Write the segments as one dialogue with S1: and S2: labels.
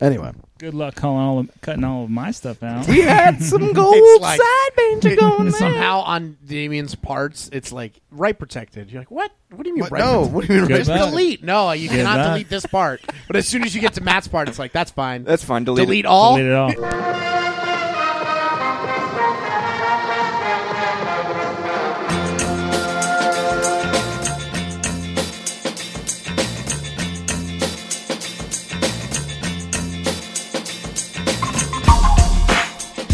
S1: Anyway,
S2: Good luck calling all of, cutting all of my stuff out.
S1: we had some gold
S3: It's like-
S1: side banter going.
S3: And
S1: there.
S3: somehow on Damien's parts, it's like right protected. You're like, what? What do you mean
S1: What?
S3: right?
S1: No, what do you mean
S2: Good
S3: Just
S1: right?
S2: luck.
S3: delete. No, you cannot
S2: luck.
S3: delete this part. But as soon as you get to Matt's part, it's like that's fine.
S4: That's fine. Delete.
S3: delete,
S4: it.
S3: all.
S2: Delete it all.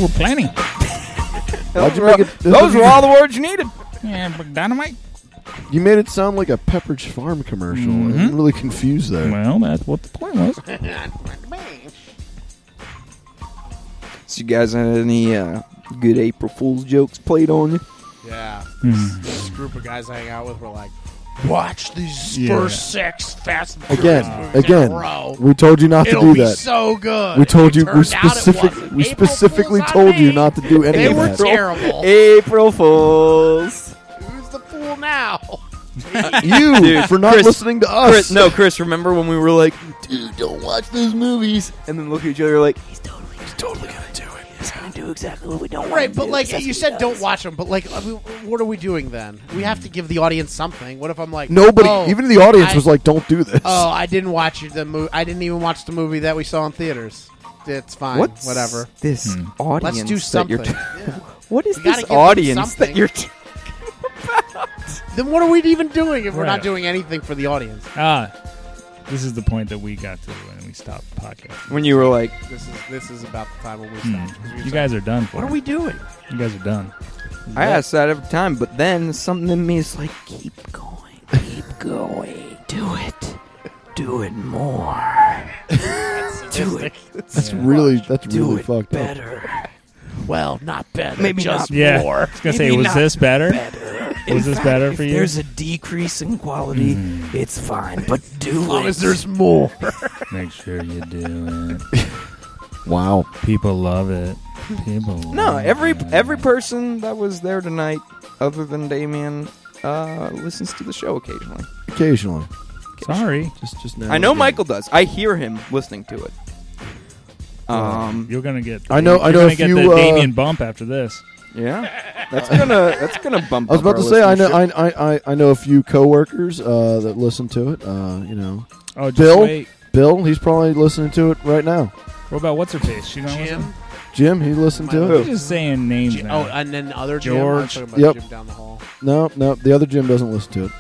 S2: We're planning.
S1: Why'd you make it?
S4: Those were all the words you needed.
S2: Yeah, but dynamite.
S1: You made it sound like a Pepperidge Farm commercial.
S3: Mm-hmm.
S1: I'm really confused there.
S2: Well, that's what the point was.
S4: So you guys had any uh, good April Fool's jokes played on you?
S3: Yeah.
S2: Hmm.
S3: This group of guys I hang out with were like, watch these
S2: Yeah.
S3: first six Fast and Furious
S1: Again,
S3: movies in a
S1: again,
S3: row.
S1: we told you not to
S3: It'll
S1: do
S3: be
S1: that.
S3: so good.
S1: we told you.
S3: It
S1: We
S3: turned out it
S1: specific.
S3: wasn't.
S1: We
S3: April
S1: specifically
S3: Fool's on
S1: told you
S3: me.
S1: not to do any
S3: They
S1: of
S3: were
S1: that.
S3: terrible.
S4: April Fools.
S3: Who's the fool now?
S1: you
S4: Dude,
S1: for not
S4: Chris-
S1: listening to us.
S4: Chris, no, Chris, remember when we were like, dude, don't watch those movies? And then look at each other like, he's totally, he's totally going to do it. He's going to do exactly what we don't want
S3: Right, but like you said, don't watch them. But like, I mean, what are we doing then? We have to give the audience something. What if I'm like
S1: Nobody,
S3: oh,
S1: even the audience,
S3: I-
S1: was like, "Don't do this."
S3: Oh, I didn't watch the movie. I didn't even watch the movie that we saw in theaters. It's fine.
S4: What's
S3: Whatever.
S4: this audience
S3: Let's do
S4: that you're
S3: something.
S4: t- What is
S3: We gotta
S4: this
S3: give them
S4: audience that
S3: something.
S4: you're... T-
S3: then what are we even doing if we're
S2: Right.
S3: not doing anything for the audience?
S2: Ah, this is the point that we got to when we stopped the podcast.
S4: when you were like,
S3: This is this is about the time when we
S2: Hmm.
S3: stopped. 'cause we
S2: You
S3: were
S2: guys are done. For
S3: like, what are
S2: it.
S3: we doing?
S2: You guys are done.
S4: I asked that every time, but then something in me is like, keep going, keep going, do it, do it more, do it,
S1: that's really, that's
S4: do
S1: really
S4: it
S1: fucked up.
S4: better.
S3: Well, not bad.
S4: Maybe
S3: just
S4: not
S2: Yeah,
S3: more.
S2: I was gonna say,
S4: Maybe
S2: was
S4: not
S2: this better?
S4: In
S2: Was this
S4: fact,
S2: better
S4: if
S2: for you?
S4: There's a decrease in quality.
S1: Mm.
S4: It's fine, but do
S3: As long
S4: it.
S3: as there's more.
S2: Make sure you do it.
S1: Wow.
S2: People love it. People.
S4: no,
S2: love
S4: every
S1: Mm.
S2: it.
S4: every person that was there tonight, other than Damien, uh, listens to the show occasionally.
S1: Occasionally,
S2: Sorry,
S1: just just now.
S4: I know
S1: and again.
S4: Michael does. I hear him listening to it. Um,
S2: you're gonna get.
S1: I know-
S2: You're
S1: I know
S2: Gonna
S1: if
S2: get
S1: you,
S2: the
S1: uh,
S2: Damien bump after this.
S4: yeah, that's gonna that's gonna bump.
S1: I was
S4: up
S1: about to
S4: our
S1: say I know
S4: listenership.
S1: I, I, I, I know a few coworkers uh, that listen to it. Uh, you know,
S2: Oh, just
S1: Bill?
S2: wait.
S1: Bill, he's probably listening to it right now.
S2: What about what's her face? She don't listen?
S3: Jim.
S1: Jim, he listened to
S2: You're
S1: it.
S2: just saying names
S3: Jim.
S2: now.
S3: Oh, and then other
S2: George.
S3: Jim. I'm talking about
S1: Yep.
S3: Jim down the hall.
S1: No, no, the other Jim doesn't listen to it.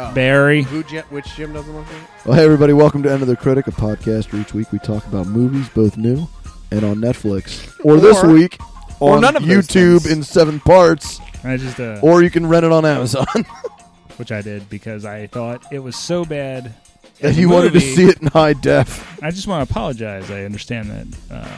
S3: Oh.
S2: Barry.
S3: Who? Jim, which Jim doesn't look like?
S1: Well, hey everybody, welcome to End of the Critic, a podcast where each week we talk about movies, both new and on Netflix, or, this
S4: Or-
S1: week
S4: or
S1: on
S4: none of those
S1: YouTube
S4: things.
S1: in seven parts,
S2: I just uh,
S1: or you can rent it on Amazon.
S2: which I did because I thought it was so bad.
S1: if
S2: as a
S1: you wanted to
S2: movie.
S1: see it in high def,
S2: I just want to apologize. I understand that uh,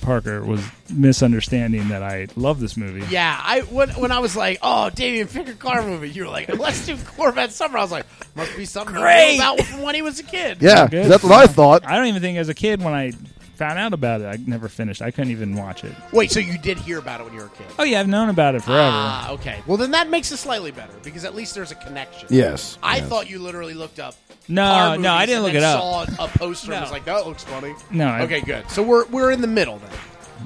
S2: Parker was misunderstanding that I love this movie.
S3: Yeah, I when, when I was like, "Oh, Damien, pick a car movie," you were like, "Let's do Corvette Summer." I was like, "Must be something he knew
S4: Great.
S3: about from when he was a kid."
S1: yeah,
S2: Good.
S1: that's what I thought.
S2: I don't even think as a kid when I found out about it, I never finished. I couldn't even watch it.
S3: Wait, so you did hear about it when you were a kid?
S2: Oh yeah, I've known about it forever.
S3: Ah, okay. Well, then that makes it slightly better because at least there's a connection.
S1: Yes,
S3: I
S1: yes.
S3: thought you literally looked up.
S2: No,
S3: car
S2: no, I
S3: movies
S2: didn't
S3: and
S2: look
S3: then
S2: it up.
S3: Saw a poster and
S2: No.
S3: was like, "That looks funny."
S2: No, I-
S3: Okay, good. So we're we're in the middle then.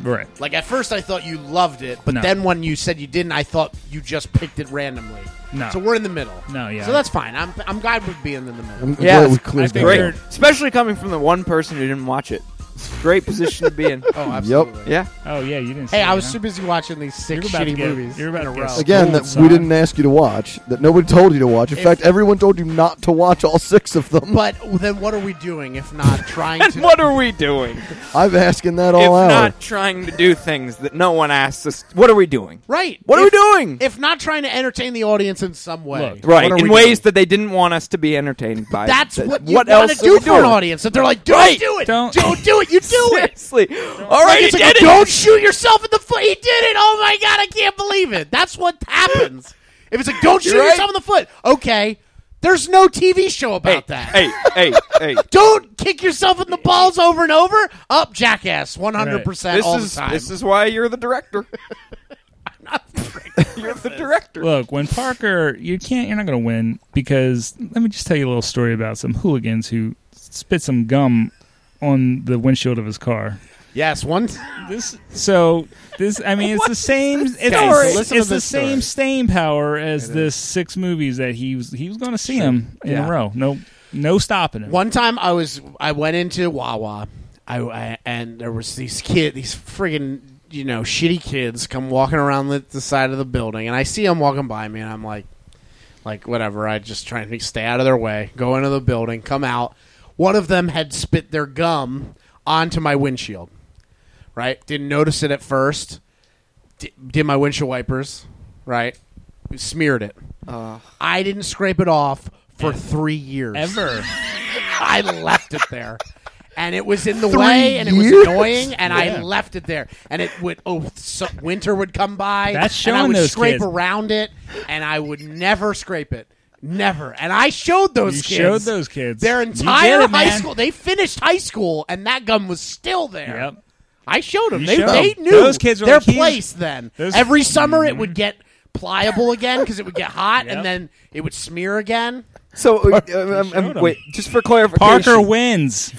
S2: right.
S3: Like at first, I thought you loved it, but
S2: No.
S3: then when you said you didn't, I thought you just picked it randomly.
S2: No.
S3: So we're in the middle.
S2: No, yeah.
S3: So that's fine. I'm I'm glad with being in the middle.
S1: I'm
S4: Yeah,
S1: glad we
S4: I
S1: cleared that
S2: figured-
S1: up.
S4: Great, especially coming from the one person who didn't watch it. Great position to be in.
S3: Oh, absolutely.
S4: Yeah,
S2: Oh yeah, you didn't. see
S3: Hey,
S2: it,
S3: I was
S2: huh?
S3: too busy watching these six
S2: You're about to
S3: shitty
S2: get-
S3: movies.
S2: you're about
S3: in a
S2: to get
S3: row.
S2: sick.
S1: Again,
S2: Cool,
S1: that
S2: son.
S1: we didn't ask you to watch, that nobody told you to watch. In
S3: If-
S1: fact, everyone told you not to watch all six of them.
S3: But then what are we doing if not trying to?
S4: and what are we doing?
S1: I've asking that all
S4: if
S1: hour.
S4: not trying to do things that no one asks us, what are we doing?
S3: Right.
S4: What are
S3: If-
S4: we doing?
S3: If not trying to entertain the audience in some way.
S2: Look,
S4: right,
S3: What are
S4: in
S3: we
S4: ways
S3: doing?
S4: that they didn't want us to be entertained by.
S3: That's
S4: That-
S3: what you
S4: what
S3: want
S4: else
S3: to
S4: are we
S3: do for an
S4: doing?
S3: audience. That they're like, don't
S4: Right.
S3: do it.
S2: Don't-
S3: don't do it. You do it.
S4: Seriously, all right,
S3: It's
S4: you
S3: like,
S4: did it.
S3: don't shoot yourself in the foot. He did it. Oh my god, I can't believe it. That's what happens. If it's like, don't shoot
S4: You're right.
S3: yourself in the foot. Okay. There's no TV show about
S4: Hey,
S3: that.
S4: hey, hey, hey.
S3: Don't kick yourself in the balls over and over. Up, jackass, one hundred percent
S4: This
S3: all
S4: is
S3: the time.
S4: this is why you're the director. you're the director.
S2: Look, when Parker, you can't. You're not going to win because let me just tell you a little story about some hooligans who spit some gum on the windshield of his car.
S3: Yes, one.
S2: This so this I mean it's the same it's,
S3: story?
S2: it's-
S3: Listen to
S2: it's the
S3: this story.
S2: same staying power as
S4: It
S2: the
S4: is.
S2: six movies that he was he was going to see him in
S4: Yeah.
S2: a row. No no stopping him.
S3: One time I was I went into Wawa, I, I and there was these kid, these friggin' you know shitty kids come walking around the, the side of the building, and I see them walking by me, and I'm like, like whatever. I just try to stay out of their way, go into the building, come out. One of them had spit their gum onto my windshield. Right, didn't notice it at first. D- did my windshield wipers, right? Smeared it.
S4: Uh,
S3: I didn't scrape it off for three years.
S2: ever.
S3: I left it there. And it was in the
S1: Three
S3: way, and it
S1: years?
S3: was annoying, and I
S2: Yeah.
S3: left it there. And it would, oh, so, winter would come by,
S2: That's
S3: and I
S2: showing
S3: would
S2: those
S3: scrape
S2: kids.
S3: around it, and I would never scrape it, never. And I showed those
S2: You
S3: kids,
S2: showed those kids.
S3: their
S2: You did
S3: entire
S2: it,
S3: high
S2: man.
S3: school. They finished high school, and that gum was still there.
S2: Yep.
S3: I showed them.
S2: You
S3: They,
S2: showed
S3: they
S2: 'em.
S3: knew
S2: Those kids were
S3: their
S2: like, he's-
S3: place then.
S2: Those- Mm-hmm.
S3: Every summer it would get pliable again because it would get hot,
S2: Yep.
S3: and then it would smear again.
S4: so uh, um, um,
S2: showed him.
S4: wait, just for clarification,
S2: Parker wins.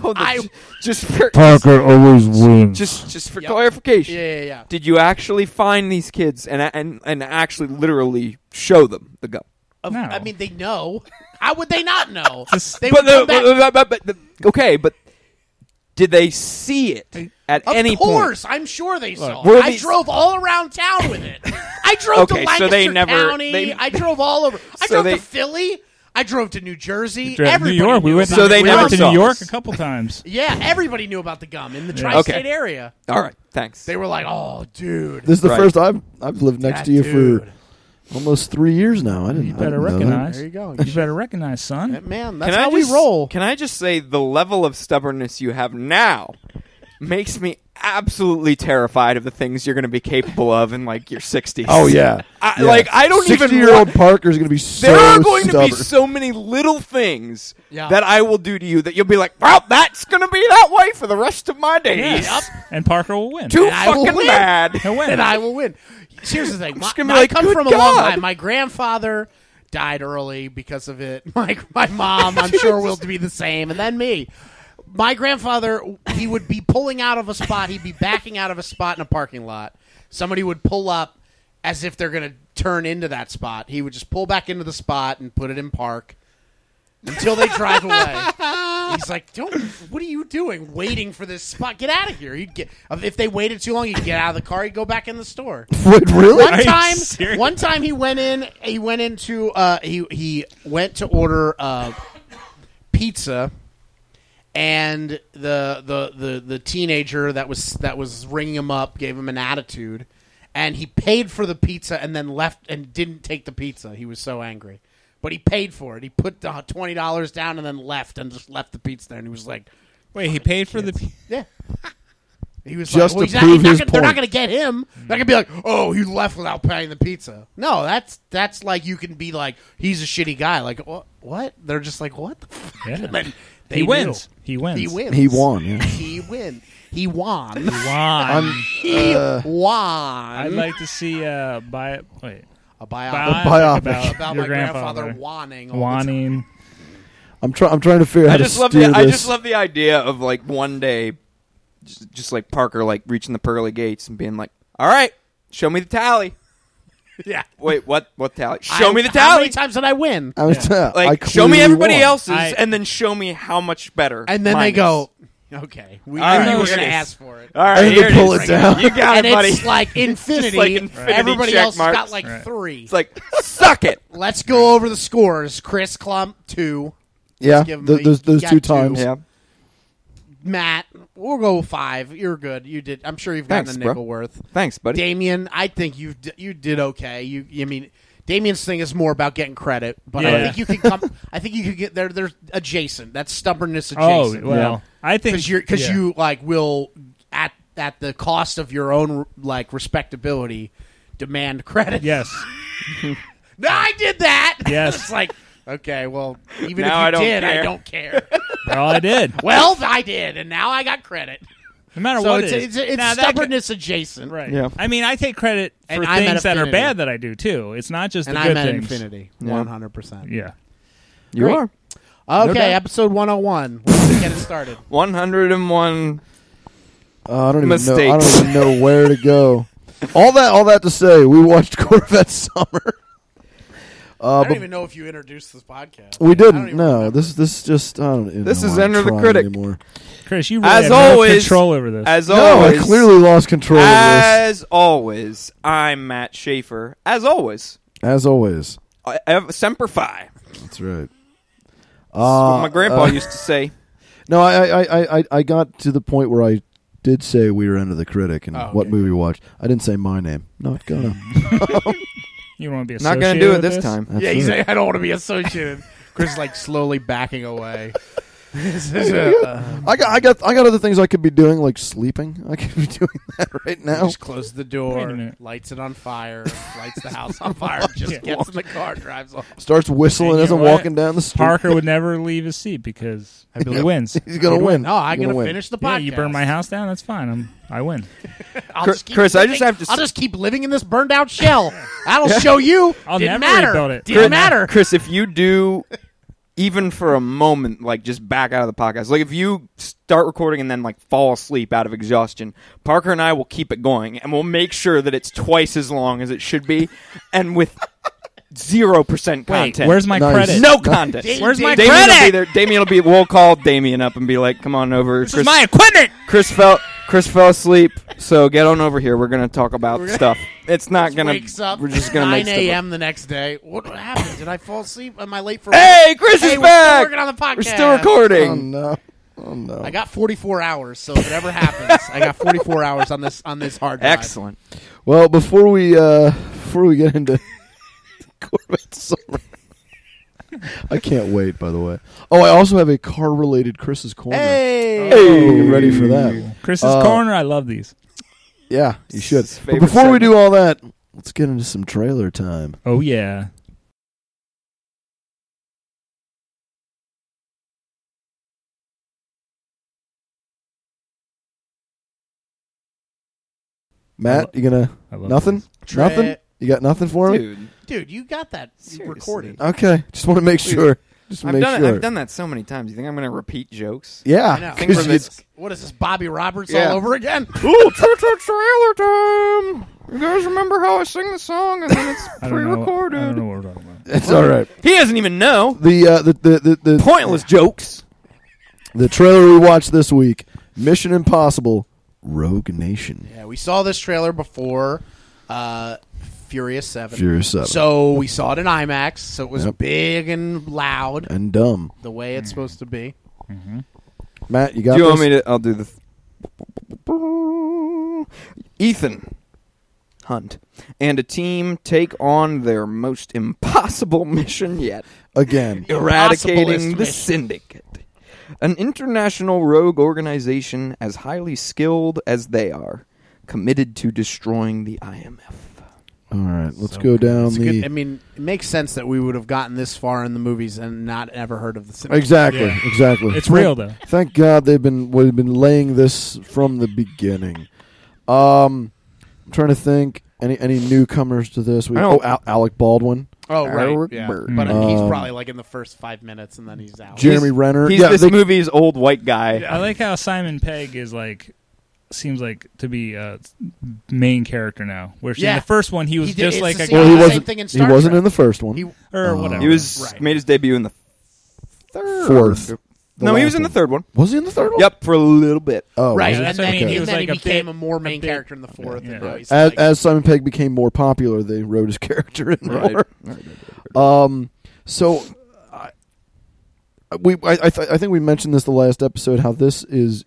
S4: Hold on,
S3: I-
S4: ju- just for
S1: Parker always wins.
S4: just just for
S3: Yep.
S4: clarification.
S3: Yeah, yeah, yeah.
S4: Did you actually find these kids and and and actually literally show them the gum?
S3: Of,
S2: No.
S3: I mean, they know. How would they not know?
S2: Just-
S3: they would
S4: But, the,
S3: come back.
S4: but, but, but the- okay, but did they see it at
S3: of
S4: any point?
S3: course, I'm sure they saw.
S4: Were
S3: it. I
S4: these-
S3: drove all around town with it. I drove
S4: Okay,
S3: to
S4: so
S3: Lancaster
S4: they never-
S3: County.
S4: they-
S3: I drove all over. I
S4: So
S3: drove
S4: they-
S3: to Philly. I drove to New Jersey.
S2: New
S3: Everybody
S2: York. We
S3: knew
S2: went
S3: about
S2: to,
S4: So
S3: the
S4: they
S2: we
S3: gum.
S4: never
S2: went to
S4: saw
S2: New York
S4: this.
S2: a couple times.
S3: Yeah, everybody knew about the gum in the
S2: Yeah.
S3: tri-state
S4: Okay.
S3: area.
S4: All right, thanks.
S3: They were like, "Oh, dude,
S1: this is the
S4: Right.
S1: first I've I've lived next
S3: that
S1: to you
S3: dude.
S1: for almost three years now. I didn't.
S2: You
S1: I
S2: better
S1: didn't know that.
S2: recognize.
S3: There you go.
S2: You better recognize, son.
S3: man,
S4: can
S3: that's
S4: I
S3: how
S4: just,
S3: we roll."
S4: Can I just say the level of stubbornness you have now makes me absolutely terrified of the things you're going to be capable of in like your 60s.
S1: Oh yeah.
S4: I,
S1: Yeah.
S4: Like I don't even
S1: year old
S4: want-
S1: Parker's going to be so
S4: There are going
S1: stubborn.
S4: to be so many little things
S3: Yeah.
S4: that I will do to you that you'll be like, "Well, that's going to be that way for the rest of my days."
S2: Yes. And Parker will win.
S4: Too
S3: And I will
S4: fucking
S3: win.
S4: bad.
S2: He'll win.
S3: and I will win. Here's the thing. My,
S4: just gonna be
S3: my- I
S4: like,
S3: come
S4: "Good
S3: from a long
S4: God."
S3: time. My grandfather died early because of it. My my mom, I'm sure, will be the same, and then me. My grandfather, he would be pulling out of a spot. He'd be backing out of a spot in a parking lot. Somebody would pull up as if they're going to turn into that spot. He would just pull back into the spot and put it in park until they drive away. He's like, "Don't! What are you doing? Waiting for this spot? Get out of here!" He'd get if they waited too long, he'd get out of the car. He'd go back in the store.
S1: Wait, really?
S2: Are
S3: One
S2: you
S3: time,
S2: serious?
S3: one time he went in. He went into. Uh, he he went to order uh, pizza, and the, the the the teenager that was that was ringing him up gave him an attitude, and he paid for the pizza and then left and didn't take the pizza. He was so angry, but he paid for it. He put the uh, twenty dollars down and then left and just left the pizza there. And he was like,
S2: Wait, he paid for the.
S3: yeah. He was
S1: Just
S3: like, well,
S1: to
S3: he's not-
S1: prove
S3: he's not
S1: his
S3: gonna- They're not
S1: point.
S3: going to get him. They're going to be like, oh, he left without paying the pizza. No, that's that's like you can be like, he's a shitty guy. Like what? What? They're just like, what? The fuck?
S2: Yeah.
S3: And then they
S2: He
S3: knew.
S2: wins. He wins.
S3: He wins.
S1: He won, yeah.
S3: He win. He won. Um,
S2: Won.
S3: he won.
S2: I'd like to see uh, bio. Wait.
S3: a
S2: Biopic
S3: biopic
S1: biopic.
S2: about,
S3: about
S2: your
S3: my grandfather, wanting. all the time.
S2: wanting.
S1: I'm trying. I'm trying to figure out
S4: I
S1: how to
S4: just
S1: steer
S4: love the
S1: this.
S4: I just love the idea of like one day, just, just like Parker, like reaching the pearly gates and being like, "All right, show me the tally."
S3: Yeah.
S4: Wait, what? What tally? Show
S3: I-
S4: me the
S3: How many
S4: tally.
S3: times did I win?
S1: I was I
S4: Like, show me
S1: clearly
S4: everybody
S1: won.
S4: else's,
S2: I-
S4: and then show me how much better.
S3: And then
S4: mine
S3: they
S4: is.
S3: go, okay, we
S4: All
S3: I knew
S2: right.
S3: you were going to
S4: Yes.
S3: ask for it.
S4: "All right,
S1: And they
S4: here it
S1: pull
S4: is.
S1: it down.
S4: You got
S3: and
S4: it, buddy."
S3: it's like infinity.
S4: like infinity
S3: Everybody
S4: check
S3: else
S4: marks.
S3: got like
S2: Right.
S3: three.
S4: it's like, suck it.
S3: Let's go over the scores. Chris Klump two,
S1: Yeah,
S3: give him
S1: th-
S3: a-
S1: those those
S3: got
S1: two
S3: two.
S1: times. Uh,
S4: Yeah.
S3: Matt. We'll go five. You're good. You did. I'm sure you've gotten
S4: Thanks,
S3: a
S4: bro.
S3: nickel worth.
S4: Thanks, buddy.
S3: Damien, I think you d- you did okay. You, I mean, Damien's thing is more about getting credit, but I
S2: Yeah.
S3: think you can come. I think you could get there. They're adjacent. That's stubbornness
S2: Oh
S3: adjacent.
S2: well, I think
S3: because you're because
S2: yeah.
S3: you like will at at the cost of your own like respectability demand credit.
S2: Yes,
S3: No, I did that.
S2: Yes.
S3: it's like, okay, well, even
S4: Now
S3: if you
S4: I don't
S3: did, I
S4: care.
S3: don't care.
S2: well I did.
S3: well, I did, and now I got credit.
S2: No matter
S3: So
S2: what,
S3: it's,
S2: it is.
S3: it's, it's
S2: Now, that could-
S3: stubbornness adjacent.
S2: right.
S4: Yeah.
S2: I mean, I take credit for
S3: And I'm at
S2: things that are
S3: Infinity.
S2: bad that I do too. It's not just
S3: And
S2: the
S3: I'm
S2: good
S3: at
S2: things.
S3: infinity,
S4: Yeah.
S3: 100%.
S2: Yeah.
S4: You
S3: Great.
S4: are.
S3: Okay,
S1: doubt.
S3: oh episode 101. get it started.
S4: 101.
S1: Uh, I don't even know. I
S4: Mistakes.
S1: don't even know where to go. all that, all that to say, we watched Corvette Summer. Uh,
S3: I don't
S1: but
S3: even know if you introduced this podcast.
S1: we
S3: I don't
S1: didn't.
S3: even
S1: No,
S3: remember.
S1: this this is just I don't. even
S4: This
S1: know
S4: is
S1: why I'm
S4: Enter the
S1: trying
S4: Critic.
S1: anymore.
S2: Chris, you really
S4: As
S2: have
S4: always-
S2: no control over this.
S4: As
S1: No,
S4: always.
S1: I clearly lost control of this.
S4: As always, I'm Matt Schaefer. As always,
S1: As always,
S4: uh, ev- semper fi.
S1: that's right.
S4: That's
S1: Uh,
S4: what my grandpa
S1: uh,
S4: used to say.
S1: No, I, I- I, I, I got to the point where I did say we were under the critic and
S3: Oh, okay.
S1: what movie we watched. I didn't say my name. Not gonna.
S2: you want to be
S4: Not
S2: associated
S4: going to do it
S2: with
S4: this time.
S1: That's
S3: yeah, he's
S1: right.
S3: like, I don't want to be associated. Chris is like slowly backing away. uh, This is a-
S1: I got, I got, I got other things I could be doing, like sleeping. I could be doing that right now.
S3: Just closes the
S2: Wait a
S3: door,
S2: minute.
S3: lights it on fire, lights the house on fire, just
S2: Yeah.
S3: gets in the car, drives off.
S1: Starts whistling
S2: You know
S1: as I'm
S2: what?
S1: walking down the street.
S2: Parker would never leave his seat because he wins.
S1: He's gonna
S3: You know
S1: win.
S3: what? No, I'm
S1: He's
S3: gonna,
S1: gonna win.
S3: finish the podcast.
S2: Yeah, you burn my house down. That's fine. I'm, I win.
S3: I'll
S4: Cr-
S3: just keep
S4: Chris, I
S3: living-
S4: just have to s-
S3: I'll just keep living in this burned out shell. That'll show you.
S2: I'll
S3: Didn't
S2: never
S3: matter.
S2: rebuild it.
S3: Didn't
S2: Chris-
S3: matter.
S4: Chris, if you do, even for a moment, like just back out of the podcast, like if you start recording and then like fall asleep out of exhaustion, Parker and I will keep it going and we'll make sure that it's twice as long as it should be and with 0%
S2: Wait,
S4: content.
S2: where's my
S1: Nice.
S2: credit?
S4: no content?
S2: Where's my
S4: Damien will be
S2: credit?
S4: there. Damien will be. We'll call Damien up and be like, "Come on over."
S2: This is my equipment.
S4: Chris fell. Chris fell asleep. So get on over here. We're gonna talk about stuff. It's not gonna.
S3: wakes up.
S4: we're just gonna
S3: nine
S4: make stuff up.
S3: a.m. the next day. What happened? Did I fall asleep? Am I late for?
S4: Hey, Chris
S3: Hey,
S4: is
S3: we're still
S4: back.
S3: working on the podcast.
S4: We're still
S1: Oh
S4: recording.
S1: no! Oh no!
S3: I got 44 hours, so if it ever happens, I got 44 hours on this on this hard drive.
S4: Excellent.
S1: Well, before we uh, before we get into Corvette Summer, I can't wait. By the way, oh, I also have a car related Chris's corner.
S4: Oh,
S3: Hey,
S1: Hey, ready for that?
S2: Chris's
S1: Uh,
S2: corner. I love these.
S1: Yeah, you should.
S4: His
S1: But
S4: favorite
S1: before we do all that, let's get into some trailer time.
S2: Oh yeah.
S1: Matt, you gonna
S2: I love
S1: nothing?
S3: Tra-
S1: nothing? You got nothing for me?
S4: dude.
S3: dude, you got that
S4: Seriously.
S3: recorded.
S1: Okay, just want to make
S4: Dude,
S1: sure. Just
S4: I've
S1: make
S4: done
S1: sure.
S4: it. I've done that so many times. You think I'm gonna repeat jokes?
S3: I know.
S1: Yeah,
S4: Think we're
S1: 'cause you-
S4: this-
S3: What is this, Bobby Roberts
S4: Yeah.
S3: all over again?
S4: Ooh, church trailer time. You guys remember how I sing the song and then it's
S2: I don't know. I don't know what we're talking about.
S1: it's all right.
S4: He doesn't even know.
S1: The uh, the, the, the, the
S4: Pointless jokes.
S1: The trailer we watched this week: Mission Impossible, Rogue Nation,
S3: Yeah, we saw this trailer before uh, Furious Seven.
S1: Furious Seven,
S3: So we saw it in IMAX. So it was
S1: Yep.
S3: big and loud,
S1: and Dumb.
S3: the way it's supposed to be.
S1: Matt, you got
S4: Do
S1: this?
S4: you want me to? I'll do the. Ethan Hunt and a team take on their most impossible mission yet.
S1: again?
S4: eradicating
S3: Impossibilist
S4: the
S3: mission.
S4: syndicate. An international rogue organization as highly skilled as they are, committed to destroying the IMF.
S1: All right, let's
S2: So
S1: go down
S3: It's a good, I
S1: the
S3: mean, it makes sense that we would have gotten this far in the movies and not ever heard of the cinema.
S1: exactly,
S2: Yeah.
S1: exactly.
S2: It's
S1: Thank-
S2: real though.
S1: Thank God they've been we've been laying this from the beginning. Um, I'm trying to think any any newcomers to this. We
S4: I
S1: oh
S4: don't-
S1: Al- Alec Baldwin,
S3: Oh, right.
S4: Eric
S3: Yeah.
S4: Bird.
S3: But uh, he's
S1: Um,
S3: probably like in the first five minutes and then he's out.
S1: Jeremy Renner.
S4: He's
S1: yeah,
S4: this
S1: they-
S4: movie's old white guy.
S2: I like how Simon Pegg is like seems like to be a main character now. Where she, in
S3: Yeah.
S2: the first one he was
S3: He did-
S2: just
S3: it's
S2: like
S3: the
S2: a
S3: same-
S1: well,
S2: guy
S1: he
S3: Same
S1: wasn't.
S3: thing in
S1: He
S3: Star
S1: wasn't
S3: Trek.
S1: in the first one.
S3: He-
S2: or
S1: Oh.
S2: whatever.
S4: He was
S3: Right.
S4: made his debut in the third.
S1: Fourth. The
S4: No, he
S1: last
S4: was in the
S1: one.
S4: third one.
S1: Was he in the third one?
S4: Yep, for a little bit.
S1: Oh,
S3: right,
S1: was he?
S2: Yeah,
S3: and
S2: that's
S3: then,
S2: what I mean.
S3: and
S2: He was
S3: then
S2: like
S3: he
S2: a
S3: became
S2: big-
S3: a more main
S2: big-
S3: character in the fourth.
S2: Yeah.
S3: and now he's
S1: as,
S3: like-
S1: as Simon Pegg became more popular, they wrote his character in
S4: Right.
S1: more. Um, so I, we, I, I, th- I think we mentioned this the last episode. How this is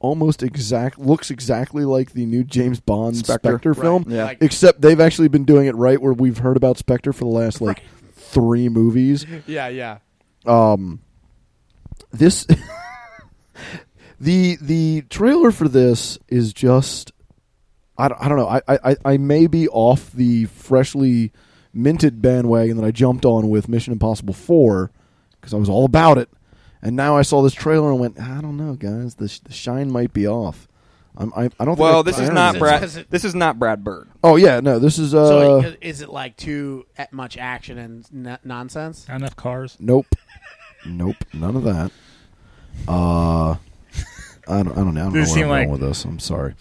S1: almost exact, looks exactly like the new James Bond
S4: Spectre.
S1: Spectre, film,
S4: Yeah.
S3: Like,
S1: except they've actually been doing it right. Where we've heard about Spectre for the last like three movies.
S3: yeah, yeah.
S1: Um, this the the trailer for this is just I don't, I don't know I, I I- I may be off the freshly minted bandwagon that I jumped on with Mission Impossible Four because I was all about it, and now I saw this trailer and went I don't know guys the, sh- the shine might be off. I'm, I, I don't.
S4: Well,
S1: think
S4: this
S1: I- I
S4: is
S1: don't
S4: not
S1: know.
S3: It's
S4: Brad.
S3: 'cause it-
S4: This is not Brad Bird.
S1: Oh yeah, no, this is uh,
S3: So i- is it like too at much action and n- nonsense?
S2: Not enough cars.
S1: nope, nope, none of that. Uh, I don't, I don't know. I don't know
S2: This
S1: where
S2: seemed
S1: I'm
S2: like-
S1: going with this. I'm sorry.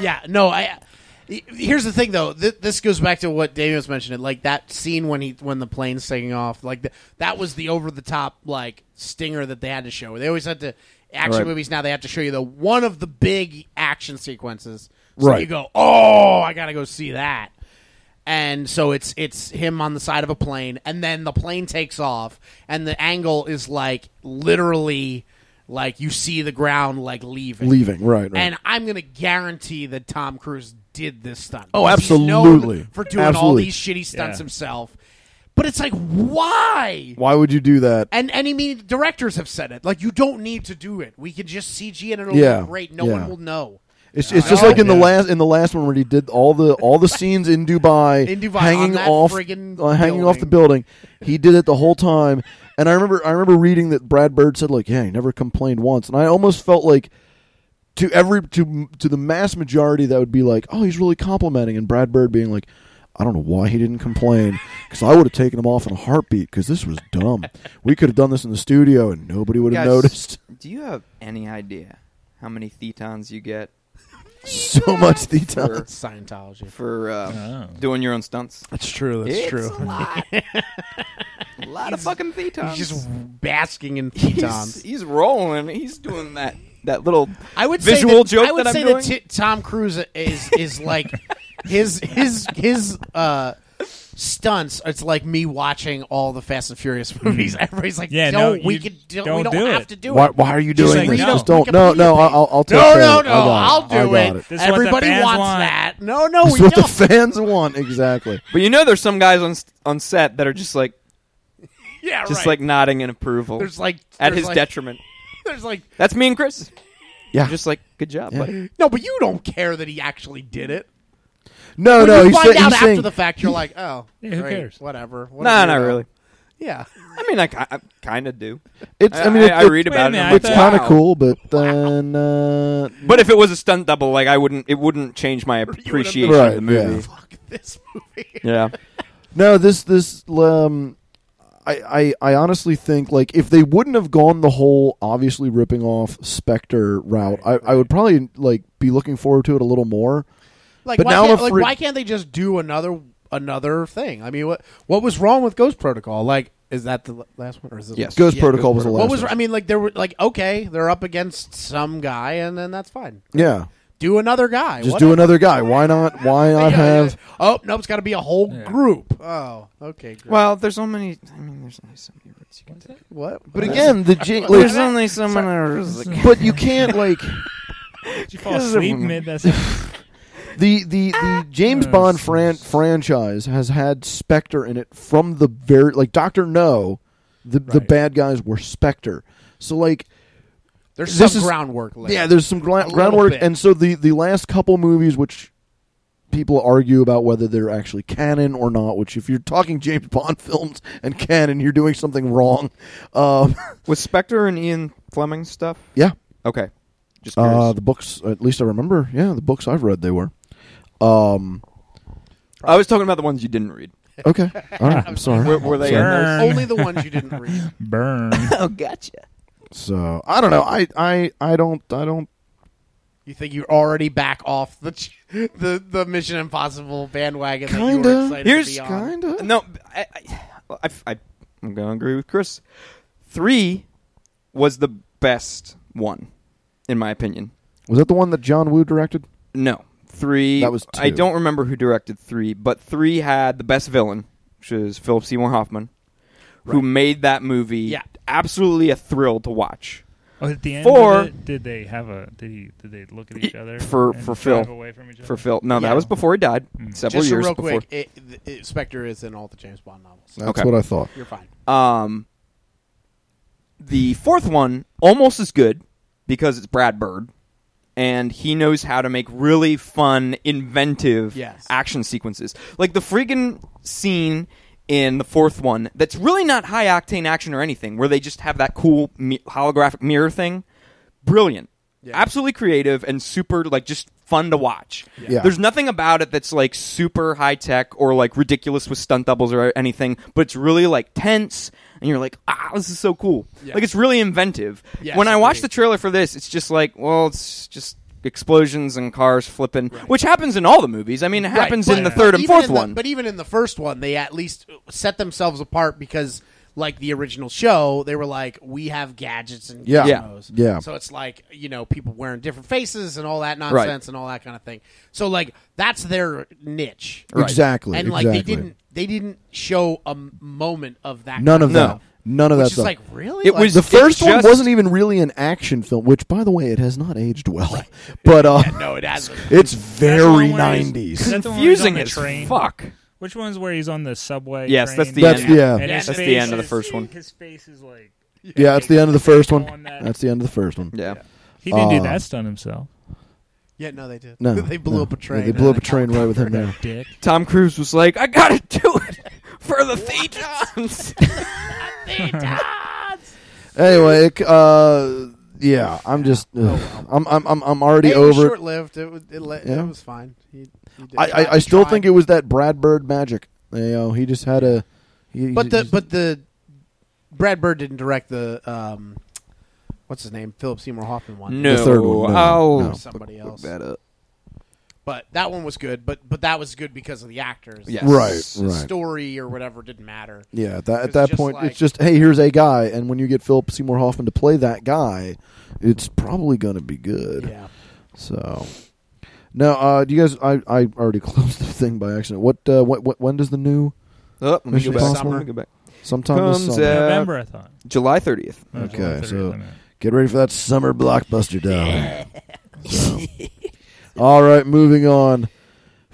S3: yeah, no, I. Here's the thing, though. Th- this goes back to what Damian was mentioning, like that scene when he when the plane's taking off. Like th- that was the over the top like stinger that they had to show. They always had to action
S4: Right.
S3: movies. Now they have to show you the one of the big action sequences. So
S1: Right.
S3: You go, oh, I gotta go see that. And so it's it's him on the side of a plane, and then the plane takes off, and the angle is like literally like you see the ground like leaving,
S1: Leaving, right, right.
S3: and I'm going to guarantee that Tom Cruise did this stunt.
S1: Oh,
S3: Because he's
S1: absolutely.
S3: known for doing all
S1: Absolutely.
S3: these shitty stunts
S2: Yeah.
S3: himself. But it's like, why?
S1: Why would you do that?
S3: And and I mean, directors have said it. Like, you don't need to do it. We can just CG and it'll
S1: Yeah.
S3: look great. No
S1: Yeah.
S3: one will know.
S1: It's, it's just like in the
S2: Yeah.
S1: last in the last one where he did all the all the scenes in Dubai,
S3: In Dubai, on
S1: hanging
S3: that
S1: off
S3: friggin'
S1: uh, hanging off the building. He did it the whole time, and I remember I remember reading that Brad Bird said like, "Yeah, he never complained once," and I almost felt like to every to to the mass majority that would be like, "Oh, he's really complimenting," and Brad Bird being like. I don't know why he didn't complain because I would have taken him off in a heartbeat because this was dumb. We could have done this in the studio and nobody would have
S4: Guys,
S1: noticed.
S4: Do you have any idea how many thetons you get
S1: So much detail.
S4: for
S3: It's Scientology.
S4: for uh,
S2: Oh.
S4: doing your own stunts?
S2: That's true. That's
S4: it's
S2: true.
S4: a lot. a lot of fucking thetons.
S3: He's just basking in
S4: He's-
S3: pitons.
S4: He's rolling. He's doing that that little
S3: I would
S4: visual
S3: say that,
S4: joke
S3: I would
S4: that
S3: say
S4: I'm doing.
S3: that Ti- Tom Cruise is is like his his his uh stunts. It's like me watching all the Fast and Furious movies. Everybody's like,
S2: Yeah,
S3: no,
S2: no,
S3: we
S2: you
S3: could do, we
S2: don't
S3: don't
S2: do
S3: have
S2: it.
S3: to do
S1: Why,
S3: it.
S1: why are you
S2: Just
S1: doing
S2: like,
S1: this?
S2: no.
S1: Just don't.
S3: Wikipedia
S1: No, no.
S3: page.
S1: I'll, I'll take
S3: No,
S1: care
S3: no,
S1: of it. I
S3: no!
S1: got it.
S3: I'll
S1: I
S3: do
S1: got
S3: it.
S1: it.
S2: This is what the
S3: Everybody
S2: fans
S3: wants
S2: want.
S3: that. No, no,
S1: That's
S3: we
S1: what the
S3: don't.
S1: fans want. Exactly.
S4: but you know, there's some guys on s- on set that are just like
S3: yeah,
S4: just
S3: right.
S4: like nodding in approval
S3: there's like
S4: at
S3: there's
S4: his
S3: like,
S4: detriment.
S3: There's like
S4: That's me and Chris.
S1: Yeah.
S4: Just like good job,
S1: Yeah.
S4: buddy.
S3: no, but you don't care that he actually did it.
S1: no,
S3: When
S1: no.
S3: you
S1: he's,
S3: find
S1: sa-
S3: out
S1: he's
S3: after
S1: saying,
S3: the fact, you're like, oh,
S2: Yeah, who
S3: great,
S2: cares?
S3: Whatever. What a
S4: Nah, not
S1: uh,
S3: weirdo.
S4: really.
S3: Yeah.
S4: I mean, I, ki- I kind of do.
S1: it's. I mean, it,
S4: I,
S1: it-
S2: Wait
S4: read
S2: a
S4: about it. and I'm
S2: minute,
S1: It's
S2: I
S4: like,
S1: kind of
S4: wow.
S1: cool, but then uh,
S4: But if it was a stunt double, like I wouldn't, it wouldn't change my appreciation
S1: Right,
S4: of the movie.
S3: Fuck this movie.
S4: Yeah.
S1: no. This this um, I, I I honestly think like if they wouldn't have gone the whole obviously ripping off Spectre route, I, I would probably like be looking forward to it a little more.
S3: Like,
S1: But
S3: why
S1: now I'm
S3: can't, like
S1: afraid-
S3: why can't they just do another another thing? I mean, what what was wrong with Ghost Protocol? Like, is that the l- last one or is it?
S4: Yes.
S1: Ghost
S4: Yeah,
S1: Protocol
S4: Ghost
S1: was the last.
S3: What was
S1: one.
S3: I mean? Like, there were like okay, they're up against some guy, and then that's fine.
S1: yeah.
S3: Do another guy.
S1: Just
S3: What-
S1: do another guy. Why not? Why
S3: Yeah,
S1: not
S3: yeah.
S1: have?
S3: Oh nope, it's got to be a whole
S2: Yeah.
S3: group. Oh, okay. Great.
S4: Well, there's so many. I mean, there's only so many routes you can take.
S3: what?
S1: But again, the J- like,
S4: There's only so many routes. Like,
S1: but you can't like
S2: Did you fall asleep mid that?
S1: the the the James
S2: Uh,
S1: Bond
S2: it's-
S1: fran- franchise has had Spectre in it from the very like Doctor No, the the
S2: Right.
S1: bad guys were Spectre. So like
S3: There's
S1: this
S3: some
S1: is-
S3: groundwork later.
S1: yeah, there's some
S3: A
S1: gla-
S3: little
S1: groundwork,
S3: bit.
S1: and so the the last couple movies which. People argue about whether they're actually canon or not. Which, if you're talking James Bond films and canon, you're doing something wrong. Um,
S4: was Spectre and Ian Fleming stuff?
S1: yeah,
S4: Okay. Just curious.
S1: uh, the books. At least I remember. Yeah, the books I've read, they were. Um,
S4: I was talking about the ones you didn't read.
S1: okay, all right. I'm sorry.
S4: Were, were they?
S1: Sure.
S4: in those?
S2: Burn.
S3: only the ones you didn't read.
S2: Burn.
S4: Oh, gotcha.
S1: So I don't know. I I I don't I don't.
S3: You think you're already back off the ch- the, the Mission Impossible bandwagon? That you
S1: Kinda.
S3: were excited to
S4: Here's
S3: be on?
S1: Kinda.
S4: No, I, I, I, I, I'm gonna agree with Chris. Three was the best one, in my opinion.
S1: Was that the one that John Woo directed?
S4: No, three.
S1: That was
S4: I
S1: two.
S4: don't remember who directed three, but three had the best villain, which is Philip Seymour Hoffman, who made that movie.
S3: Yeah.
S4: absolutely a thrill to watch.
S2: Oh, at the end
S4: Four.
S2: of it, did they have a? Did he? Did they look at each other
S4: For-
S2: and
S4: for
S2: drive
S4: Phil.
S2: Away from each other?
S4: For Phil, no,
S3: Yeah. Mm.
S4: that was before he died, several
S3: Just
S4: years
S3: real
S4: before.
S3: quick, it, it, Spectre is in all the James Bond novels.
S1: That's
S4: Okay.
S1: what I thought.
S3: You're fine.
S4: Um, the fourth one almost as good because it's Brad Bird, and he knows how to make really fun, inventive
S3: Yes.
S4: action sequences. Like the friggin' scene in the fourth one that's really not high octane action or anything, where they just have that cool mi- holographic mirror thing. Brilliant,
S3: Yeah.
S4: absolutely creative and super like just fun to watch.
S1: Yeah.
S4: There's nothing about it that's like super high tech or like ridiculous with stunt doubles or anything, but it's really like tense and you're like, ah, this is so cool. Like it's really inventive.
S3: Yes,
S4: when I watch
S3: agreed.
S4: the trailer for this, it's just like, well, it's just explosions and cars flipping, which happens in all the movies. I mean, it happens
S3: Right,
S4: in the
S3: but
S4: third and
S3: even
S4: fourth
S3: in the-
S4: one.
S3: but even in the first one, they at least set themselves apart because, like the original show, they were like, we have gadgets and
S1: Yeah.
S4: Yeah.
S3: gizmos.
S1: Yeah.
S3: So it's like you know people wearing different faces and all that nonsense and all that kind of thing. So like that's their niche,
S4: Right.
S1: Exactly.
S3: and like
S1: exactly.
S3: they didn't they didn't show a m- moment of that.
S1: None of
S3: kind
S1: that. None of
S3: Which
S1: that
S3: is
S1: stuff.
S3: like really.
S4: It
S3: Like,
S4: was-
S1: the first one
S4: just-
S1: wasn't even really an action film, which, by the way, it has not aged well. But uh,
S3: no, it hasn't.
S1: it's
S2: That's the one
S1: very
S2: where he's-
S1: nineties.
S2: that's the one where he's on
S4: Confusing
S2: the
S4: as
S2: train.
S4: fuck.
S2: Which one's where he's on the subway?
S4: Yes,
S2: train?
S4: that's the
S1: That's
S4: end.
S1: yeah,
S2: And
S1: yeah.
S2: his
S4: That's the
S2: face
S4: end of the
S2: is-
S4: first one.
S2: His face is like
S1: It's the end of the first
S2: On
S1: one.
S2: that.
S1: That's the end of the first one.
S4: Yeah.
S2: he didn't
S1: Uh,
S2: do that stunt himself.
S3: Yeah, no, they did.
S1: No,
S3: they blew
S1: no.
S3: up a train.
S1: they blew up a train right with him there.
S2: Dick.
S4: Tom Cruise was like, I gotta do it for the Thetons.
S1: Anyway, it, uh, yeah, I'm just, ugh, I'm, I'm, I'm, I'm already over.
S3: Short lived. It, was- it, le-
S1: Yeah.
S3: it was fine. He, he did.
S1: I, I, I still think it was that Brad Bird magic. You know, he just had a. He,
S3: But
S1: he
S3: the
S1: just-
S3: but the Brad Bird didn't direct the um, what's his name Philip Seymour Hoffman one.
S4: no.
S1: The third one, no,
S4: oh.
S1: no.
S3: somebody else.
S4: That up.
S3: But that one was good. But but that was good because of the actors.
S4: Yes.
S1: right,
S3: The
S1: right,
S3: story or whatever didn't matter.
S1: yeah. That,
S3: was
S1: at that
S3: just
S1: point,
S3: like-
S1: it's just hey, here's a guy, and when you get Philip Seymour Hoffman to play that guy, it's probably going to be good.
S3: Yeah.
S1: So, no, uh, do you guys? I, I already closed the thing by accident. What, uh, what, what when does the new
S4: Oh, let me
S1: Mission
S4: go back.
S1: Impossible?
S4: Let me go back.
S1: sometime this
S4: Comes
S1: summer?
S4: out- Uh,
S2: November, I thought.
S4: July 30th.
S2: That was
S1: Okay,
S2: July 30th,
S1: so-
S2: I meant.
S1: Get ready for that summer blockbuster, darling. So. All right, moving on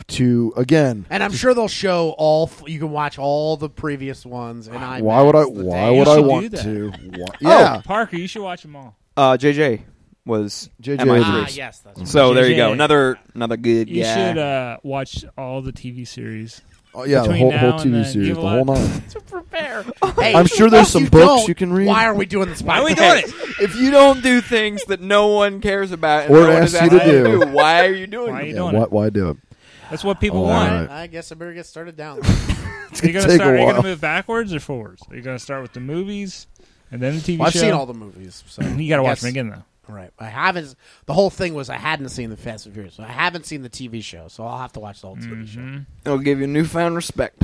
S1: to again.
S3: And I'm sure they'll show all. f- You can watch all the previous ones. And I
S1: Why would I? Why would I
S2: should do
S1: want
S2: that.
S1: to? Why, yeah,
S2: Uh, Parker, you should watch them all.
S4: Uh, JJ was
S1: JJ
S4: MI3.
S3: Ah,
S1: Idris.
S3: yes. That's
S4: So there you go.
S2: JJ.
S4: Another another good
S2: You
S4: guy.
S2: should uh, watch all the TV series.
S1: oh, yeah. The
S2: Between
S1: whole,
S2: now
S1: whole
S2: and
S1: TV
S2: then,
S1: series,
S2: give a
S1: the whole
S2: lot-
S1: nine.
S3: to prepare.
S1: I'm sure there's some books you can read.
S3: Why are we doing this? Why
S4: if you don't do things that no one cares about and
S1: Or
S4: no one is
S1: asks you to
S4: asking
S1: do.
S4: why are you doing
S2: Why are
S4: it?
S2: you
S1: Yeah,
S2: doing
S1: why,
S2: it?
S1: why do it?
S2: That's what people
S1: All
S2: want.
S1: right.
S3: I guess I better get started down.
S2: Are you gonna
S1: Take a
S2: start? Are you
S1: while.
S2: gonna move backwards or forwards? Are you gonna start with the movies and then the TV
S3: Well, I've
S2: show?
S3: seen all the movies, so
S2: You gotta
S3: I
S2: watch
S3: guess-
S2: them again though.
S3: Right, I haven't. The whole thing was I hadn't seen the Fast and Furious, so I haven't seen the TV show, so I'll have to watch the whole TV show.
S2: Mm-hmm.
S4: It'll give you newfound respect.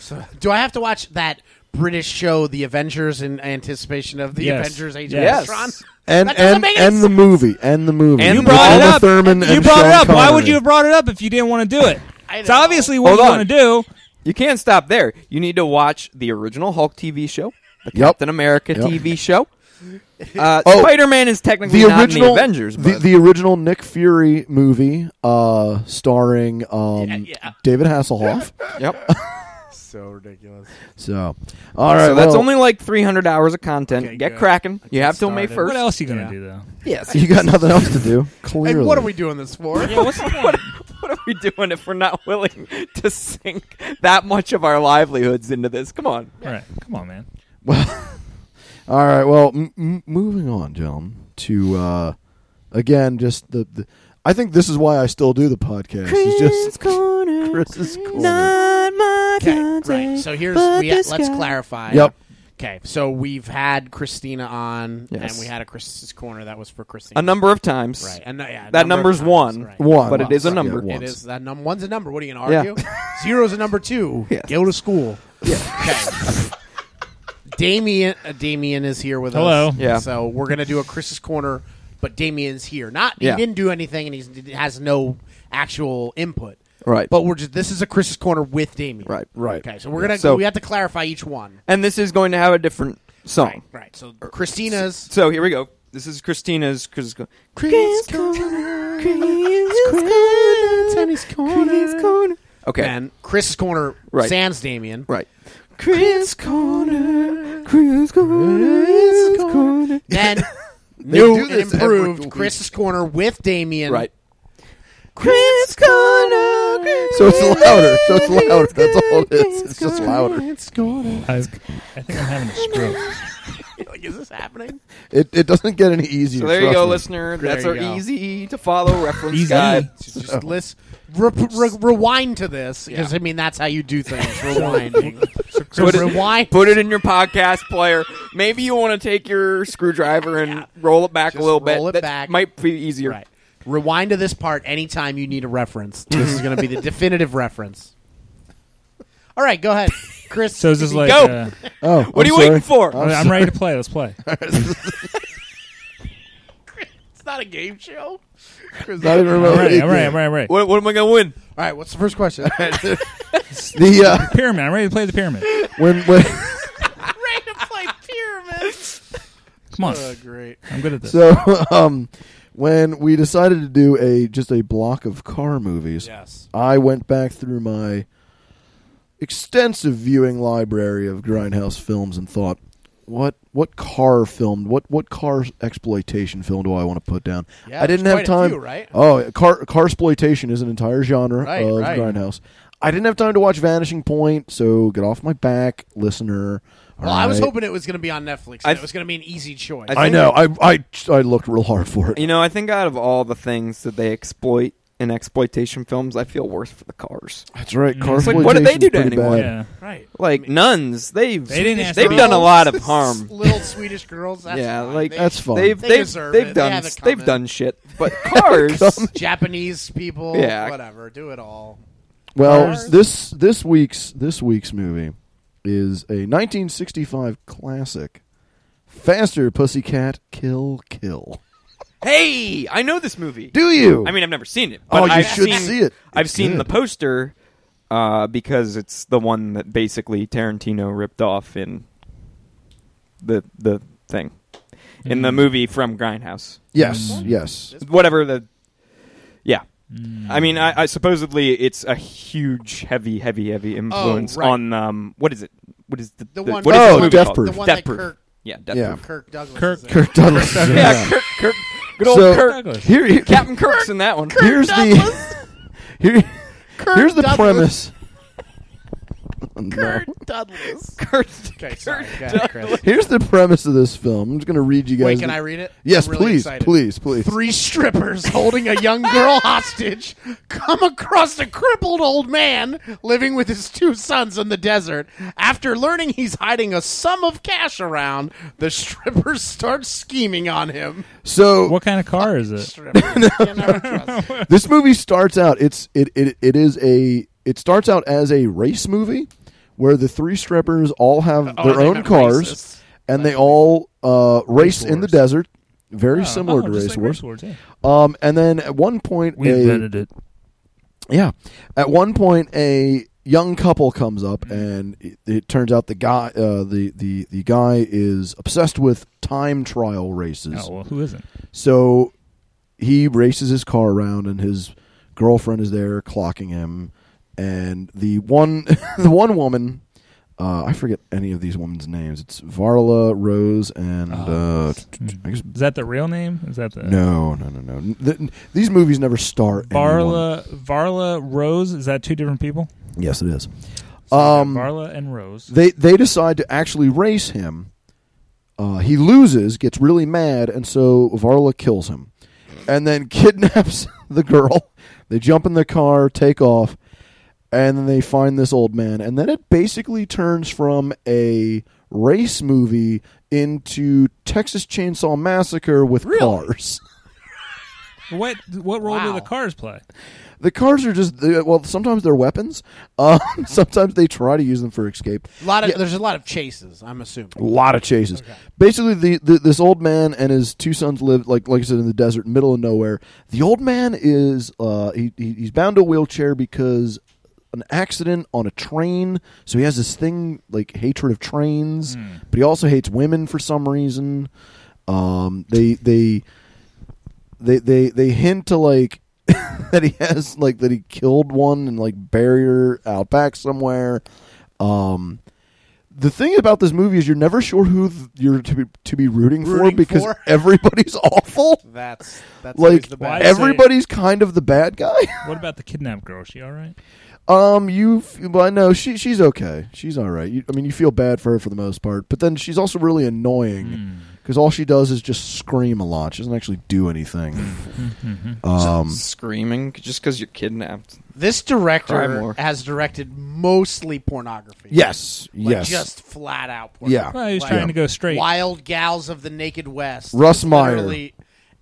S3: So, do I have to watch that British show, The Avengers, in anticipation of the
S2: Yes.
S3: Avengers: Age
S2: Yes.
S3: of Ultron?
S1: And
S3: That doesn't
S1: and
S3: make any
S1: and the movie and the movie.
S4: And
S1: With
S4: you brought it
S1: Uma
S4: up.
S1: Thurman
S2: you
S1: and
S2: brought
S1: Sean
S2: it up. Why would
S1: Connery.
S2: you have brought it up if you didn't want to do it?
S3: I
S2: It's
S3: know.
S2: obviously what
S4: Hold
S2: you
S4: on.
S2: want to do.
S4: You can't stop there. You need to watch the original Hulk TV show, the
S1: Yep.
S4: Captain America
S1: Yep.
S4: TV show. Uh,
S1: Oh.
S4: Spider Man is technically
S1: the
S4: not in
S1: original
S4: the Avengers,
S1: the,
S4: but
S1: the original Nick Fury movie, uh, starring um,
S3: Yeah, yeah.
S1: David Hasselhoff.
S4: yep.
S3: So ridiculous.
S1: So, all right,
S4: so that's
S1: well,
S4: only like 300 hours of content.
S3: Okay,
S4: Get
S3: good.
S4: cracking. You have till May
S3: started.
S4: 1st.
S2: What else are you gonna
S3: Yeah.
S2: do though?
S4: Yes.
S1: you got nothing else to do. Clearly,
S3: And what are we doing this for?
S2: Yeah, what's the point?
S4: What are we doing if we're not willing to sink that much of our livelihoods into this? Come on.
S2: All right, come on, man.
S1: Well, all right. Well, m- m- moving on, gentlemen. To uh, again, just the, the. I think this is why I still do the podcast. It's just
S4: Corner.
S1: Chris's corner.
S4: my
S3: Okay, right. So here's we ha- let's clarify.
S1: Yep.
S3: Okay, so we've had Christina on,
S4: Yes.
S3: and we had a Chris's corner that was for Christina.
S4: A number of times.
S3: right? And, uh, yeah, a
S4: That
S3: number of
S4: number's
S3: times,
S4: one.
S3: right.
S1: one,
S4: But it is a
S1: Yeah,
S4: number.
S1: once.
S3: It is that num- one's a number. What are you gonna
S4: Yeah.
S3: argue? Zero's a number two.
S4: Yes.
S3: Go to school. Okay. Damien, uh, Damien is here with
S2: Hello.
S3: us.
S4: Yeah.
S3: So we're gonna do a Chris's corner, but Damien's here. Not
S4: Yeah.
S3: he didn't do anything, and he has no actual input.
S4: Right.
S3: But we're just this is a Chris's corner with Damien.
S4: Right.
S1: Right.
S3: Okay. So we're gonna
S4: So-
S3: we have to clarify each one.
S4: And this is going to have a different song.
S3: Right. Right. So Christina's
S4: So here we go. This is Christina's. Chris,
S3: Chris
S4: Corner.
S3: Tony's corner.
S4: Okay.
S3: and Chris's corner.
S4: Right.
S3: Sans Damien.
S4: Right. Chris Corner. Chris Corner. Corner.
S3: Then new
S1: do
S3: and
S1: this every
S3: improved
S1: week.
S3: Chris's corner with Damien.
S4: Right. Chris Corner. Chris
S1: So it's louder. So it's louder. That's all it is. It's just louder.
S2: I, I think I'm having a stroke.
S3: like, is this happening?
S1: It, it doesn't get any easier.
S4: So there you
S1: trust
S4: go,
S1: me.
S4: listener. That's
S3: you
S4: our
S3: go.
S4: easy to follow reference
S2: Easy.
S4: guide.
S3: Just list, re- re- rewind to this because I mean that's how you do things. Rewinding. so
S4: Put it-
S3: rewind.
S4: Put it in your podcast player. Maybe you want to take your screwdriver and roll it back
S3: Just
S4: a little bit.
S3: roll it
S4: that
S3: back.
S4: might be easier.
S3: Right. Rewind to this part anytime you need a reference. This is going to be the definitive reference. All right, go ahead, Chris.
S2: So is this like?
S4: Go.
S2: Uh,
S1: Oh,
S4: What
S1: I'm
S4: are you waiting
S1: sorry.
S4: for?
S1: I'm
S2: I'm ready to play. Let's play.
S3: it's not a game show.
S1: Not even
S2: I'm
S1: remotely
S2: ready. I'm ready.
S1: good.
S2: I'm ready. I'm ready.
S4: What, what am I going to win?
S3: All right, what's the first question?
S1: The uh,
S2: Pyramid. I'm ready to play the pyramid.
S1: when when
S3: Ready to play pyramids. Oh,
S2: Come on.
S3: great.
S2: I'm good at this.
S1: so um when we decided to do a just a block of car movies,
S3: Yes.
S1: I went back through my extensive viewing library of grindhouse films and thought, what what car film, what what car exploitation film do I want to put down?
S3: Yeah,
S1: I didn't
S3: there's
S1: have
S3: quite a
S1: time.
S3: few, right?
S1: Oh, car car exploitation is an entire genre
S3: Right,
S1: of
S3: right.
S1: grindhouse. I didn't have time to watch Vanishing Point, so get off my back, listener.
S3: Well, I was
S1: Alright.
S3: hoping it was going to be on Netflix.
S4: I
S3: and
S4: th-
S3: it was going to be an easy choice.
S4: I
S1: I know. I, I I looked real hard for it.
S4: You know, I think out of all the things that they exploit in exploitation films, I feel worse for the cars.
S1: That's right. Car
S4: It's like, what did they do to
S1: exploitation's pretty
S4: anyone?
S1: bad.
S2: yeah.
S3: right.
S4: Like nuns, they've
S2: They didn't ask
S4: they've
S2: for
S4: done a
S2: help.
S4: lot of harm.
S3: Little Swedish girls. That's
S4: yeah,
S3: fine.
S4: like
S3: They-
S1: That's fine.
S4: They've
S3: They
S4: they've,
S3: deserve
S4: they've
S3: it. They
S4: done
S3: have it
S4: they've
S3: coming.
S4: done shit, but cars.
S3: Japanese people.
S4: Yeah.
S3: Whatever. Do it all.
S1: Well,
S3: Cars.
S1: this this week's this week's movie is a 1965 classic, Faster Pussycat Kill Kill.
S4: hey, I know this movie.
S1: Do you?
S4: I mean, I've never seen it, but
S1: oh, you
S4: I've
S1: should
S4: seen,
S1: see it.
S4: I've
S1: It's
S4: seen
S1: good.
S4: the poster uh, because it's the one that basically Tarantino ripped off in the the thing in
S3: Mm.
S4: the movie from Grindhouse,
S1: Yes, yes.
S4: whatever the. Yeah,
S2: Mm.
S4: I mean, I, I supposedly it's a huge, heavy, heavy, heavy influence
S3: Oh, right.
S4: on um, what is it? What is the,
S3: The one-
S4: what is
S1: Oh,
S4: the movie
S1: Death
S4: called?
S1: Proof.
S3: The one
S4: Death
S3: that
S4: Proof.
S3: Kirk,
S4: Yeah, Death
S1: Yeah.
S4: Proof.
S3: Kirk Douglas.
S2: Kirk-
S3: is in.
S1: Kirk Douglas. yeah.
S4: Yeah, Kirk, Kirk, good old
S1: So-
S4: Kirk.
S1: Here, here-
S4: Captain Kirk's in that one.
S1: here's the here,
S3: Kirk
S1: here's the
S3: Douglas.
S1: premise. Oh, No.
S3: Kirk Douglas.
S4: Kirk.
S3: Okay, sorry. Go
S4: Douglas.
S3: ahead, Chris.
S1: Here's the premise of this film. I'm just going to read you guys.
S3: Wait, can
S1: the-
S3: I read it?
S1: Yes,
S3: I'm really
S1: please,
S3: excited.
S1: please, please.
S3: Three strippers holding a young girl hostage come across a crippled old man living with his two sons in the desert. After learning he's hiding a sum of cash around, the strippers start scheming on him.
S1: So
S2: What kind of car is it?
S3: Strippers, you never trust.
S1: this movie starts out it's it, it it is a it starts out as a race movie where the three strippers all have
S3: Oh,
S1: their
S3: they
S1: own
S3: meant
S1: cars
S3: racists.
S1: and they all uh, race in the
S3: wars.
S1: desert very
S2: Oh,
S1: similar
S2: oh,
S1: to
S2: just
S1: race
S2: like
S1: wars
S2: wars, yeah.
S1: um, and then at one point
S2: We
S1: a-
S2: invented it.
S1: yeah. At one point, a young couple comes up, and it, it turns out the guy, uh, the, the the guy, is obsessed with time trial races.
S2: Oh well, who isn't?
S1: So he races his car around, and his girlfriend is there clocking him. And the one, the one woman, uh, I forget any of these women's names. It's Varla Rose, and
S2: Oh.
S1: uh, I guess
S2: Is that the real name? Is that the
S1: no, no, no, no. Th these movies never star anyone.
S2: Varla Varla Rose? Is that two different people?
S1: Yes, it is.
S2: So
S1: Um,
S2: we got Varla and Rose.
S1: they they decide to actually race him. Uh, he loses, gets really mad, and so Varla kills him, and then kidnaps the girl. They jump in the car, take off, and then they find this old man, and then it basically turns from a race movie into Texas Chainsaw Massacre with cars.
S2: what what role do
S3: Wow.
S2: the cars play?
S1: The cars are just they- well, sometimes they're weapons. Um, sometimes they try to use them for escape.
S3: A lot of there's a lot of chases. I'm assuming.
S1: A lot of chases. Basically, the, the this old man and his two sons live like like I said in the desert, middle of nowhere. The old man is uh, he, he he's bound to a wheelchair because an accident on a train. So he has this thing like hatred of trains, but he also hates women for some reason. Um, they they they they they hint to like that he has like that he killed one and like buried her out back somewhere. Um, the thing about this movie is you're never sure who th- you're to be to be rooting, for
S3: Rooting
S1: because
S3: for?
S1: everybody's awful.
S3: That's that's always
S1: Like
S3: the
S2: bad.
S3: best.
S2: Why-
S1: everybody's kind of the bad guy.
S2: What about the kidnapped girl? Is she all right?
S1: Um, you. f- Well, no, she she's okay. She's all right. You, I mean, you feel bad for her for the most part, but then she's also really
S3: Hmm.
S1: annoying because all she does is just scream a lot. She doesn't actually do anything.
S3: Hmm.
S1: um,
S4: Screaming just because you're kidnapped.
S3: This
S4: Try
S3: director
S4: more.
S3: has directed mostly pornography.
S1: yes,
S3: Like,
S1: yes.
S3: Just flat out
S1: Yeah.
S3: pornography.
S2: Well, he was
S3: Like,
S2: trying to go straight.
S3: Wild Gals of the Naked West.
S1: Russ Meyer.
S3: Literally,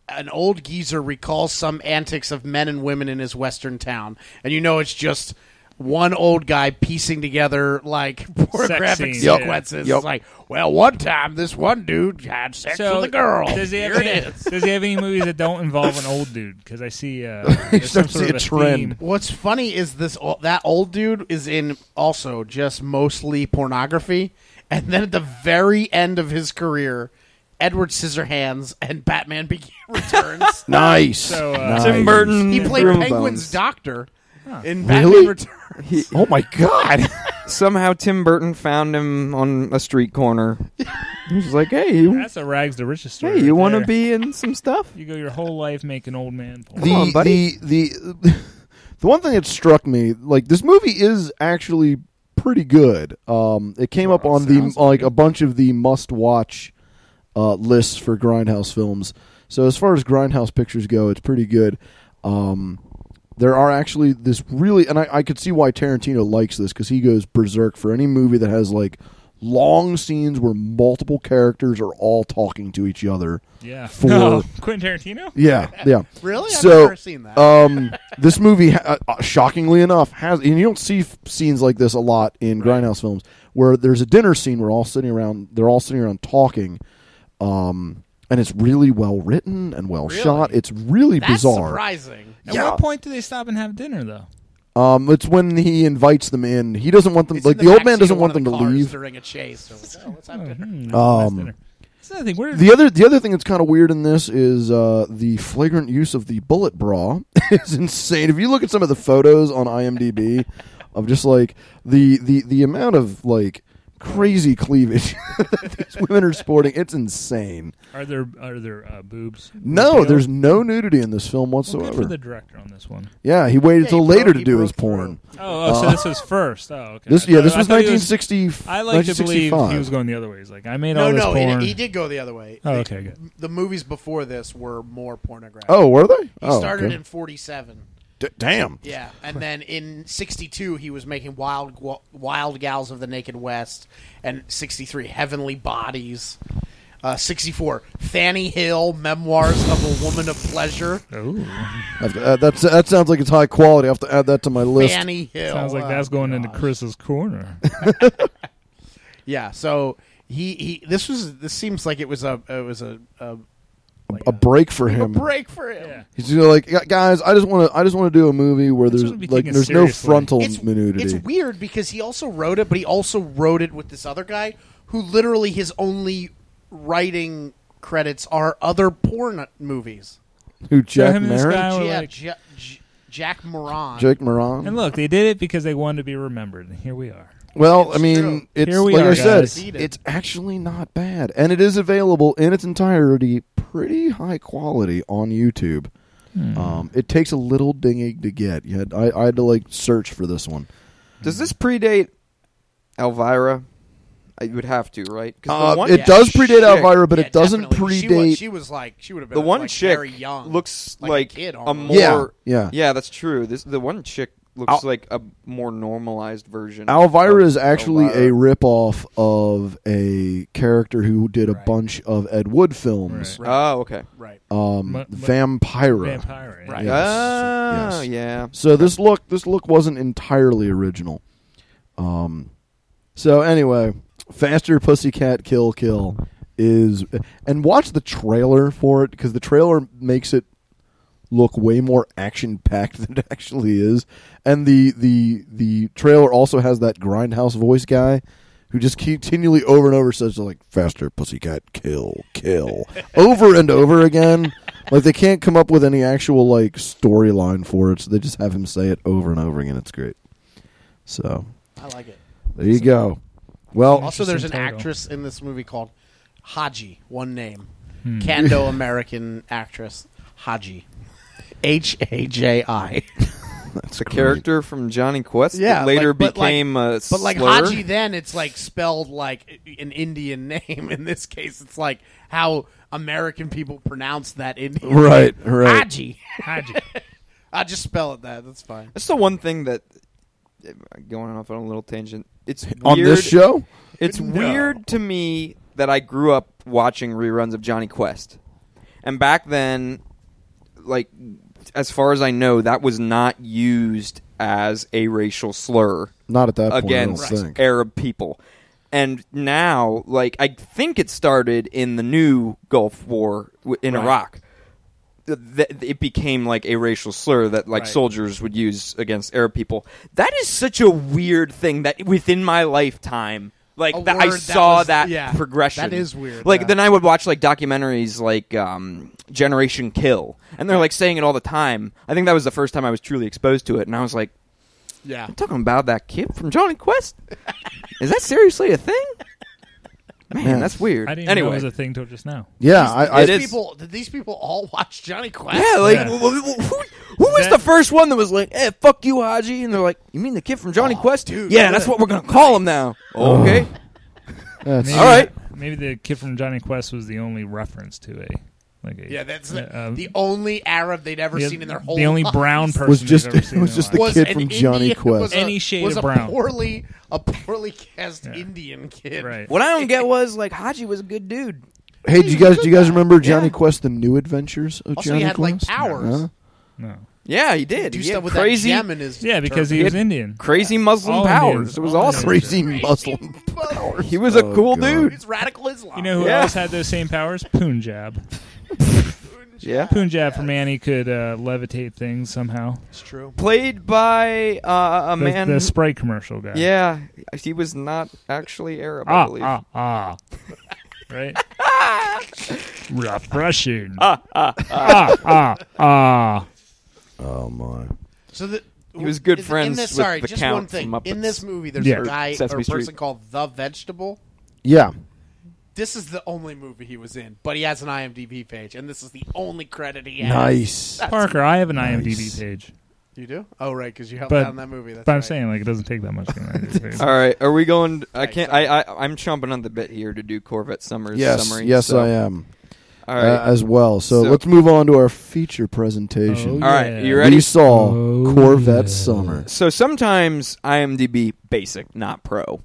S3: An old geezer recalls some antics of men and women in his western town, and you know it's just one old guy piecing together like pornographic
S2: scenes, yeah.
S3: sequences.
S1: Yep.
S3: It's like, well, one time this one dude had sex with a girl.
S2: Does he have
S3: Here it
S2: any,
S3: is.
S2: does he have any movies that don't involve an old dude? Because I see uh, there's
S1: start
S2: some
S1: to
S2: sort
S1: see
S2: of
S1: a
S2: a
S1: trend.
S2: theme.
S3: What's funny is this that old dude is in also just mostly pornography, and then at the very end of his career, Edward Scissorhands and Batman Begins returns.
S1: Nice.
S2: So, uh,
S1: nice.
S4: Tim Burton.
S3: he played
S4: Broom
S3: Penguin's
S4: Bones.
S3: doctor in Batman
S1: Really?
S3: Returns.
S1: Oh my god.
S4: Somehow Tim Burton found him on a street corner. He was like, "Hey, you,
S2: That's a rags to riches story.
S4: hey, you
S2: right
S4: want to
S2: there.
S4: be in some stuff?"
S2: You go your whole life making old man porn.
S1: the,
S4: on, buddy.
S1: The, the the one thing that struck me, like this movie is actually pretty good. Um, it came up on the
S4: sounds
S1: like a bunch of the must watch uh, lists for Grindhouse films. So as far as Grindhouse pictures go, it's pretty good. Um, there are actually this really, and I, I could see why Tarantino likes this because he goes berserk for any movie that has like long scenes where multiple characters are all talking to each other.
S2: yeah.
S1: for-
S2: No. Quentin Tarantino?
S1: Yeah, yeah.
S3: Really? Oh, I've
S1: So,
S3: never seen that.
S1: um, this movie, ha- uh, shockingly enough, has and you don't see f- scenes like this a lot in grindhouse films, where there's a dinner scene where all sitting around, they're all sitting around talking, um, and it's really well written and well
S3: Really?
S1: shot. It's really
S3: That's
S1: bizarre.
S3: surprising.
S2: At
S1: Yeah.
S2: what point do they stop and have dinner, though?
S1: Um, it's when he invites them in. He doesn't want them
S3: It's
S1: like
S3: in
S1: the, old man
S3: backseat
S1: doesn't
S3: of
S1: want them
S3: one of
S1: to
S3: the cars
S1: leave.
S3: during a chase. So, it's, oh, let's have dinner.
S2: Hmm,
S1: Um,
S2: nice dinner. That's another thing. We're,
S1: The other the other thing that's kind of weird in this is uh, the flagrant use of the bullet bra is insane. If you look at some of the photos on IMDb of just like the the the amount of like crazy cleavage that these women are sporting, it's insane.
S2: are there are there uh, boobs?
S1: No,
S2: Revealed?
S1: there's no nudity in this film
S2: well,
S1: whatsoever.
S2: good for the director on this one.
S1: yeah, he waited
S3: Yeah,
S1: till
S3: he
S1: later
S3: broke-
S1: to
S3: he
S1: do
S3: broke
S1: his porn.
S2: Oh, oh so this was first. Oh, okay.
S1: Uh, This
S2: I
S1: yeah,
S2: thought-
S1: this
S2: I
S1: was
S2: thought he
S1: 1960.
S2: I like to believe he was
S1: 1965.
S2: going the other way. He's like, I made
S3: No,
S2: all this
S3: no,
S2: porn.
S3: he, he did go the other way.
S2: Oh,
S3: The-
S2: okay, good.
S3: The movies before this were more pornographic.
S1: Oh, were they?
S3: He
S1: oh,
S3: started
S1: okay.
S3: in 47.
S1: D- damn.
S3: Yeah, and then in '62 he was making Wild Gwa- Wild Gals of the Naked West, and '63 Heavenly Bodies, uh, '64 Fanny Hill Memoirs of a Woman of Pleasure.
S2: Ooh.
S1: I've- Uh, that's that sounds like it's high quality. I have to add that to my list.
S3: Fanny Hill
S2: Sounds like
S3: uh,
S2: that's going into Chris's corner.
S3: yeah. So he, he this was this seems like it was a it was a, a, like
S1: a break for
S3: a
S1: him.
S3: break for him.
S1: He's just like, "Gu- guys, I just want to, I just want to do a movie where
S2: That's
S1: there's
S2: what we
S1: like,
S2: taken
S1: there's no
S2: seriously.
S1: frontal
S3: It's,
S1: nudity.
S3: it's weird because he also wrote it, but he also wrote it with this other guy who literally his only writing credits are other porn movies.
S1: Who Jack
S2: him and this guy
S1: Maron?
S2: were
S3: yeah,
S2: like-
S3: Ja- J- Jack Moran.
S1: Jake Maron?
S2: and look, they did it because they wanted to be remembered. And here we are.
S1: well, I
S3: It's
S1: mean,
S3: true.
S1: it's
S2: Here we
S1: like
S2: are,
S1: I said,
S2: guys.
S1: it's actually not bad, and it is available in its entirety, pretty high quality on YouTube.
S2: Hmm.
S1: Um, it takes a little dinging to get. You had, I, I had to like search for this one.
S4: Does this predate Elvira? I would have to, right? 'Cause
S1: Uh,
S4: the one
S1: it
S4: chick-
S1: does predate
S4: chick-
S1: Elvira, but
S3: Yeah,
S1: it doesn't
S3: definitely. She
S1: predate.
S3: was, she was like she would have been
S4: The one
S3: like,
S4: chick
S3: very young.
S4: looks
S3: like
S4: like,
S3: a kid
S4: a
S3: almost.
S4: more
S1: Yeah, yeah.
S4: that's true. This the one chick looks like a more normalized version.
S1: Alvira
S4: of
S1: is actually a
S4: Elvira.
S1: ripoff of a character who did a
S3: Right.
S1: bunch of Ed Wood films.
S2: Right.
S4: Oh, okay.
S3: right.
S1: Um,
S2: Mu- mu-
S1: Vampira.
S2: Vampire.
S3: Right.
S1: Yes.
S4: Oh,
S1: Yes.
S4: yeah.
S1: So this look, this look wasn't entirely original. Um, so anyway, faster pussycat kill kill is, and watch the trailer for it because the trailer makes it look way more action packed than it actually is, and the the the trailer also has that grindhouse voice guy. Who just continually over and over says like faster pussycat kill kill over and over again, like they can't come up with any actual like storyline for it, so they just have him say it over and over again. It's great. So
S3: I like it.
S1: there you go. Well,
S3: Also, there's an
S2: Interesting title.
S3: actress in this movie called Haji. One name, Kando American actress Haji, H A J I.
S1: That's
S4: the
S1: great.
S4: character from Johnny Quest that
S3: Yeah,
S4: later
S3: like- but like-
S4: became a
S3: But like
S4: slur.
S3: Haji, then it's like spelled like an Indian name. In this case, it's like how American people pronounce that Indian
S1: Right,
S3: name.
S1: right.
S3: Haji.
S2: Haji.
S3: I just spell it that. That's fine.
S4: That's the one thing that going off on a little tangent. It's
S1: on
S4: weird.
S1: this show.
S4: It's
S2: No.
S4: weird to me that I grew up watching reruns of Johnny Quest, and back then, like as far as I know, that was not used as a racial slur
S1: Not at that point.
S4: against
S1: I don't think.
S4: Arab people. And now, like I think it started in the new Gulf War w- in
S3: Right.
S4: Iraq. Th- th- it became like a racial slur that like
S3: Right.
S4: soldiers would use against Arab people. That is such a weird thing that within my lifetime, like
S3: A
S4: that I
S3: word that
S4: saw that,
S3: was- yeah,
S4: progression.
S3: that is weird,
S4: Like
S3: yeah.
S4: then I would watch like documentaries like um, Generation Kill, and they're like saying it all the time. I think that was the first time I was truly exposed to it, and I was like,
S3: Yeah.
S4: I'm talking about that kid from Johnny Quest. Is that seriously a thing? Man, that's
S2: I
S4: weird.
S2: didn't even know
S4: anyway,
S2: it was a thing till just now.
S1: Yeah, I,
S4: it
S1: I,
S4: is-
S3: These people, did these people all watch Johnny Quest?
S4: yeah, like
S2: Yeah.
S4: wh- wh- wh- who, who was
S2: That-
S4: the first one that was like, "Eh, fuck you, Haji," and they're like, "You mean the kid from
S2: Oh,
S4: Johnny Quest?"
S3: dude,
S4: yeah, that's what we're gonna call him now. Okay,
S1: that's-
S2: Maybe-
S4: All right.
S2: Maybe the kid from Johnny Quest was the only reference to a like a
S3: Yeah, that's the,
S2: uh,
S3: the only Arab they'd ever
S2: the-
S3: seen in their whole
S2: the only
S3: lives.
S2: brown person
S1: was
S2: they've
S1: just
S2: ever seen
S1: was
S2: in
S1: just
S2: their
S1: the
S2: life.
S3: was
S1: kid
S3: an
S1: from Johnny
S3: Indian- was
S1: Quest.
S3: a-
S2: Any shade
S3: was
S2: of
S3: a
S2: brown.
S3: Poorly, a poorly cast Indian kid.
S2: right.
S4: what I don't get was like Haji was a good dude.
S1: Hey, do you guys do you guys remember Johnny
S4: Yeah.
S1: Quest: The New Adventures of
S3: Also,
S1: Johnny
S3: he had like
S1: Quest?
S3: powers.
S1: Huh?
S2: No.
S4: Yeah, he did.
S3: Do
S4: he
S3: stuff
S4: had
S3: with
S4: crazy,
S3: that gem in his
S2: Yeah, because he
S3: turban.
S2: was Indian.
S4: crazy Muslim
S2: All
S4: powers.
S2: Indians.
S4: It was
S2: All
S4: awesome.
S2: Indians.
S1: Crazy Muslim.
S3: powers.
S4: He was a
S1: Oh,
S4: cool
S1: God.
S4: dude.
S3: He's radical Islam.
S2: You know who
S4: Yeah.
S2: else had those same powers? Punjab.
S4: Yeah,
S2: Punjab from Annie could uh, levitate things somehow.
S3: it's true.
S4: played by uh,
S2: The,
S4: a man.
S2: the Sprite commercial guy.
S4: yeah, he was not actually Arab. I
S2: Ah,
S4: believe.
S2: ah, ah. right? Refreshing.
S4: ah,
S2: ah, ah, ah.
S1: Oh my!
S3: So the,
S4: He was good
S3: in- in
S4: friends
S3: this-
S4: with
S3: sorry,
S4: the
S3: just
S4: Count
S3: one thing.
S4: from Muppets.
S3: In this movie, there's
S2: Yeah.
S3: a guy or a
S4: Sesame
S3: person
S4: Street.
S3: called the Vegetable.
S1: Yeah,
S3: This is the only movie he was in, but he has an IMDb page, and this is the only credit he has.
S1: nice.
S2: Parker, I have an
S1: Nice.
S2: IMDb page.
S3: You do? Oh, right, because you helped
S2: But-
S3: out in that movie. That's
S2: But I'm
S3: right.
S2: saying, like, it doesn't take that much. to get an IMDb page.
S4: All right, are we going? I
S3: Right,
S4: can't. I, I I'm chomping on the bit here to do Corvette Summers
S1: Yes,
S4: summary.
S1: yes,
S4: so-
S1: I am
S4: All right,
S1: uh, as well. So,
S4: So-
S1: let's move on to our feature presentation.
S2: Oh,
S4: all right.
S2: yeah.
S4: You ready?
S1: We saw
S2: Oh,
S1: Corvette
S2: yeah.
S1: Summer.
S4: so sometimes IMDb basic, not pro,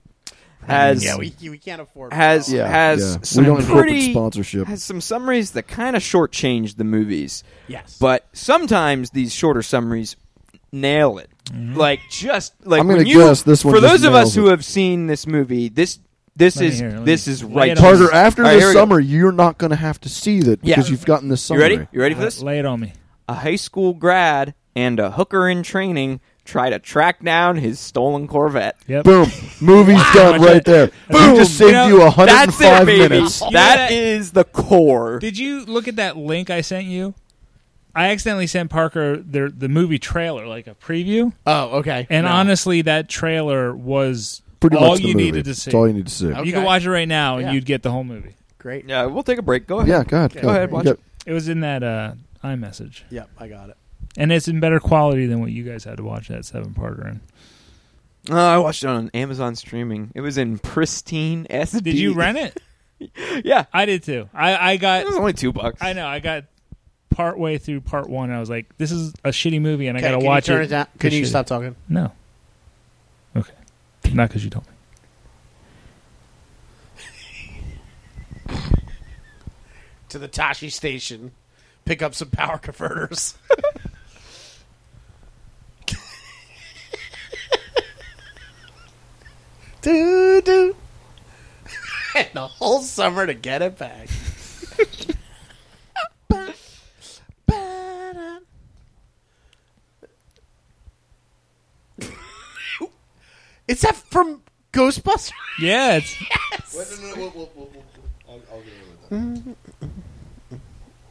S4: has
S3: yeah, we, we can't afford.
S4: has
S1: Yeah,
S4: has
S1: yeah.
S4: some
S1: we don't have corporate
S4: pretty
S1: sponsorship.
S4: has some summaries that kind of shortchange the movies,
S3: yes,
S4: but sometimes these shorter summaries nail it.
S2: Mm-hmm.
S4: Like just like
S1: I'm gonna
S4: when you,
S1: guess this one
S4: for
S1: just
S4: those of us
S1: nails
S4: who
S1: it.
S4: have seen this movie. This this
S2: Let me
S4: is
S2: hear it, let
S4: this
S2: me-
S4: is
S2: lay it
S4: right.
S2: on
S1: Carter, after
S4: All right, here
S1: this
S4: we go.
S1: summer, you're not going to have to see that
S4: Yeah.
S1: because you've gotten this
S4: You
S1: summary.
S4: ready? You ready for this?
S2: Lay it on me.
S4: a high school grad and a hooker in training try to track down his stolen Corvette.
S2: Yep.
S1: Boom. Movie's done
S2: Watch
S1: right
S2: it.
S1: there.
S2: Boom.
S1: We just saved you,
S4: know,
S1: 105
S4: that's it, baby.
S1: minutes.
S2: You know
S4: That
S2: that-
S4: is the core.
S2: Did you look at that link I sent you? I accidentally sent Parker the the movie trailer, like a preview,
S3: oh, okay.
S2: and
S3: No.
S2: honestly, that trailer was
S1: Pretty
S2: all
S1: much the
S2: you
S1: movie.
S2: needed to see.
S1: It's all you need to see.
S3: Okay.
S2: You could watch it right now, and
S3: Yeah.
S2: you'd get the whole movie.
S3: great.
S4: Yeah, we'll take a break. Go ahead.
S1: Yeah, God.
S3: Go
S1: God.
S4: ahead,
S1: You
S4: watch
S1: got-
S4: it.
S2: It was in that uh, iMessage,
S3: Yep, I got it.
S2: and it's in better quality than what you guys had to watch that seven parter in.
S4: Uh, I watched it on Amazon streaming. It was in pristine SD.
S2: Did you rent it?
S4: Yeah,
S2: I did too. I I
S4: it
S2: got
S4: was only two bucks.
S2: I know I got part way through part one. I was like, this is a shitty movie, and I
S3: Okay,
S2: gotta
S3: can
S2: watch
S3: you turn it.
S2: it.
S3: down? Can
S2: It's
S3: you
S2: shitty.
S3: stop talking?
S2: No. Okay. Not because you told me.
S3: to the Tashi station, pick up some power converters. do do, and a whole summer to get it back. Is that from Ghostbusters?
S2: Yeah, it's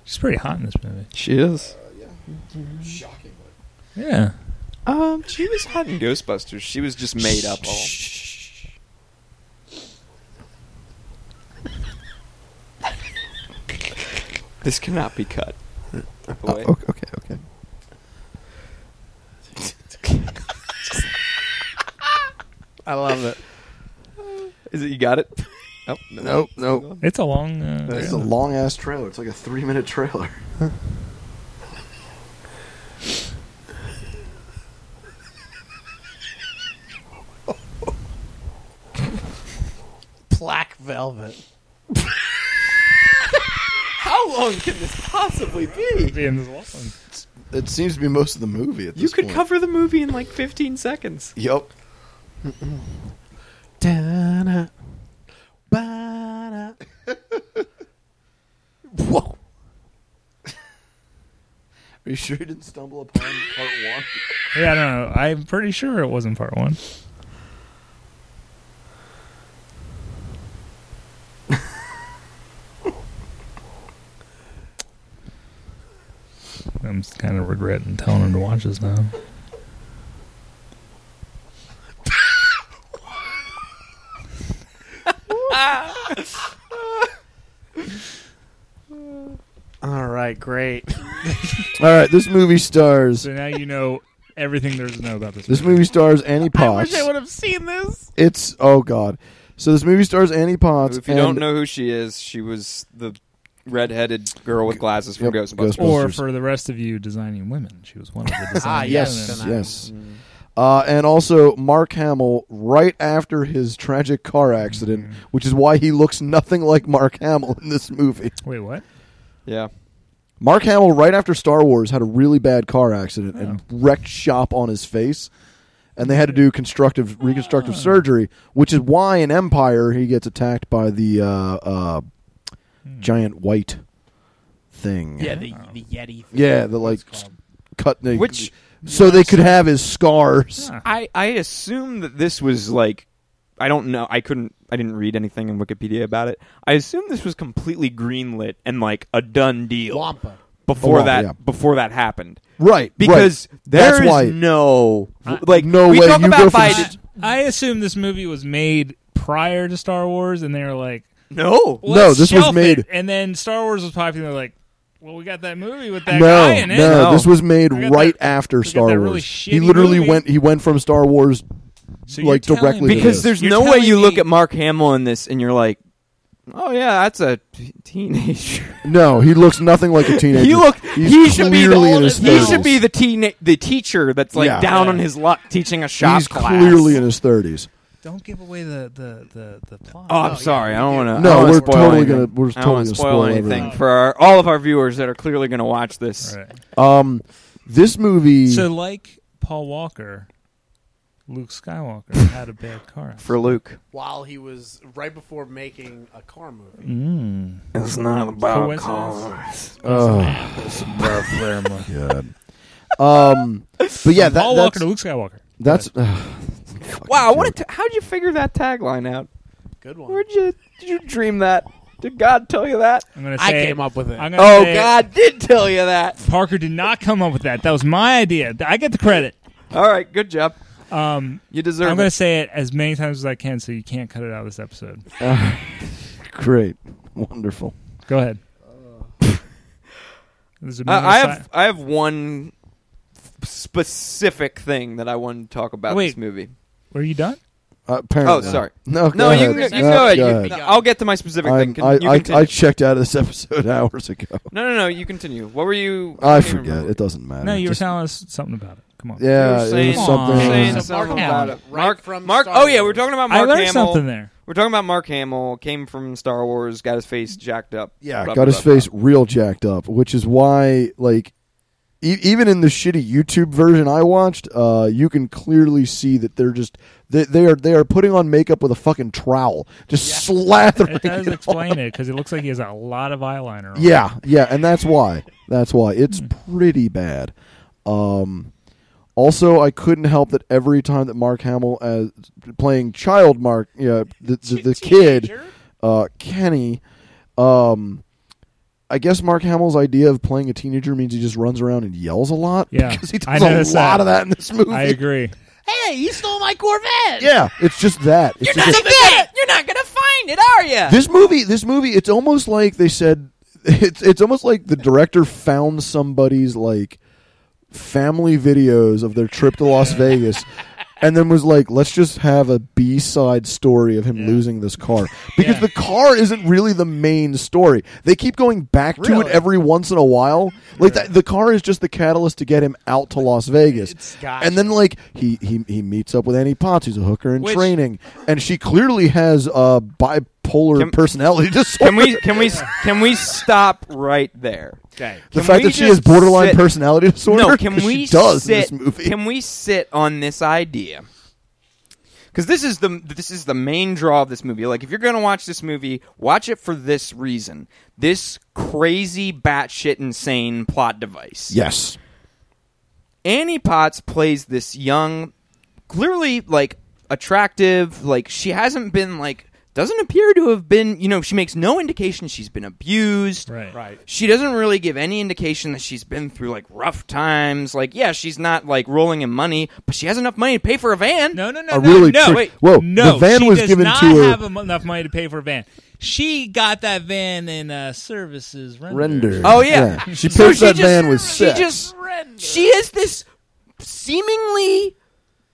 S2: she's pretty hot in this movie.
S4: She is.
S2: Yeah.
S4: Um, she was hot in Ghostbusters. She was just made up. All. this cannot be cut.
S1: Okay, okay, okay.
S3: I love it.
S4: Is it you got it? Nope.
S1: Nope, nope.
S2: It's a long. Uh,
S1: This is a
S2: yeah.
S1: long ass trailer. It's like a three minute trailer.
S3: Black velvet.
S4: How long can this possibly be?
S2: Be in this long.
S1: It seems to be most of the movie at this
S4: You could
S1: point.
S4: cover the movie in like 15 seconds.
S1: Yep.
S3: Da-na, ba-na. Whoa.
S1: Are you sure you didn't stumble upon part one?
S2: Yeah, I don't know. I'm pretty sure it wasn't part one. I'm kind of regretting telling him to watch this now.
S3: All right, great.
S1: All right, this movie stars.
S2: So now you know everything there is to know about this.
S1: This movie stars Annie
S3: I wish
S1: Potts.
S3: I would have seen this.
S1: It's oh god. So this movie stars Annie Potts.
S4: If you
S1: and-
S4: don't know who she is, she was the redheaded girl with glasses from
S1: Yep,
S4: Ghostbusters.
S1: Ghostbusters.
S2: Or for the rest of you, designing women. She was one of the designing
S3: Ah, yes. Mm.
S2: women.
S1: yes,
S3: then I-
S1: yes. Uh, and also Mark Hamill, right after his tragic car accident,
S3: Mm.
S1: which is why he looks nothing like Mark Hamill in this movie.
S2: Wait, what?
S4: Yeah.
S1: Mark Hamill, right after Star Wars, had a really bad car accident and wrecked shop on his face, and they had to do constructive reconstructive
S3: Ah.
S1: surgery, which is why in Empire he gets attacked by the uh, uh, giant white thing.
S3: Hmm. Yeah, the, the Yeti.
S1: yeah, the like cut they,
S4: Which-
S1: so they could have his scars.
S2: Ah.
S4: I, I assume that this was like I don't know. I couldn't I didn't read anything in Wikipedia about it. I assume this was completely greenlit and like a done deal
S3: Wampa.
S4: before
S1: Wampa,
S4: that
S1: yeah.
S4: before that happened.
S1: Right,
S4: Because
S1: right.
S4: there's
S1: that's why
S4: no
S2: I-
S4: like
S1: no
S4: we
S1: way
S4: talk
S1: you
S4: about
S1: go
S4: by
S1: from-
S2: I, I assume this movie was made prior to Star Wars, and they were like,
S4: no.
S1: No,
S2: Let's
S1: this was
S2: shelf
S1: made-
S2: it. and then Star Wars was popular. Like, well, we got that movie with that guy
S1: no,
S2: in it.
S1: no,
S4: No.
S1: this was made
S2: We got
S1: right
S2: that-
S1: after
S2: we got
S1: Star
S2: that really
S1: Wars. he
S2: shitty
S1: literally
S2: movie.
S1: went. He went from Star Wars.
S2: So you're
S1: like,
S2: telling
S1: directly
S2: me-
S1: to
S4: Because
S1: this.
S4: there's
S2: You're
S4: no way
S2: telling
S4: you look
S2: me-
S4: at Mark Hamill in this and you're like, "Oh yeah, that's a t- teenager."
S1: No, he looks nothing like a teenager.
S4: He look.
S1: He's
S4: he should be the
S1: clearly in his
S4: oldest- He
S1: 30s.
S4: should be the teen the teacher that's like
S1: Yeah.
S4: down
S1: Yeah.
S4: on his luck teaching a shop
S1: He's
S4: class.
S1: clearly in his thirties.
S2: Don't give away the the the, the plot.
S4: Oh, I'm sorry. I don't want to.
S1: No,
S4: I don't wanna
S1: we're
S4: spoil
S1: totally
S4: anything.
S1: gonna- we're
S4: I don't wanna
S1: totally gonna
S4: spoil
S1: spoil
S4: anything
S1: everything.
S4: for our, all of our viewers that are clearly going to watch this.
S2: All right.
S1: Um, this movie.
S2: So, like Paul Walker, Luke Skywalker had a bad car.
S4: For Luke,
S3: While he was right before making a car movie.
S2: Mm.
S4: it's not about
S2: Coincidence?
S4: cars.
S1: oh,
S2: Paul
S1: God. Um, but yeah, that,
S2: Walker to
S1: that's
S2: Luke Skywalker.
S1: that's. Uh,
S4: Wow, what? A t- how'd you figure that tagline out?
S3: Good one.
S4: Where'd you? Did you dream that? Did God tell you that?
S2: I'm gonna
S3: I
S2: say
S3: came up with it.
S2: I'm gonna
S4: Oh,
S2: say
S4: God did tell you that.
S2: Parker did not come up with that. That was my idea. I get the credit.
S4: All right, good job.
S2: Um,
S4: You deserve
S2: I'm going to
S4: it.
S2: say it as many times as I can, so you can't cut it out of this episode.
S1: great, wonderful.
S2: Go ahead. There's
S1: Uh,
S2: a
S4: I, I
S2: minor
S4: have I have one specific thing that I wanted to talk about
S2: Wait.
S4: this movie.
S2: Were you done?
S1: Uh, apparently,
S4: Oh, sorry.
S1: No,
S4: No,
S1: go ahead.
S4: you can, you can
S1: No,
S4: go ahead. You-
S1: ahead.
S4: no, I'll get to my specific
S1: I'm-
S4: thing. Can,
S1: I,
S4: you
S1: I,
S4: continue.
S1: I checked out of this episode hours ago.
S4: no, no, no. You continue. What were you?
S1: I
S4: can't
S1: forget.
S4: remember.
S1: It doesn't matter.
S2: No, you were
S1: Just-
S2: telling us something about it. Come on.
S4: You were
S1: Yeah,
S4: saying,
S1: it was something.
S4: saying
S3: So Mark
S4: something
S3: Hamill,
S4: about it.
S3: right
S4: Mark,
S3: from
S4: Mark.
S3: Star
S4: Oh yeah, we're
S3: Wars.
S4: talking about
S2: I
S4: Mark
S2: learned
S4: Hamill.
S2: something there.
S4: We're talking about Mark Hamill. Came from Star Wars. Got his face jacked up.
S1: Yeah,
S4: blah,
S1: got
S4: blah,
S1: his
S4: blah,
S1: face
S4: blah.
S1: real jacked up, which is why, like, e- even in the shitty YouTube version I watched, uh, you can clearly see that they're just they, they are they are putting on makeup with a fucking trowel, just slathering.
S2: It does
S1: it
S2: explain it because it looks like he has a lot of eyeliner. On.
S1: Yeah, yeah, and that's why. That's why it's pretty bad. Um, also, I couldn't help that every time that Mark Hamill as playing child Mark, yeah, the the, the kid, uh, Kenny. Um, I guess Mark Hamill's idea of playing a teenager means he just runs around and yells a lot.
S2: Yeah,
S1: because he
S2: I
S1: does a lot
S2: noticed that.
S1: of that in this movie.
S2: I agree.
S3: Hey, you stole my Corvette!
S1: Yeah, it's just that. It's just that.
S4: Forget it. You're not gonna find it, are you?
S1: this movie this movie it's almost like they said it's it's almost like the director found somebody's like family videos of their trip to Las Vegas and then was like, let's just have a B side story of him losing this car because
S2: Yeah.
S1: the car isn't really the main story. They keep going back to it
S3: Really?
S1: every once in a while. Like that, the car is just the catalyst to get him out to Las Vegas,
S3: It's- gotcha.
S1: and then like he, he he meets up with Annie Potts, who's a hooker in
S2: Which-
S1: training, and she clearly has a bipolar
S4: Can-
S1: personality disorder.
S4: Can we can we can we stop right there?
S3: Okay.
S1: the
S4: Can
S1: fact
S4: we
S1: that she has
S4: just
S1: borderline
S4: sit-
S1: personality disorder.
S4: No, can
S1: 'Cause
S4: we
S1: she does in
S4: sit,
S1: this movie?
S4: Can we sit on this idea? Because this is the this is the main draw of this movie. Like, if you're going to watch this movie, watch it for this reason: this crazy, batshit, insane plot device.
S1: yes.
S4: Annie Potts plays this young, clearly like attractive, like she hasn't been like doesn't appear to have been, you know, she makes no indication she's been abused.
S2: Right.
S3: Right.
S4: She doesn't really give any indication that she's been through like rough times. Like, yeah, she's not like rolling in money, but she has enough money to pay for a van.
S2: No, no, no,
S1: A
S2: no,
S1: really
S2: no.
S1: trick-
S2: Wait,
S1: Whoa,
S2: no.
S1: the van
S2: she
S1: was
S2: does
S1: given
S2: not
S1: to her-
S2: have em- enough money to pay for a van. She got that van in uh, services rendered.
S1: Render.
S4: Oh yeah.
S1: She
S4: So
S1: picks that
S4: just-
S1: man with
S4: she
S1: sex.
S4: just she is this seemingly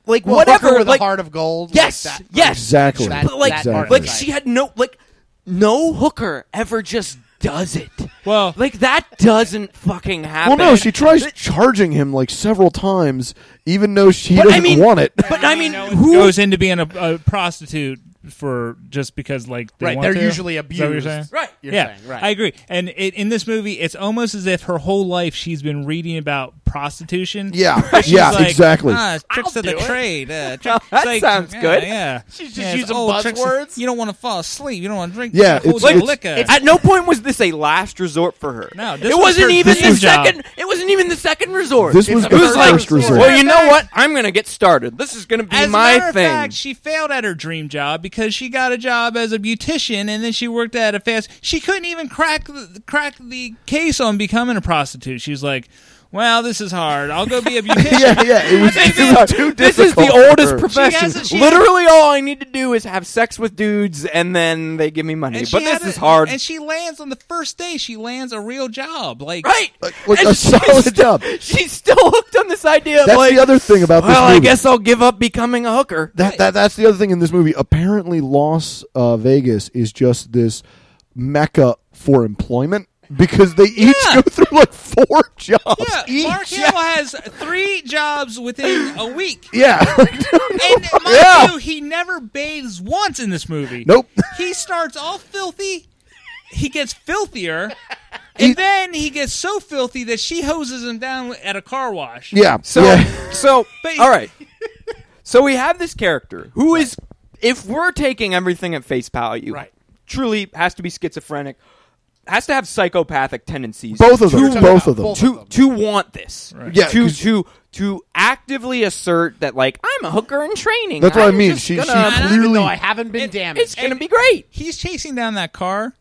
S4: like
S3: Well,
S4: whatever
S3: Hooker with
S4: like
S3: a heart of gold.
S4: yes,
S3: Like that.
S4: yes,
S1: Exactly.
S3: That-
S4: But like,
S1: Exactly.
S4: like
S3: Right.
S4: she had no like no hooker ever just does it.
S2: Well-
S4: like that doesn't fucking happen.
S1: Well, no, she tries charging him like several times, even though she
S4: But I
S1: doesn't
S4: mean-
S1: want it.
S4: But I mean,
S2: You know, it
S4: who?
S2: goes into being a, a prostitute for just because like they
S3: Right,
S2: want
S3: they're
S2: to?
S3: usually
S2: Is that what you're saying?
S3: abused. Right, you're
S2: yeah,
S3: saying, right.
S2: I agree. And it, in this movie, it's almost as if her whole life she's been reading about prostitution.
S1: Yeah,
S2: But she's
S1: yeah,
S2: like,
S1: exactly.
S2: "Ah, tricks
S3: I'll
S2: of the
S3: do it."
S2: trade. Uh, trick- it's
S4: that
S2: like,
S4: sounds
S2: yeah,
S4: good.
S2: Yeah,
S3: She's just
S2: Yeah, it's
S3: using
S2: old tricks of-
S3: buzzwords.
S2: You don't want to fall asleep. You don't want to drink.
S1: Yeah,
S2: a whole
S1: it's-
S2: bunch of
S1: it's-
S2: liquor.
S4: At no point was this a last resort for her.
S2: No, this
S4: it
S2: was
S4: not
S2: her
S4: even the
S2: dream job.
S4: second. It wasn't even the second resort.
S1: This
S4: It
S1: was
S4: was
S1: the
S4: like,
S1: first resort.
S4: Well, you know what? I'm gonna get started. This is gonna be
S2: As
S4: my
S2: a matter
S4: thing.
S2: of fact, she failed at her dream job because she got a job as a beautician and then she worked at a fast. She couldn't even crack the, crack the case on becoming a prostitute. She was like, "Well, this is hard. I'll go be a beautician."
S1: yeah, yeah. It was
S4: This
S1: too,
S4: is,
S1: too difficult.
S4: this is the
S1: for
S4: oldest
S1: her.
S4: profession.
S2: has a- she-
S4: Literally, all I need to do is have sex with dudes, and then they give me money.
S2: And she
S4: but this
S2: had a-
S4: is hard.
S2: And she lands on the first day. She lands a real job. Like
S4: right?
S1: like
S4: And
S1: a
S4: she's
S1: solid
S4: st-
S1: job.
S4: She's still hooked on this idea. of
S1: That's
S4: like,
S1: the other thing about this
S4: Well, I
S1: movie.
S4: guess I'll give up becoming a hooker.
S1: that, that that's the other thing in this movie. Apparently, Las uh, Vegas is just this mecca for employment because they each
S2: Yeah.
S1: go through like four jobs.
S2: Yeah,
S1: each.
S2: Mark Hamill has three jobs within a week.
S1: Yeah.
S2: And mind
S1: Yeah.
S2: you, he never bathes once in this movie.
S1: Nope.
S2: He starts all filthy. He gets filthier. And then he gets so filthy that she hoses him down at a car wash.
S1: yeah.
S4: So,
S1: yeah.
S4: so
S2: But-
S4: all right. So we have this character who is, if we're taking everything at face value,
S3: Right.
S4: truly has to be schizophrenic, has to have psychopathic tendencies.
S1: Both of
S4: to
S1: them.
S3: Two-
S1: Both of them.
S3: Both-
S4: to to want this.
S1: Yeah,
S4: To
S1: 'cause-
S4: to to actively assert that like I'm a hooker in training.
S1: That's what I
S4: I'm
S1: mean.
S4: just
S1: She-
S4: gonna-
S1: she-
S3: Even
S1: Clearly-
S3: though I haven't been damaged.
S4: it's gonna be great.
S2: He's chasing down that car.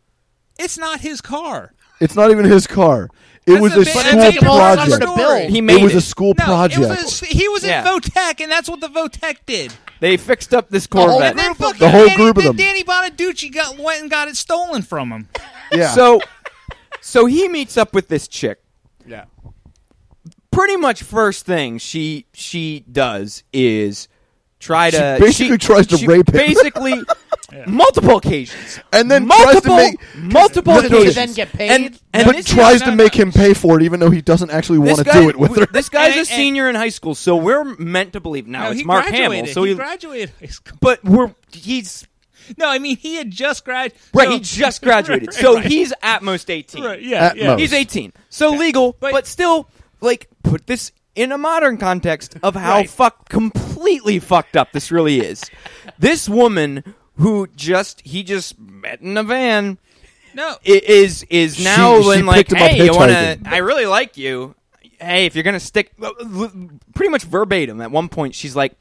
S2: It's not his car.
S1: It's not even his car. It
S2: That's
S1: was
S2: the
S1: a
S2: ba-
S1: school
S2: that's the
S1: project.
S2: whole summer
S3: to build.
S4: He made
S1: It
S4: it.
S1: was a school
S2: No,
S1: project.
S2: It was a, he was
S4: Yeah.
S2: in Votech, and that's what the Votech did.
S4: They fixed up this
S3: whole
S4: Corvette.
S2: And then
S3: Group of-
S2: fucking
S1: the whole
S2: Danny,
S1: group of
S2: then
S1: them.
S2: Danny Bonaducci got went and got it stolen from him.
S1: yeah.
S4: So so he meets up with this chick.
S3: Yeah.
S4: Pretty much first thing she she does is try to
S1: She basically tries to
S4: she
S1: rape him.
S4: Basically multiple occasions.
S1: And then tries to
S4: multiple
S1: make-
S4: multiple
S1: Look,
S4: occasions.
S3: then get paid?
S4: And, and
S1: but
S4: this
S1: tries
S4: is-
S1: to make him pay for it, even though he doesn't actually want to
S4: this guy-
S1: do it with her.
S4: This guy's
S2: And-
S4: a
S2: and-
S4: senior in high school, so we're meant to believe now
S2: no,
S4: it's
S2: he
S4: Mark
S2: graduated.
S4: Hamill. So
S2: he
S4: he,
S2: graduated high school.
S4: but we're he's
S2: No, I mean he had just graduated.
S4: right. he just graduated, so he's at most eighteen.
S2: Right, yeah,
S1: At
S2: yeah.
S1: most.
S4: he's eighteen, so legal, but,
S2: But-
S4: still like put this in a modern context of how
S2: Right.
S4: fuck completely fucked up this really is. this woman who just he just met in a van
S2: No,
S4: i- is is
S1: She-
S4: now
S1: she
S4: when like
S1: picked him up
S4: hey you wanna
S1: hitchhiking.
S4: I really like you hey if you're gonna stick l- l- pretty much verbatim at one point she's like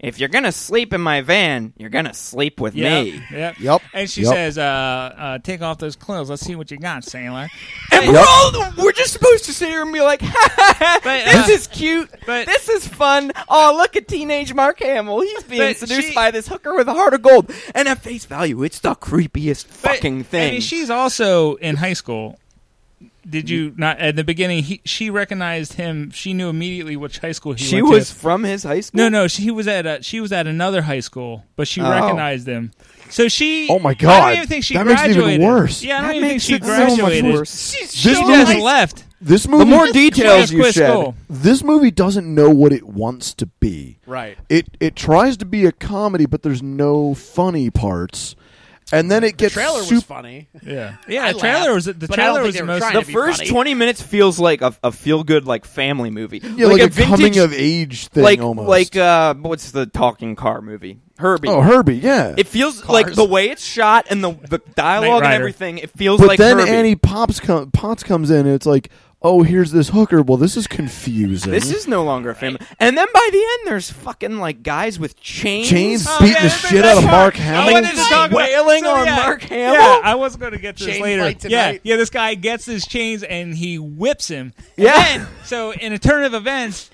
S4: if you're gonna sleep in my van you're gonna sleep with
S2: yeah,
S4: me
S2: yeah.
S1: Yep,
S2: And she
S1: yep.
S2: says, uh, uh, "Take off those clothes. Let's see what you got, sailor."
S4: and we're all we're just supposed to sit here and be like ha, ha, ha,
S2: But,
S4: this
S2: uh,
S4: is cute
S2: but-
S4: this is fun oh look at teenage Mark Hamill he's being
S2: But
S4: seduced
S2: she-
S4: by this hooker with a heart of gold and at face value it's the creepiest
S2: But-
S4: fucking
S2: I
S4: thing
S2: mean, she's also in high school. Did you not at the beginning? He, she recognized him. She knew immediately which high school he
S4: She
S2: went to.
S4: was from his high school.
S2: No, no, she he was at a, she was at another high school, but she
S4: Oh.
S2: recognized him. So she.
S1: Oh my
S2: I
S1: God.
S2: don't even think she
S1: That makes it
S2: graduated.
S1: even worse.
S2: Yeah, I don't
S4: That
S2: even think
S4: makes
S2: she
S4: it so much
S2: graduated.
S4: worse.
S1: This
S2: she
S1: movie-
S2: just left.
S1: This movie,
S4: The more
S2: She
S4: details
S2: just
S4: you
S2: quit
S4: shed,
S2: school.
S1: this movie doesn't know what it wants to be.
S3: Right.
S1: It it tries to be a comedy, but there's no funny parts, and then it gets
S3: Trailer
S1: super-
S3: was funny.
S2: Yeah, yeah.
S3: I
S2: the trailer
S3: laughed,
S2: was the
S3: but I don't
S2: trailer
S3: think
S2: was
S3: they
S2: the
S3: were
S2: most.
S3: trying
S4: the
S3: to be
S4: first
S3: funny.
S4: twenty minutes feels like a, a feel good like family movie.
S1: yeah, like, a,
S4: vintage,
S1: coming of age thing
S4: like
S1: almost.
S4: like uh, what's the talking car movie? Herbie.
S1: oh Herbie, yeah.
S4: It feels like the way it's shot and the the dialogue and
S2: Rider.
S4: everything. It feels
S1: but
S4: like
S1: then
S4: Herbie.
S1: Annie Pops com- Potts comes in, and it's like, oh, here's this hooker. Well, this is confusing.
S4: This is no longer a family. And then by the end, there's fucking like guys with chains.
S1: Chains
S2: Oh,
S1: beating
S2: yeah,
S1: the
S2: that-
S1: shit
S2: that
S1: out of
S2: part.
S1: Mark
S2: I
S1: Hamill.
S2: wanted to talk about-
S4: Wailing
S2: so,
S4: on
S2: yeah.
S4: Mark Hamill?
S2: Yeah, I was going to get to this
S3: Chain
S2: later.
S3: fight
S2: Yeah,
S3: tonight.
S2: yeah. This guy gets his chains and he whips him. And
S4: Yeah.
S2: then- so in a turn of events,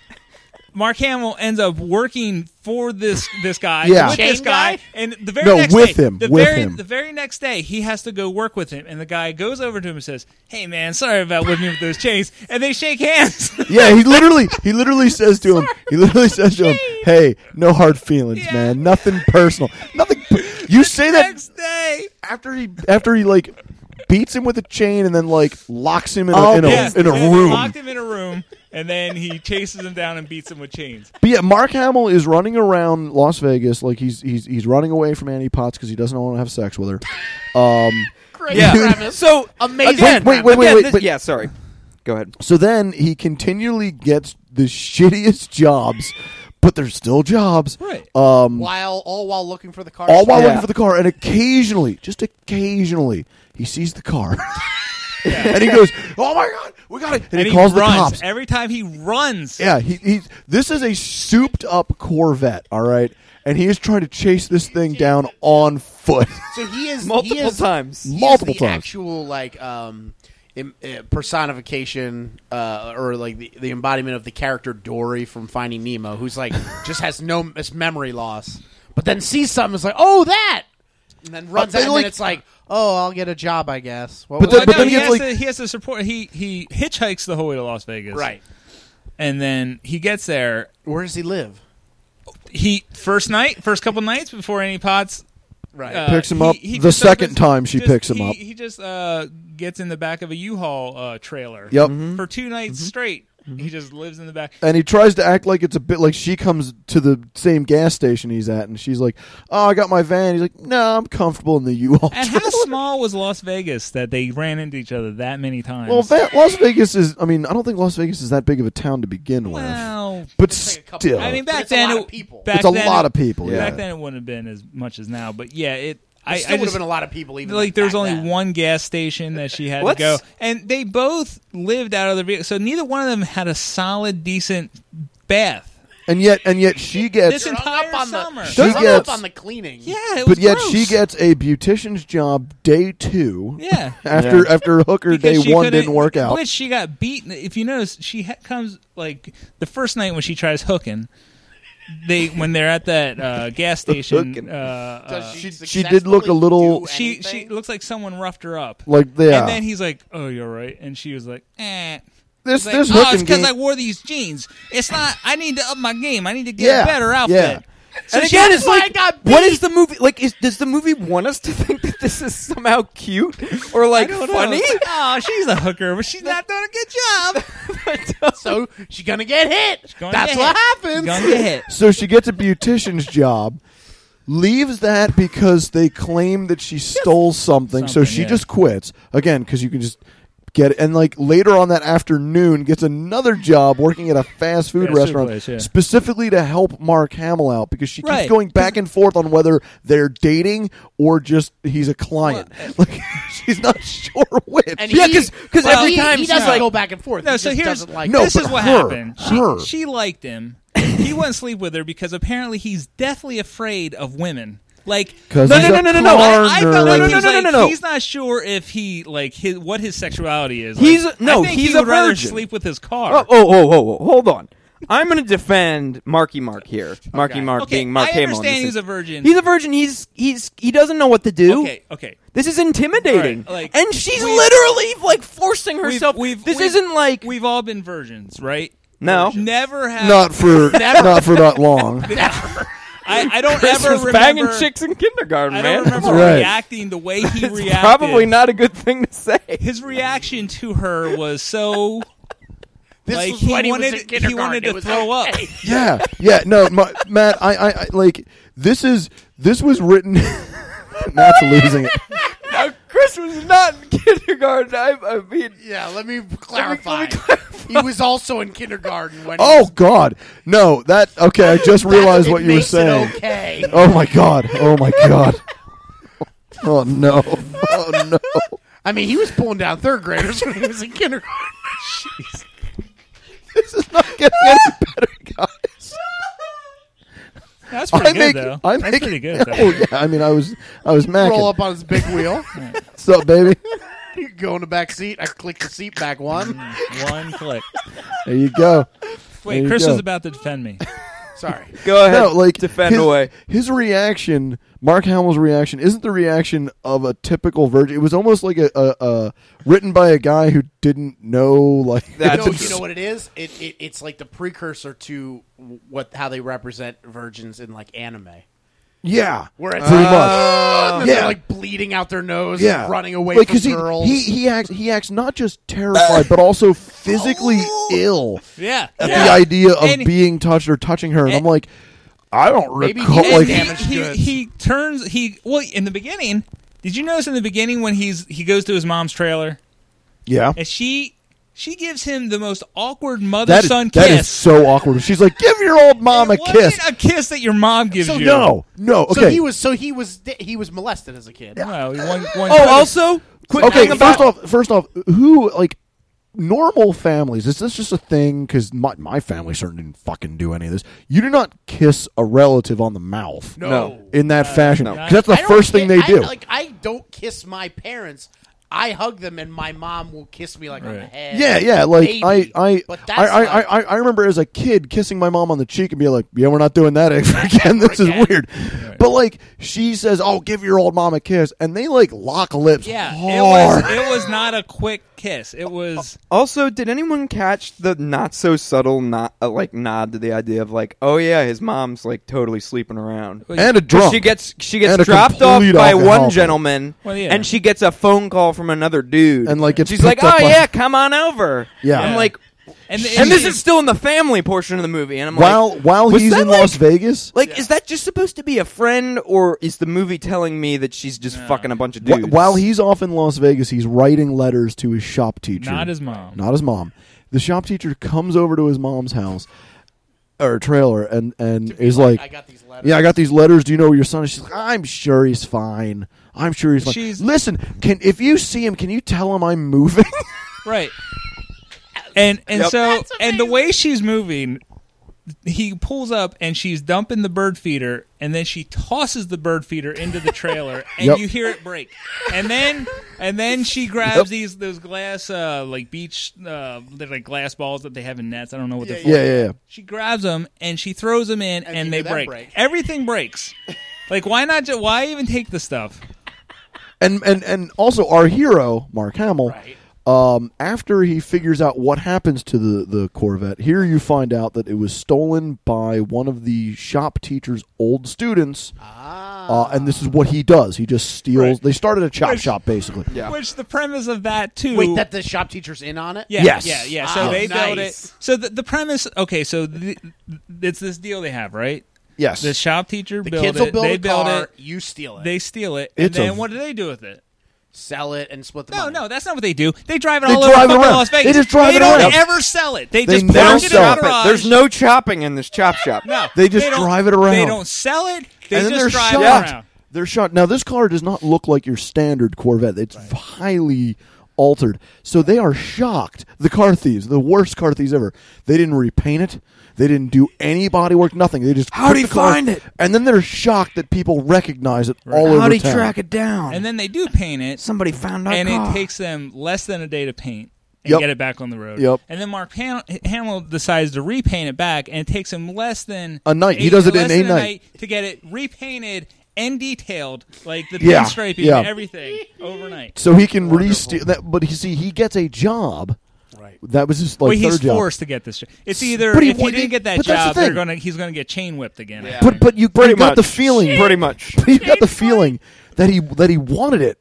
S2: Mark Hamill ends up working for this this guy.
S1: Yeah.
S2: with this
S3: Chain
S2: guy,
S3: guy?
S2: and the very
S1: No,
S2: next
S1: with
S2: day,
S1: him,
S2: The
S1: with
S2: very
S1: him.
S2: the very next day, he has to go work with him, and the guy goes over to him and says, "Hey man, sorry about whipping you with those chains," and they shake hands.
S1: Yeah, he literally he literally says to him, he literally says to him, "Hey, no hard feelings,
S2: Yeah.
S1: man. Nothing personal. Nothing. per- You say that
S2: next day.
S1: after he after he like beats him with a chain and then like locks him in a,
S4: Oh,
S1: in a,
S2: Yeah,
S1: in a
S2: and they
S1: room.
S2: Locked him in a room, and then he chases him down and beats him with chains.
S1: But yeah, Mark Hamill is running around Las Vegas like he's he's he's running away from Annie Potts because he doesn't want to have sex with her. Um,
S3: Great
S4: Yeah.
S3: premise.
S4: so
S3: Amazing
S4: Again,
S1: Wait, wait, wait,
S4: again,
S1: wait,
S4: this-
S1: wait.
S4: Yeah, sorry. Go ahead.
S1: so then he continually gets the shittiest jobs, but they're still jobs.
S2: Right.
S1: Um,
S3: while all while looking for the car.
S1: all while
S4: Yeah.
S1: looking for the car, and occasionally, just occasionally, he sees the car. and he goes, "Oh my god, we got it!" And, he, calls
S2: runs.
S1: the cops.
S2: Every time he runs,
S1: Yeah, he, he this is a souped up Corvette, all right, and he is trying to chase this thing down on foot.
S3: So he is
S4: Multiple
S3: he is,
S4: times.
S3: he is
S1: Multiple
S3: the
S1: times.
S3: Actual like um, im- uh, personification uh, or like the, the embodiment of the character Dory from Finding Nemo, who's like just has no this memory loss, but then sees something is like, oh that, and then runs
S1: they
S3: out, and
S1: like-
S3: then it's like, oh I'll get a job I guess. What
S1: But the-
S3: was
S2: Well,
S3: I
S1: but
S2: no,
S1: then
S2: he,
S1: he
S2: has
S1: gets,
S2: to, he has to support. He he hitchhikes the whole way to Las Vegas,
S3: right.
S2: And then he gets there.
S3: Where does he live?
S2: He first night, first couple nights before any pots.
S3: Right.
S2: Uh,
S1: Picks him
S2: he-
S1: up
S2: he
S1: the
S2: just
S1: second
S2: opens-
S1: time she
S2: just-
S1: picks him
S2: he-
S1: up.
S2: He just uh, gets in the back of a U-Haul uh, trailer.
S1: Yep. Mhm.
S2: For two nights straight, he just lives in the back.
S1: and he tries to act like it's a bit like she comes to the same gas station he's at, and she's like, "Oh, I got my van." He's like, "No, I'm comfortable in the U-Haul."
S2: And how small was Las Vegas that they ran into each other that many times?
S1: Well, Va- Las Vegas is. I mean, I don't think Las Vegas is that big of a town to begin with.
S2: Well,
S1: But
S3: like a couple-
S1: still,
S2: I mean,
S3: But
S2: back
S3: it's a
S2: then
S3: lot
S2: it,
S3: of people.
S2: Back
S1: It's a
S2: then
S1: lot
S2: it-
S1: of people, yeah.
S2: Back then it wouldn't have been as much as now, but yeah, it. I,
S3: I,
S2: I
S3: still would have
S2: just,
S3: been a lot of people even.
S2: like there's
S3: back
S2: only
S3: then.
S2: one gas station that she had to
S4: Let's-
S2: go, and they both lived out of the vehicle, so neither one of them had a solid, decent bath.
S1: and yet, and yet she gets.
S2: This
S3: Hung
S2: entire
S3: up on
S2: summer.
S3: The,
S1: She
S3: hung
S1: gets-
S3: up on the cleaning.
S2: Yeah, it was
S1: But yet
S2: gross.
S1: she gets a beautician's job day two.
S2: Yeah.
S1: After
S4: Yeah.
S1: after hooker
S2: Because
S1: day
S2: she
S1: one
S2: couldn't-
S1: didn't work out.
S2: Which she got beaten. If you notice, she ha- comes like the first night when she tries hooking. They when they're at that uh, gas station.
S4: Hooking.
S2: Uh, uh,
S3: Does she,
S1: she did look a
S3: successfully
S1: little-
S3: do
S2: she she
S3: anything?
S2: looks like someone roughed her up.
S1: Like yeah.
S2: And then he's like, "Oh, you're right," and she was like, "Eh."
S1: this
S2: He's like,
S1: this
S2: oh, it's
S1: hooking
S2: because
S1: game.
S2: I wore these jeans. It's not. I need to up my game. I need to get
S1: Yeah,
S2: a better
S1: yeah.
S2: outfit. So
S4: and
S2: she-
S4: again, it's
S3: why I
S4: like,
S3: got
S4: what is the movie like? Is does the movie want us to think that this is somehow cute or like
S2: I don't know.
S4: funny?
S2: It's like, oh, she's a hooker, but she's not doing a good job.
S3: So she's gonna get hit.
S2: gonna
S3: That's
S2: get
S3: what
S2: hit.
S3: happens.
S2: Gonna get hit.
S1: so she gets a beautician's job. Leaves that because they claim that she stole something, so
S2: Something,
S1: she
S2: yeah.
S1: just quits again because you can just get it. And like later on that afternoon, gets another job working at a fast food
S2: Fast food
S1: restaurant
S2: place, yeah.
S1: specifically to help Mark Hamill out because she keeps
S2: Right.
S1: going back and forth on whether they're dating or just he's a client. like she's not sure which.
S3: And
S4: Yeah,
S3: he-
S4: 'cause- 'cause
S3: well,
S4: every
S3: he-
S4: time
S3: he
S4: she's
S3: doesn't
S4: like-
S3: go back and forth.
S2: No,
S3: he
S2: so
S3: just
S2: here's
S3: doesn't like
S1: No,
S2: this
S1: but
S2: is what
S1: her,
S2: happened. She,
S1: her.
S2: she liked him. he wouldn't sleep with her because apparently he's deathly afraid of women. Like
S1: 'Cause
S4: No, he's no, a no, no, no.
S2: I, I felt like,
S4: No, no,
S2: he was
S4: no, no,
S2: like
S4: no, no.
S2: he's not sure if he like his, what his sexuality is.
S4: He's
S2: Like,
S4: a- no,
S2: I think
S4: he's
S2: he
S4: a
S2: would rather
S4: virgin.
S2: sleep with his car.
S4: Oh, oh, oh, oh, oh, hold on. I'm going to defend Marky Mark here. Marky Mark
S2: okay,
S4: being Mark
S2: I
S4: Hamill. in
S2: understand
S4: this
S2: he's a
S4: thing.
S2: virgin.
S4: He's a virgin. He's he's he doesn't know what to do.
S2: okay, okay.
S4: This is intimidating.
S2: All right, like,
S4: and she's
S2: we've-
S4: literally like forcing herself. this
S2: we've-
S4: isn't like
S2: we've all been virgins, right?
S4: No.
S2: Virgins. never have.
S1: Not for not for that long.
S2: I, I don't
S4: Chris
S2: ever
S4: was
S2: remember.
S4: banging chicks in kindergarten,
S2: I
S4: man.
S2: don't remember
S1: right.
S2: reacting the way he
S4: It's
S2: reacted.
S4: probably not a good thing to say.
S2: His reaction to her was so
S3: This
S2: like
S3: was
S2: he
S3: when he was
S2: wanted
S3: in
S2: he
S3: kindergarten.
S2: wanted
S3: It
S2: to
S3: was
S2: throw up.
S3: okay.
S1: Yeah, yeah. No, my, Matt, I, I, I like this is this was written. Matt's losing it.
S4: Now, Uh, Chris was not in kindergarten. I, I mean,
S3: Yeah, let me clarify.
S4: let me clarify.
S3: he was also in kindergarten when. he
S1: Oh
S3: was,
S1: God, no. That okay. I just realized
S3: It
S1: what you were
S3: makes it
S1: saying.
S3: Okay.
S1: Oh my God. Oh my God. Oh no. Oh no.
S3: I mean, he was pulling down third graders when he was in kindergarten.
S1: This is not getting any better, guys.
S2: That's pretty
S1: I
S2: good
S1: make.
S2: though.
S1: I make.
S2: That's pretty good.
S1: Oh
S2: Though.
S1: yeah. I mean, I was. I was
S3: Roll
S1: macking.
S3: up on his big wheel.
S1: What's up, baby?
S3: You go in the back seat. I click the seat back one.
S2: Mm. One click.
S1: There you go. There
S2: Wait,
S1: you
S2: Chris
S1: go.
S2: was about to defend me.
S3: Sorry.
S4: go ahead.
S1: no, like
S4: defend
S1: his,
S4: away.
S1: His reaction, Mark Hamill's reaction, isn't the reaction of a typical virgin. It was almost like a, a, a written by a guy who didn't know. Like
S4: That's
S3: no,
S4: a-
S3: you know what it is? It, it it's like the precursor to what how they represent virgins in like anime,
S1: yeah,
S3: where it's
S1: pretty much.
S3: like, "Ah," and then
S1: yeah.
S3: they're like bleeding out their nose,
S1: Yeah,
S3: and running away
S1: Like,
S3: from
S1: 'cause he,
S3: girls.
S1: He he acts he acts not just terrified but also physically
S3: Oh.
S1: ill
S2: Yeah.
S1: at
S2: yeah.
S1: the idea of
S2: And-
S1: being touched or touching her, and,
S2: and-
S1: I'm like, I don't
S3: Maybe he
S1: recall.
S3: is
S1: Like,
S3: damaged
S2: he, he,
S3: goods.
S2: he turns he well in the beginning. Did you notice in the beginning when he's he goes to his mom's trailer
S1: yeah,
S2: and she she gives him the most awkward
S1: that
S2: mother
S1: is,
S2: son
S1: that is
S2: kiss.
S1: so awkward. She's like, give your old mom a
S2: It wasn't
S1: kiss.
S2: A kiss that your mom gives
S3: So
S2: you.
S1: No, no. Okay,
S3: So he was so he was he was molested as a kid.
S2: Well, one, one
S4: Oh, also, quick
S1: okay,
S4: thing about
S1: first off, first off, who like normal families? Is this just a thing? Because my my family certainly didn't fucking do any of this. You do not kiss a relative on the mouth
S4: No.
S1: in that fashion.
S4: no.
S1: 'Cause that's the
S3: I don't
S1: first thing
S3: ki-
S1: they
S3: I-
S1: do.
S3: Like I don't kiss my parents. I hug them, and my mom will kiss me like on the
S2: Right.
S3: head.
S1: yeah, yeah. Like
S3: Maybe.
S1: I, I,
S3: But that's
S1: I, I,
S3: like-
S1: I, I remember as a kid kissing my mom on the cheek and being like, "Yeah, we're not doing that ever again. This is
S3: again.
S1: weird." But like, she says, "Oh, give your old mom a kiss," and they like lock lips.
S2: Yeah, it was,
S1: hard.
S2: it was not a quick kiss. It was
S4: Also, did anyone catch the not so subtle, not uh, like nod to the idea of like, oh yeah, his mom's like totally sleeping around.
S1: and a drunk.
S4: She gets she gets
S1: And a
S4: dropped off
S1: complete
S4: by one
S1: alcoholic.
S4: gentleman,
S2: Well, yeah.
S4: and she gets a phone call from another dude,
S1: And, like, it's
S4: she's like,
S1: picked
S4: oh
S1: up by-
S4: yeah, come on over.
S1: Yeah.
S4: I'm
S1: Yeah.
S4: like,
S2: and,
S4: and this is still in the family portion of the movie, and I'm
S1: while
S4: like,
S1: while
S4: was
S1: he's
S4: that,
S1: in
S4: like-
S1: Las Vegas.
S4: Like, is that just supposed to be a friend, or is the movie telling me that she's just fucking a bunch of
S1: Wh-
S4: dudes?
S1: While he's off in Las Vegas, he's writing letters to his shop teacher.
S2: not his mom.
S1: Not his mom. The shop teacher comes over to his mom's house or trailer and and is like,
S3: I got these letters.
S1: "Yeah, I got these letters. Do you know where your son is?" She's like, "I'm sure he's fine. I'm sure he's fine."
S2: She's-
S1: Listen, can if you see him, can you tell him I'm moving?
S2: right. And and
S4: Yep.
S2: so and the way she's moving, he pulls up and she's dumping the bird feeder, and then she tosses the bird feeder into the trailer, and
S1: Yep.
S2: you hear it break, and then and then she grabs these those glass uh, like beach uh, they're like glass balls that they have in nets. I don't know what they're for.
S1: yeah, yeah, yeah.
S2: She grabs them and she throws them in, and,
S3: you
S2: they
S3: hear that
S2: break.
S3: break.
S2: Everything breaks. like, why not? Ju- why even take the stuff?
S1: And and and also our hero Mark Hamill.
S3: Right.
S1: Um, after he figures out what happens to the, the Corvette, here you find out that it was stolen by one of the shop teacher's old students, uh, and this is what he does. He just steals.
S2: Right.
S1: They started a chop shop, basically.
S4: Yeah.
S2: Which the premise of that too.
S3: Wait, that the shop teacher's in on it.
S2: yeah,
S1: Yes.
S2: yeah, yeah. So
S3: Ah,
S2: they build
S3: nice.
S2: it. So the, the premise. Okay, so the, it's this deal they have, right?
S1: Yes.
S2: The shop teacher
S3: the
S2: build
S3: kids
S2: it.
S3: will build
S2: they
S3: a
S2: build
S3: car.
S2: it.
S3: You steal it.
S2: They steal it, and
S1: It's a-
S2: then what do they do with it?
S3: sell it and split the
S2: No,
S3: money.
S2: no, that's not what they do. They drive it
S1: They
S2: all
S1: drive it
S2: over fucking
S1: around.
S2: Las Vegas.
S1: They just drive it
S2: don't
S1: around.
S2: ever sell it. They,
S1: They
S2: just
S1: never
S2: park it in
S1: sell
S2: a
S1: it.
S2: garage.
S4: There's no chopping in this chop shop.
S2: no.
S1: They just
S2: don't-
S1: drive it around.
S2: They don't sell it. They
S1: and then
S2: just
S1: they're
S2: drive
S1: shot.
S2: it around.
S1: They're shot. Now this car does not look like your standard Corvette. It's highly altered. So they are shocked. The car thieves, the worst car thieves ever. They didn't repaint it. They didn't do any body work. Nothing. They just
S4: How'd
S1: put
S4: he
S1: the car-
S4: find it?
S1: And then they're shocked that people recognize it all over
S4: How'd he
S1: town.
S4: track it down?
S2: And then they do paint it.
S4: Somebody found our
S2: and
S4: car.
S2: it takes them less than a day to paint. and
S1: Yep.
S2: get it back on the road.
S1: Yep.
S2: And then Mark Ham- Hamill decides to repaint it back, and it takes him less than
S1: A night. He does it in
S2: less
S1: a
S2: than
S1: night.
S2: to get it repainted and detailed, like the
S1: Yeah,
S2: pinstriping
S1: yeah.
S2: and everything overnight.
S1: so he can re-steal that. But he see he gets a job.
S3: Right.
S1: That was his like
S2: Wait,
S1: third
S2: he's
S1: job.
S2: forced to get this. job. It's either
S1: But he
S2: if he
S1: wa-
S2: didn't get that
S1: but that's the
S2: job, they're
S1: thing.
S2: gonna he's gonna get chain whipped again. I
S4: Yeah.
S2: think.
S1: But but you,
S4: Pretty
S1: you got
S4: much.
S1: the feeling.
S4: Pretty much.
S1: But you got the feeling that he that he wanted it.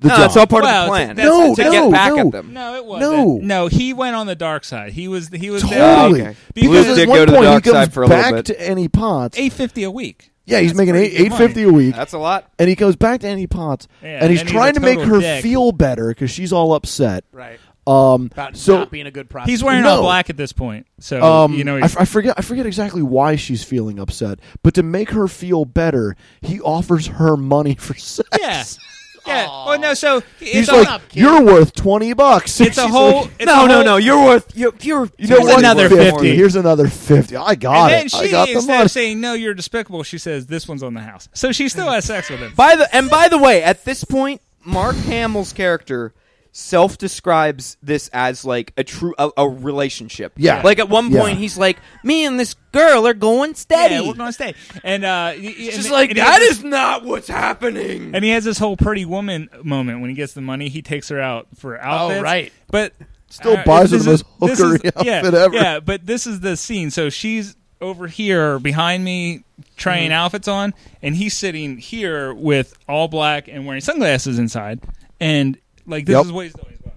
S1: The
S4: No,
S1: job.
S4: it's all part
S2: Well,
S4: of the
S2: it's-
S4: plan.
S2: that's- No,
S4: to
S2: no,
S4: get back
S1: no.
S4: at them.
S2: No, it wasn't.
S1: No.
S2: no, he went on the dark side. He was he was there.
S1: Totally.
S4: okay.
S1: Because
S2: Blues
S1: at
S2: did
S1: one
S4: go to the
S1: point
S4: dark
S1: he comes
S4: side for a little
S1: back
S4: bit.
S1: to Annie Potts.
S2: eight fifty a week.
S1: yeah, he's
S2: That's
S1: making
S2: pretty
S1: eight
S2: good
S1: eight fifty a week,
S4: That's a lot.
S1: and he comes back to Annie Potts,
S2: Yeah,
S1: and he's
S2: and he's
S1: trying
S2: a
S1: to make
S2: total
S1: her
S2: dick.
S1: feel better because she's all upset.
S3: Right.
S1: Um,
S3: About
S1: so
S3: not being a good
S2: money.
S3: prospect.
S2: He's wearing
S1: No.
S2: all black at this point, so
S1: um,
S2: you know.
S1: I,
S2: He's,
S1: f- I forget I forget exactly why she's feeling upset, but to make her feel better, he offers her money for sex.
S2: yeah, yeah. Oh no, so it's
S1: He's
S2: a,
S1: like,
S3: up, kid.
S1: "You're worth twenty bucks."
S2: it's a
S1: She's
S2: whole.
S1: like,
S2: it's a
S4: no, no,
S2: whole-
S4: no. You're worth. You're, you're,
S1: you know
S2: Here's
S1: what?
S2: another
S1: Here's
S2: 50.
S1: Here's another fifty. I got
S2: And then
S1: it.
S2: she
S1: I got the
S2: instead
S1: money.
S2: of saying no, you're despicable. She says this one's on the house, so she still has sex with him.
S4: By the and by the way, at this point, Mark Hamill's character self describes this as like a true a, a relationship.
S1: Yeah.
S4: Like at one
S1: Yeah.
S4: point, he's like, "Me and this girl are going steady."
S2: Yeah, we're gonna stay. And uh, y- y-
S4: It's
S2: and-
S4: just like
S2: and he
S4: that
S2: has-
S4: is not what's happening.
S2: And he has this whole pretty woman moment when he gets the money. He takes her out for outfits.
S3: Oh, right.
S2: But
S1: Still
S2: uh,
S1: buys her
S2: this
S1: the
S2: is-
S1: most
S2: this is-
S1: hookery
S2: yeah,
S1: outfit ever.
S2: Yeah, but this is the scene. So she's over here behind me trying
S3: Mm-hmm.
S2: outfits on, and he's sitting here with all black and wearing sunglasses inside. And like this
S1: Yep.
S2: is what he's doing. He's going,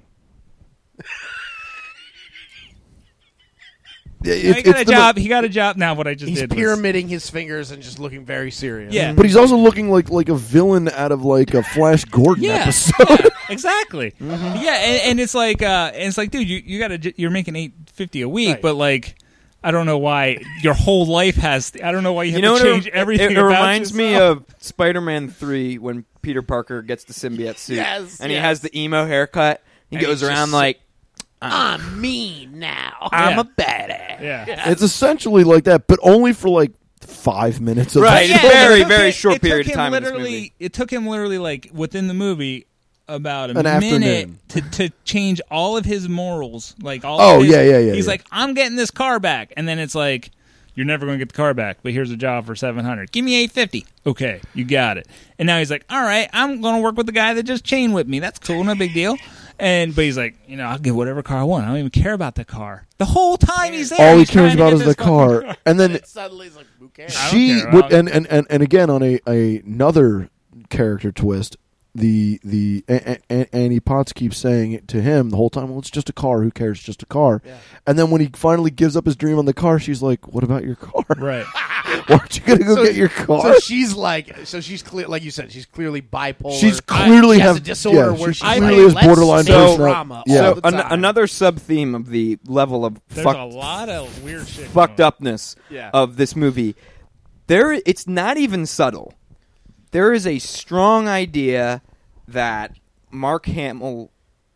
S1: Yeah, it-
S2: He got a
S1: it's the-
S2: job. He got a job. Now what I just
S3: He's
S2: did. was-
S3: pyramiding his fingers and just looking very serious.
S2: Yeah.
S1: But he's also looking like like a villain out of like a Flash Gordon
S2: Yeah.
S1: episode.
S2: Yeah, exactly.
S4: Mm-hmm.
S2: Yeah, and, and it's like, uh, and it's like, dude, you you got to you're making eight fifty a week,
S3: Right.
S2: but like, I don't know why your whole life has. I don't know why you,
S4: You
S2: have
S4: know
S2: to
S4: what?
S2: change
S4: it,
S2: everything.
S4: It, it
S2: about
S4: reminds me
S2: yourself.
S4: of Spider-Man Three when Peter Parker gets the symbiote suit,
S3: Yes,
S4: and he
S3: yes.
S4: has the emo haircut. He
S3: And
S4: goes
S3: he's
S4: around
S3: just-
S4: like,
S3: I'm mean now.
S4: "I'm
S2: Yeah.
S4: a badass."
S2: yeah.
S1: it's essentially like that, but only for like five minutes of
S4: Right,
S1: the
S4: yeah.
S1: show.
S4: very,
S2: it took
S4: very
S2: him- it
S4: short
S2: took
S4: period of
S2: him
S4: time in this
S2: Literally,
S4: movie.
S2: it took him literally like within the movie about a
S1: An
S2: minute
S1: afternoon.
S2: to, to change all of his morals. Like all.
S1: Oh,
S2: of his-
S1: yeah, yeah, yeah,
S2: He's
S1: yeah.
S2: like, I'm getting this car back, and then it's like. You're never going to get the car back, but here's a job for 700. Give me 850. Okay, you got it. And now he's like, "All right, I'm going to work with the guy that just chain whipped me. That's cool, no big deal." And but he's like, "You know, I'll get whatever car I want. I don't even care about the car." The whole time he's there,
S1: All he
S2: he's trying
S1: cares
S2: to
S1: about
S2: get
S1: is
S2: this
S1: the
S2: fucking
S1: car, and then
S3: Suddenly he's like, who cares?
S2: I don't
S1: she
S2: care.
S1: would,
S2: I'll-
S1: and, and and and again on a, a another character twist. The the a, a, a, Annie Potts keeps saying it to him the whole time. Well, it's just a car. Who cares? Just a car. And then when he finally gives up his dream on the car, she's like, "What about your car?
S2: Right.
S1: Why aren't you gonna go
S3: So-
S1: get your car?"
S3: So she's like, so she's clear, like you said, she's clearly bipolar.
S1: She's
S3: I-
S1: clearly
S3: she has
S1: have-
S3: a disorder
S1: yeah,
S3: where
S1: she
S3: she's
S1: clearly
S3: like,
S1: has borderline
S3: let's save
S1: personality.
S3: drama
S1: Yeah.
S3: all
S4: So
S3: the
S4: an-
S3: time.
S4: another sub theme of the level of
S2: There's
S4: fucked
S2: a lot of weird shit.
S4: fucked
S2: going on.
S4: upness
S3: Yeah.
S4: of this movie. There, it's not even subtle. There is a strong idea that Mark Hamill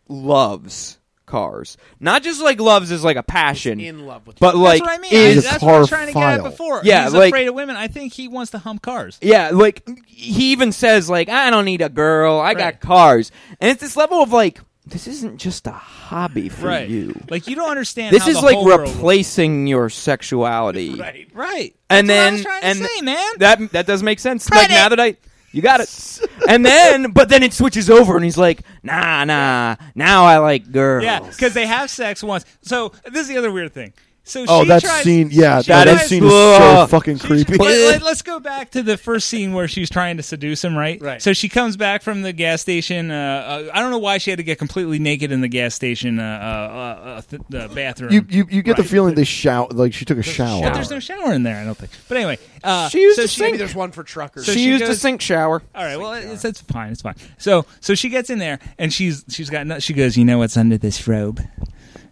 S4: loves cars, not just like loves as like a passion,
S3: in love with
S4: but like
S2: that's what I mean.
S4: is
S1: a
S2: that's what I was trying to get at
S1: car file.
S2: before.
S4: Yeah,
S2: he's
S4: like-
S2: afraid of women. I think he wants to hump cars.
S4: Yeah, like he even says like I don't need a girl, I
S2: Right.
S4: got cars. And it's this level of like this isn't just a hobby for you.
S2: Like you don't understand.
S4: This
S2: how
S4: is
S2: the
S4: like
S2: whole world works.
S4: replacing your sexuality.
S3: right.
S2: Right.
S4: And
S2: That's what I
S4: then
S2: was trying to
S4: and
S2: say, man.
S4: That that does make sense.
S2: Credit.
S4: Like now that I you got it. and then but then it switches over and he's like, "Nah, nah. Now I like girls."
S2: yeah, because they have sex once. So this is the other weird thing. So
S1: Oh,
S2: she
S1: that
S2: tries,
S1: scene! Yeah, no,
S2: she
S1: that
S2: tries- uh,
S1: scene is so
S4: Ugh.
S1: fucking
S2: She-
S1: creepy.
S2: Let, us go back to the first scene where she's trying to seduce him, right?
S3: Right.
S2: So she comes back from the gas station. Uh, uh, I don't know why she had to get completely naked in the gas station uh, uh, uh, th- the bathroom.
S1: You you, you get the feeling they shout like she took a shower.
S2: but there's no shower in there, I don't think. But anyway, uh,
S4: She used
S2: so
S4: to
S2: she,
S3: Maybe there's one for truckers.
S2: So
S4: she,
S2: she
S4: used a
S2: goes-
S4: sink shower.
S2: All right, well, it's, it's fine, it's fine. So, so she gets in there, and she's she's got. no- She goes, you know what's under this robe?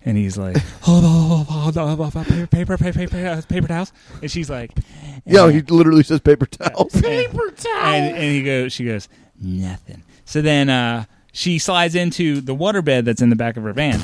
S2: And he's like, oh, oh, oh, oh, oh, oh, paper, paper, paper, paper, uh, paper towels. And she's like,
S1: yeah, he literally says paper towels.
S3: paper towel.
S2: and, and he goes, she goes, nothing. So then uh, she slides into the waterbed that's in the back of her van.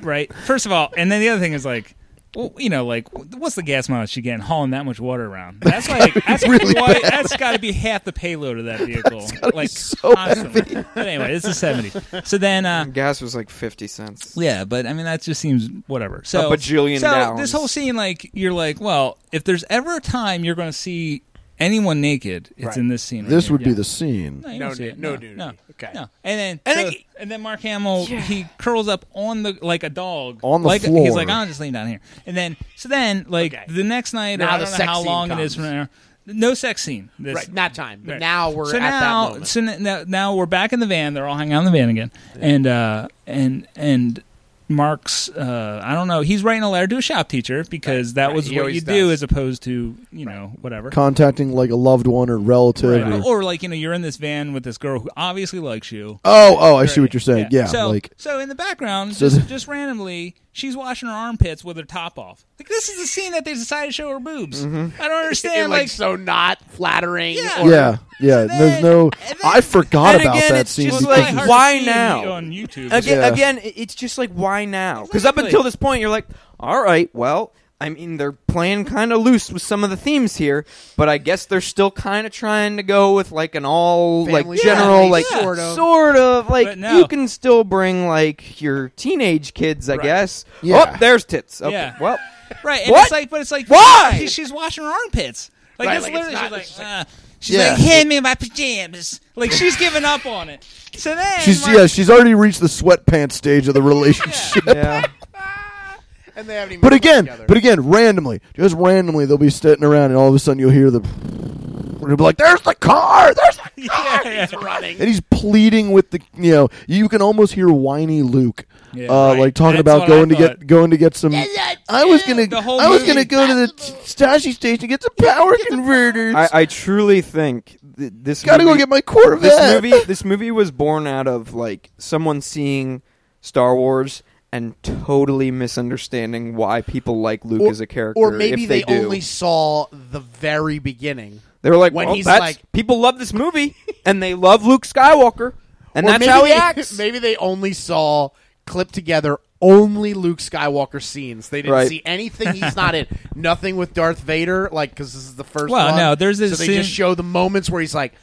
S2: right. First of all, and then the other thing is like, well, you know, like what's the gas mileage you getting hauling that much water around? That's like that's why, that's got to be half the payload of that vehicle. like
S1: so
S2: constantly. But anyway, this is seventy. So then, uh,
S4: Gas was like fifty cents.
S2: yeah, but I mean that just seems whatever. So
S4: A bajillion
S2: So
S4: gallons.
S2: this whole scene, like you're like, well, if there's ever a time you're going to see anyone naked, it's
S3: Right.
S2: in this scene. Right
S1: This
S2: here.
S1: would be
S2: Yeah.
S1: the scene.
S2: No, you
S3: No
S2: don't see
S3: nu-
S2: it.
S3: no
S2: No,
S3: nudity.
S2: no.
S3: Okay.
S2: No. And then
S4: And
S2: so-
S4: I think-
S2: and then Mark Hamill he curls up on the like a dog
S1: On the
S2: like,
S1: floor.
S2: He's like, I'll just lean down here. And then so then like
S3: Okay.
S2: the next night, or
S3: Now
S2: I
S3: the
S2: don't know
S3: sex
S2: how
S3: scene
S2: long it is
S3: comes.
S2: from there. No sex scene. This,
S3: Right, not time. But
S2: Right.
S3: now we're
S2: so
S3: at
S2: now,
S3: that moment.
S2: So n- now, now we're back in the van. They're all hanging out in the van again, and uh, and and Mark's uh, I don't know. He's writing a letter to a shop teacher because that
S3: Right,
S2: was
S3: he
S2: what
S3: always
S2: you do
S3: does.
S2: as opposed to you know whatever.
S1: Contacting like a loved one or relative.
S2: Right.
S1: Or,
S2: Or like you know you're in this van with this girl who obviously likes you.
S1: oh, oh, I see what you're saying. Yeah,
S2: So,
S1: like
S2: so in the background,
S1: So
S2: just,
S1: the-
S2: just randomly, she's washing her armpits with her top off. Like this is the scene that they decided to show her boobs. I don't
S3: Mm-hmm. It,
S2: understand.
S3: like,
S2: like,
S3: so not flattering.
S2: Yeah.
S3: Or,
S1: yeah, yeah.
S2: then-
S1: there's no.
S2: and then-
S1: I forgot
S4: And
S1: about
S4: again,
S1: that
S4: it's
S1: scene.
S4: just
S1: because
S4: like-
S1: it's-
S2: really hard to
S4: why
S2: see
S4: now?
S2: on YouTube?
S4: Again,
S1: Yeah.
S4: again, i- it's just like why now? Because up
S2: Exactly.
S4: until this point, you're like, all right, well, I mean, they're playing kind of loose with some of the themes here, but I guess they're still kind of trying to go with like an all
S3: Family
S4: like general
S3: friendly,
S4: like
S3: sort of.
S4: sort of like
S2: But no.
S4: you can still bring like your teenage kids, I
S2: Right.
S4: guess.
S1: Yeah.
S4: Oh, there's tits. Okay,
S2: Yeah.
S4: well,
S2: right? And
S4: What?
S2: it's like, but it's like,
S4: Why?
S2: She's, she's washing her armpits. Like
S3: Right,
S2: that's
S3: like, it's
S2: literally
S3: not- it's
S2: she's
S3: like-
S2: like, uh, she's
S1: Yeah.
S2: like, hand me my pajamas. Like she's giving up on it. So then
S1: She's
S2: Mark-
S1: yeah, she's already reached the sweatpants stage of the relationship.
S4: yeah.
S3: And they haven't even
S1: But
S3: slept
S1: again,
S3: together.
S1: but again, randomly, just randomly, they'll be sitting around, and all of a sudden, you'll hear the. And you'll be like, "There's the car! There's the
S2: yeah, yeah.
S3: He's running.
S1: and he's pleading with the you know you can almost hear whiny Luke
S2: Yeah,
S1: uh,
S2: right.
S1: like talking
S2: That's
S1: about
S2: what
S1: going
S2: I
S1: to get
S2: thought.
S1: going to get some.
S5: that
S1: I was gonna
S2: The whole
S1: I was
S2: movie.
S1: gonna go to the t- Stashi station and get some power converters.
S4: I, I truly think th- this
S1: Gotta go
S4: movie-
S1: get my Corvette.
S4: This movie, this movie was born out of like someone seeing Star Wars and totally misunderstanding why people like Luke
S3: Or-
S4: as a character.
S3: Or maybe
S4: if they, do.
S3: only saw the very beginning.
S4: they were like,
S3: when
S4: well,
S3: he's
S4: that's,
S3: like-
S4: people love this movie and they love Luke Skywalker, and
S3: Or
S4: that's
S3: maybe
S4: how he
S3: they-
S4: acts.
S3: Maybe they only saw clip together only Luke Skywalker scenes. They didn't
S4: Right.
S3: see anything he's not in. Nothing with Darth Vader, like because this is the first.
S2: Well,
S3: one.
S2: no, there's
S3: so
S2: this
S3: they
S2: scene-
S3: just show the moments where he's like,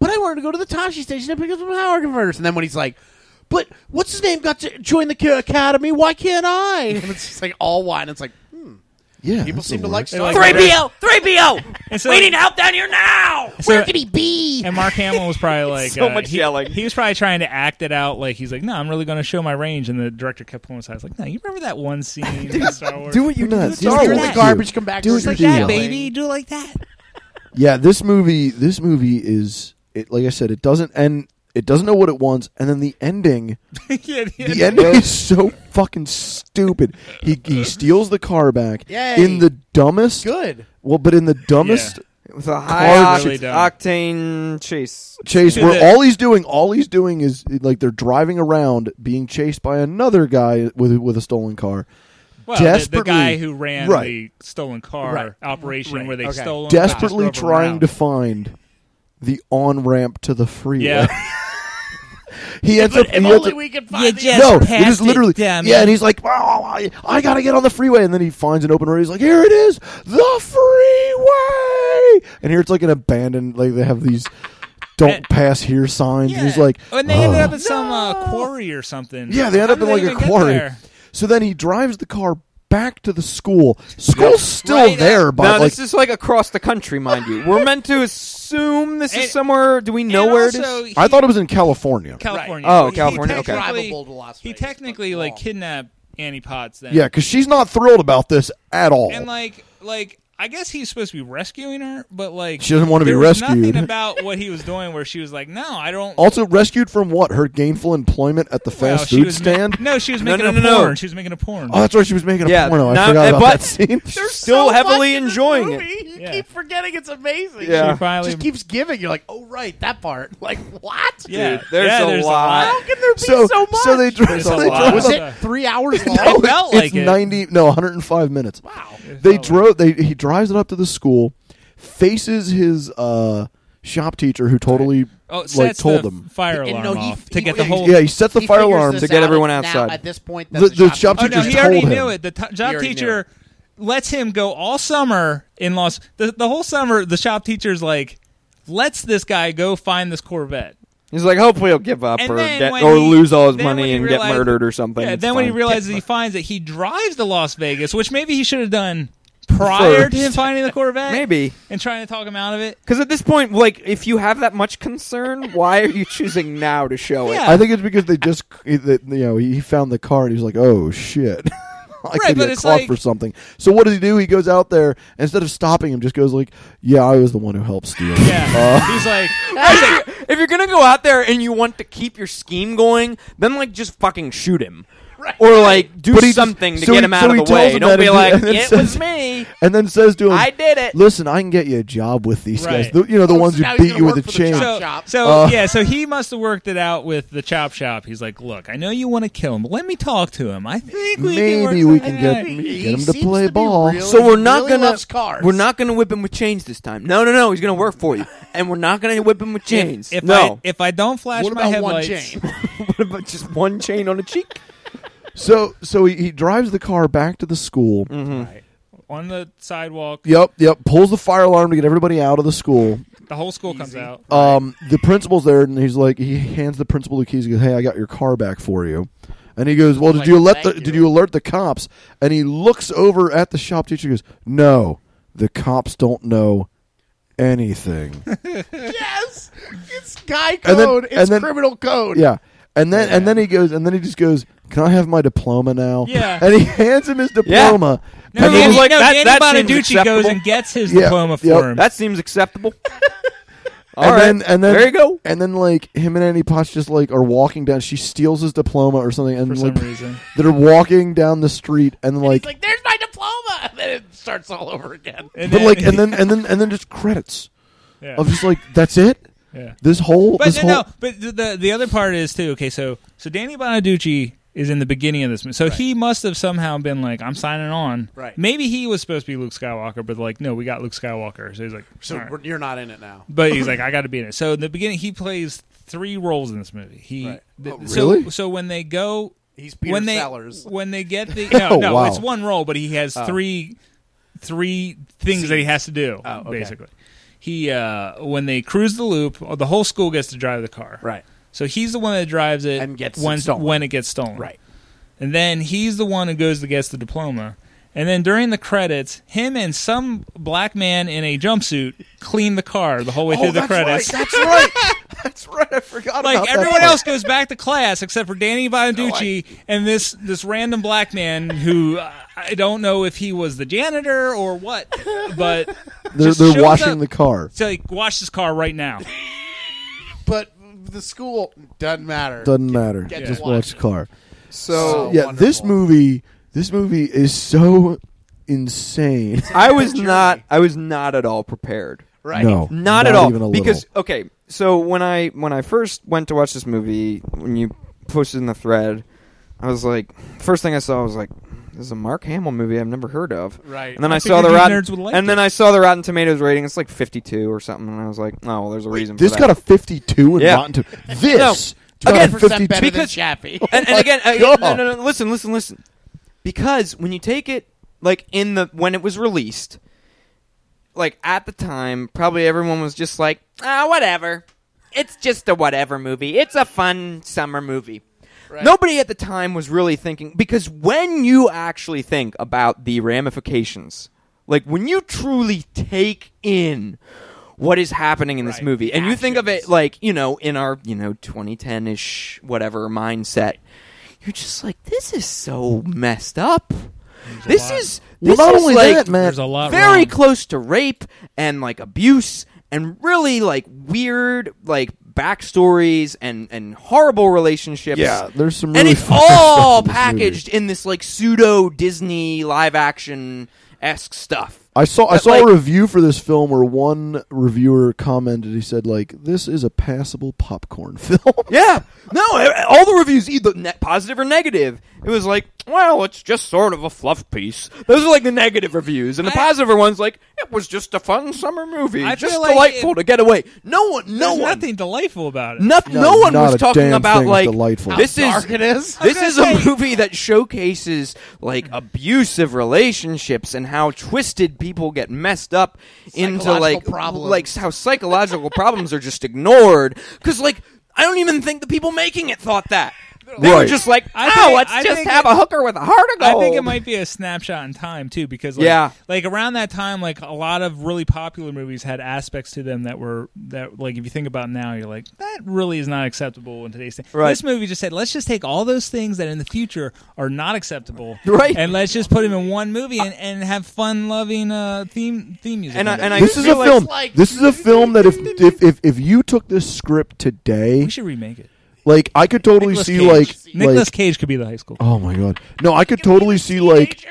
S3: "But I wanted to go to the Tashi station and pick up some power converters," and then when he's like. But what's his name got to join the ca- academy? Why can't I? And it's just like all wine. It's like hmm,
S1: yeah,
S3: people
S1: that's
S3: seem
S1: the
S3: to like
S1: worst.
S2: They're like- uh,
S3: Star Wars.
S5: 3PO! 3PO!
S2: And so-
S5: we need help down here now!
S2: So-
S5: Where could he be?
S2: And Mark Hamill was probably like
S4: So
S2: uh,
S4: much
S2: he,
S4: yelling.
S2: He was probably trying to act it out. Like he's like, no, I'm really going to show my range. And the director kept pulling aside. I was like, no, you remember that one scene in Star Wars?
S1: Do what you do.
S3: Just
S1: Star
S3: hear
S1: Wars.
S3: the garbage come back.
S1: Do
S3: to
S1: it
S3: your
S1: like that,
S3: yelling.
S2: baby. Do it like that.
S1: Yeah, this movie. This movie is it. Like I said, it doesn't end. It doesn't know what it wants, and then the ending.
S2: yeah,
S1: The ending is so fucking stupid. He he steals the car back
S3: Yay.
S1: in the dumbest.
S3: Good.
S1: Well, but in the dumbest
S4: it was a high
S1: Cars-
S4: oct-
S2: Really dumb.
S4: octane chase.
S1: chase
S2: Yeah.
S1: where
S2: Yeah.
S1: all he's doing, all he's doing is like they're driving around, being chased by another guy with with a stolen car.
S2: Well, the- the,
S1: Desperately-
S2: guy who ran
S1: right.
S2: the stolen car
S3: Right.
S2: operation
S3: Right.
S2: where they
S3: Okay.
S2: stole
S1: desperately
S2: him.
S1: trying to find the on ramp to the freeway.
S2: Yeah,
S1: he ends up.
S3: If
S1: he ends
S3: only
S1: up-
S3: we could find the-
S2: just-
S1: no, it
S2: passed
S1: is
S2: it,
S1: literally
S2: damn
S1: yeah,
S2: it.
S1: and he's like, "Oh, I, I gotta get on the freeway," and then he finds an open road. He's like, "Here it is, the freeway," and here it's like an abandoned, like they have these
S2: And-
S1: "don't pass here" signs, and he's like,
S2: and they ended
S1: "Ugh."
S2: up at some uh, quarry or something.
S1: Yeah, they end
S2: How
S1: up in
S2: did
S1: like
S2: they
S1: a
S2: even get
S1: quarry.
S2: there?
S1: So then he drives the car back to the school. School's still
S2: Right
S1: there,
S2: up.
S1: but
S4: now
S1: like
S4: this is like across the country, mind you. We're meant to assume this
S2: And-
S4: is somewhere. Do we know
S2: And
S4: where
S2: also,
S4: it is?
S2: he-
S1: I thought it was in California.
S2: California.
S4: Right. Oh,
S2: He- he
S4: California, okay.
S2: technically-
S3: Drivable to Las
S2: He
S3: Vegas, but
S2: technically like
S3: long.
S2: kidnapped Annie Potts then.
S1: yeah, because she's not thrilled about this at all.
S2: and like like I guess he's supposed to be rescuing her, but like
S1: She doesn't want to be
S2: there was
S1: rescued.
S2: Nothing about what he was doing where she was like, "No, I don't."
S1: also rescued from what? Her gainful employment at the
S2: Well,
S1: fast
S2: she
S1: food
S2: was
S1: stand.
S2: Ma- no, she was
S4: No,
S2: making
S4: no,
S2: a
S4: no, no.
S2: porn. She was making a porn.
S1: Oh, that's right. She was making a
S4: Yeah,
S1: porno. I
S4: now-
S1: forgot about
S4: but-
S1: that scene.
S3: There's
S4: Still
S3: so
S4: heavily
S3: much in this
S4: enjoying
S3: movie. You
S2: Yeah.
S3: keep forgetting it's amazing.
S4: Yeah.
S2: She finally,
S3: It just keeps giving. You're like, oh right, that part. Like what?
S2: yeah,
S4: Dude, there's
S2: yeah,
S4: a
S2: there's
S4: lot.
S2: A
S3: How
S2: lot.
S3: can there be
S1: so
S3: so, much?
S1: so they drove. So
S2: a
S1: they
S2: lot.
S1: drove.
S3: was
S2: Well,
S3: it three hours long?
S1: No,
S2: felt
S1: it's
S2: like it.
S1: ninety. No, one hundred and five minutes.
S3: Wow.
S1: They drove. They he drives it up to the school, faces his uh, shop teacher who totally
S2: Oh,
S1: like
S2: sets
S1: told
S2: the
S1: him.
S2: fire
S3: And
S2: alarm
S3: no, he-
S2: off to
S3: he-
S2: get the
S3: he-
S2: whole.
S1: Yeah, he set the
S3: He
S1: fire
S3: figures
S1: alarm.
S3: this
S4: To get
S3: out
S4: everyone
S3: now,
S4: outside.
S3: at this point,
S1: The-
S3: that's
S1: the shop
S2: Oh
S1: teacher
S2: no,
S1: just
S2: he already
S1: told him.
S2: knew it. The t-
S3: He
S2: job
S3: already knew
S2: teacher
S3: it.
S2: lets him go all summer in Los. The, the whole summer, the shop teacher's like, lets this guy go find this Corvette.
S4: He's like, hopefully he'll give up
S2: And
S4: or
S2: then
S4: get,
S2: when
S4: or
S2: he-
S4: lose all his
S2: then when
S4: money
S2: he
S4: and
S2: realized-
S4: get murdered or something.
S2: Yeah,
S4: It's
S2: then when he
S4: fine.
S2: realizes he finds that he drives to Las Vegas, which maybe he should have done prior to him
S4: First.
S2: finding the Corvette.
S4: maybe
S2: And trying to talk him out of it.
S4: because at this point, like, if you have that much concern, why are you choosing now to show
S2: Yeah.
S4: it?
S1: I think it's because they just he- that, you know he found the car and he was like, oh shit. I
S2: Right,
S1: could
S2: but
S1: get
S2: it's
S1: caught
S2: like-
S1: for something. So what does he do? He goes out there and instead of stopping him, just goes like, "Yeah, I was the one who helped steal."
S2: Yeah. He's like,
S4: If you're- if you're gonna go out there and you want to keep your scheme going, then like just fucking shoot him, or like do
S1: But he just-
S4: something to
S1: so
S4: get
S1: he-
S4: him out
S1: so he
S4: of the
S1: tells
S4: way.
S1: him
S4: Don't
S1: that
S4: be
S1: and he-
S4: like,
S1: and then
S4: it
S1: says-
S4: was me.
S1: and then says to him,
S4: I did it.
S1: Listen, I can get you a job with these guys.
S2: Right.
S1: The- you know, the
S3: Oh,
S1: ones
S3: so now
S1: who
S3: he's
S1: beat
S3: gonna
S1: you with a
S3: work for the
S1: chain.
S3: chop
S2: so,
S3: shop.
S2: so
S4: Oh.
S1: Uh.
S2: yeah, so he must have worked it out with the chop shop. He's like, look, I know you want to kill him, but let me talk to him. I think we can work
S1: Maybe we
S2: something
S1: can get,
S2: out."
S1: we
S3: He
S1: can get him to
S3: seems
S1: play
S3: to be
S1: ball.
S3: really-
S4: So we're
S3: He
S4: not
S3: really
S4: gonna
S3: loves cars.
S4: we're not gonna whip him with chains this time. No, no, no. He's gonna work for you, and we're not gonna whip him with chains.
S2: If, if
S4: no,
S2: I if I don't flash
S3: What
S2: my
S3: about one
S2: headlights,
S3: chain?
S4: what about just one chain on a cheek?
S1: So so he, he drives the car back to the school.
S2: on the sidewalk,
S1: Yep, yep. Pulls the fire alarm to get everybody out of the school.
S2: the whole school comes out.
S1: Um, the principal's there, and he's like, he hands the principal the keys. He goes, "Hey, I got your car back for you." And he goes, "Well, did
S3: Like,
S1: you let the
S3: thank you.
S1: did you alert the cops?" And he looks over at the shop teacher. and Goes, "No, the cops don't know anything."
S3: yes, it's guy
S1: And then-
S3: code.
S1: and
S3: it's
S1: then-
S3: criminal code.
S1: yeah. And then and then he goes and then he just goes, "Can I have my diploma now?"
S2: Yeah.
S1: And he hands him his diploma.
S2: No,
S1: and then
S4: he
S2: Danny,
S4: was like,
S2: no,
S4: that-
S2: Danny
S4: that
S2: Bonaducci
S4: seems
S2: goes
S4: acceptable.
S2: and gets his
S1: Yeah,
S2: diploma for
S1: yep.
S2: him.
S4: That seems acceptable. All
S1: and
S4: right,
S1: then and then
S4: there you go.
S1: And then like him and Annie Potts just like are walking down. She steals his diploma or something, and
S2: for some
S1: like
S2: reason.
S1: they're walking down the street and,
S3: And
S1: like,
S3: he's like, "There's my diploma," and then it starts all over again.
S2: And
S1: but like and then and then and then just credits
S2: yeah,
S1: of just like that's it.
S2: yeah.
S1: This whole
S2: But
S1: this
S2: no,
S1: whole
S2: no, but the- the the other part is too. Okay, so so Danny Bonaducci is in the beginning of this movie, so he must have somehow been like, "I'm signing on."
S3: Right.
S2: Maybe he was supposed to be Luke Skywalker, but like, no, we got Luke Skywalker. So he's like,
S3: So
S2: "All right."
S3: we're, you're not in it now.
S2: but he's like, I got to be in it. So in the beginning, he plays three roles in this movie. He
S3: Right.
S2: th-
S1: Oh,
S2: so,
S1: really?
S2: So when they go,
S3: He's Peter
S2: when they
S3: Sellers. Oh.
S2: when they get the no,
S1: Oh,
S2: no
S1: wow.
S2: it's one role, but he has three three things that he has to do
S3: Oh, okay.
S2: basically. He uh, when they cruise the loop, oh, the whole school gets to drive the car.
S3: Right.
S2: So he's the one that drives it
S3: And gets it
S2: when
S3: stolen.
S2: when it gets stolen.
S3: Right.
S2: And then he's the one who goes to gets the diploma. And then during the credits, him and some black man in a jumpsuit clean the car the whole
S3: Oh,
S2: way through the credits.
S1: That's right. That's right. I forgot about
S2: Like
S1: that
S2: everyone
S1: part.
S2: else goes back to class except for Danny Bonaducci and this this random black man who uh, I don't know if he was the janitor or what, but
S1: They're,
S2: just
S1: they're
S2: shows
S1: washing
S2: up
S1: the car.
S2: to like, wash this car right now.
S3: But the school doesn't matter.
S1: Doesn't matter.
S3: get
S1: Just
S3: to
S1: watch
S3: watch
S1: the car.
S4: So
S3: So-
S1: yeah, this
S3: wonderful.
S1: movie. This movie is so insane.
S4: I was
S3: Journey.
S4: not. I was not at all prepared.
S3: right.
S1: No,
S4: Not, at all.
S1: Even a little.
S4: because okay, so when I when I first went to watch this movie, when you posted in the thread, I was like, first thing I saw was like, this is a Mark Hamill movie I've never heard of.
S3: Right.
S4: And then
S2: I
S4: I, saw
S2: figured
S4: the
S2: you
S4: Rotten
S2: nerds would like
S4: and
S2: it.
S4: then I saw the Rotten Tomatoes rating. It's like fifty two or something, and I was like, oh, well, there's a reason.
S1: this
S4: for
S1: got
S4: that.
S1: a fifty-two in
S4: Yeah.
S1: Rotten Tomatoes. This got a
S4: No. Again,
S3: 10% better
S1: 52
S3: than
S4: because-
S3: Chappie.
S4: and, and
S1: Oh my
S4: again, I-
S1: God.
S4: no, no, no, listen, listen, listen. Because when you take it, like in the when it was released, like at the time, probably everyone was just like, ah, whatever. It's just a whatever movie. It's a fun summer movie.
S3: Right.
S4: Nobody at the time was really thinking because when you actually think about the ramifications, like when you truly take in what is happening in this
S3: Right,
S4: movie,
S3: the
S4: and you think of it
S3: actions.
S4: like you know in our you know 2010 ish whatever mindset, you're just like this is so messed up. This
S2: lot.
S4: is
S1: Well,
S4: this
S1: not
S4: is
S1: only
S4: like
S1: that, man.
S2: There's a lot
S4: very
S2: wrong.
S4: close to rape and like abuse and really like weird like backstories and and horrible relationships.
S1: Yeah, there's some
S4: and
S1: really
S4: it's
S1: fucked up
S4: all
S1: stuff in this
S4: packaged in this like pseudo Disney live action esque stuff.
S1: I saw I
S4: But,
S1: saw
S4: like-
S1: a review for this film where one reviewer commented. He said like, "This is a passable popcorn film."
S4: Yeah, no, e- all the reviews either ne- positive or negative. It was like, well, it's just sort of a fluff piece. Those are like the negative reviews, and the
S2: I-
S4: positive ones like it that was just a fun summer movie.
S2: I
S4: just
S2: feel like
S4: delightful
S2: it-
S4: to get away. No one, no
S2: There's
S4: one,
S2: nothing delightful about it.
S4: no, no,
S1: No,
S4: one
S1: not
S4: was
S1: a
S4: talking
S1: damn
S4: about
S1: thing
S4: like
S1: delightful.
S4: this is
S3: dark it is.
S4: this is a
S2: gonna say-
S4: movie that showcases like abusive relationships and how twisted people get messed up into
S3: Psychological
S4: like
S3: problems.
S4: like how psychological problems are just ignored cuz like I don't even think the people making it thought that. They were
S1: Right.
S4: just like,
S2: I
S4: "Oh,
S2: think-
S4: let's
S2: I
S4: just
S2: think
S4: have
S2: it-
S4: a hooker with a heart of
S2: I
S4: gold."
S2: think it might be a snapshot in time too, because like,
S4: Yeah.
S2: like around that time, like a lot of really popular movies had aspects to them that were that like if you think about now, you're like that really is not acceptable in today's thing.
S4: Right.
S2: This movie just said let's just take all those things that in the future are not acceptable,
S4: Right.
S2: and let's just put them in one movie and, and have fun loving uh, theme theme music.
S4: and I, and I
S1: this is a
S4: feel like-
S1: film.
S3: like-
S1: this is a film that if, if if if you took this script today,
S2: we should remake it.
S1: like I could totally
S2: Nicolas
S1: see
S2: Cage.
S1: like
S2: Nicolas
S1: like
S2: Cage could be the high school.
S1: oh my god, no, I could totally see like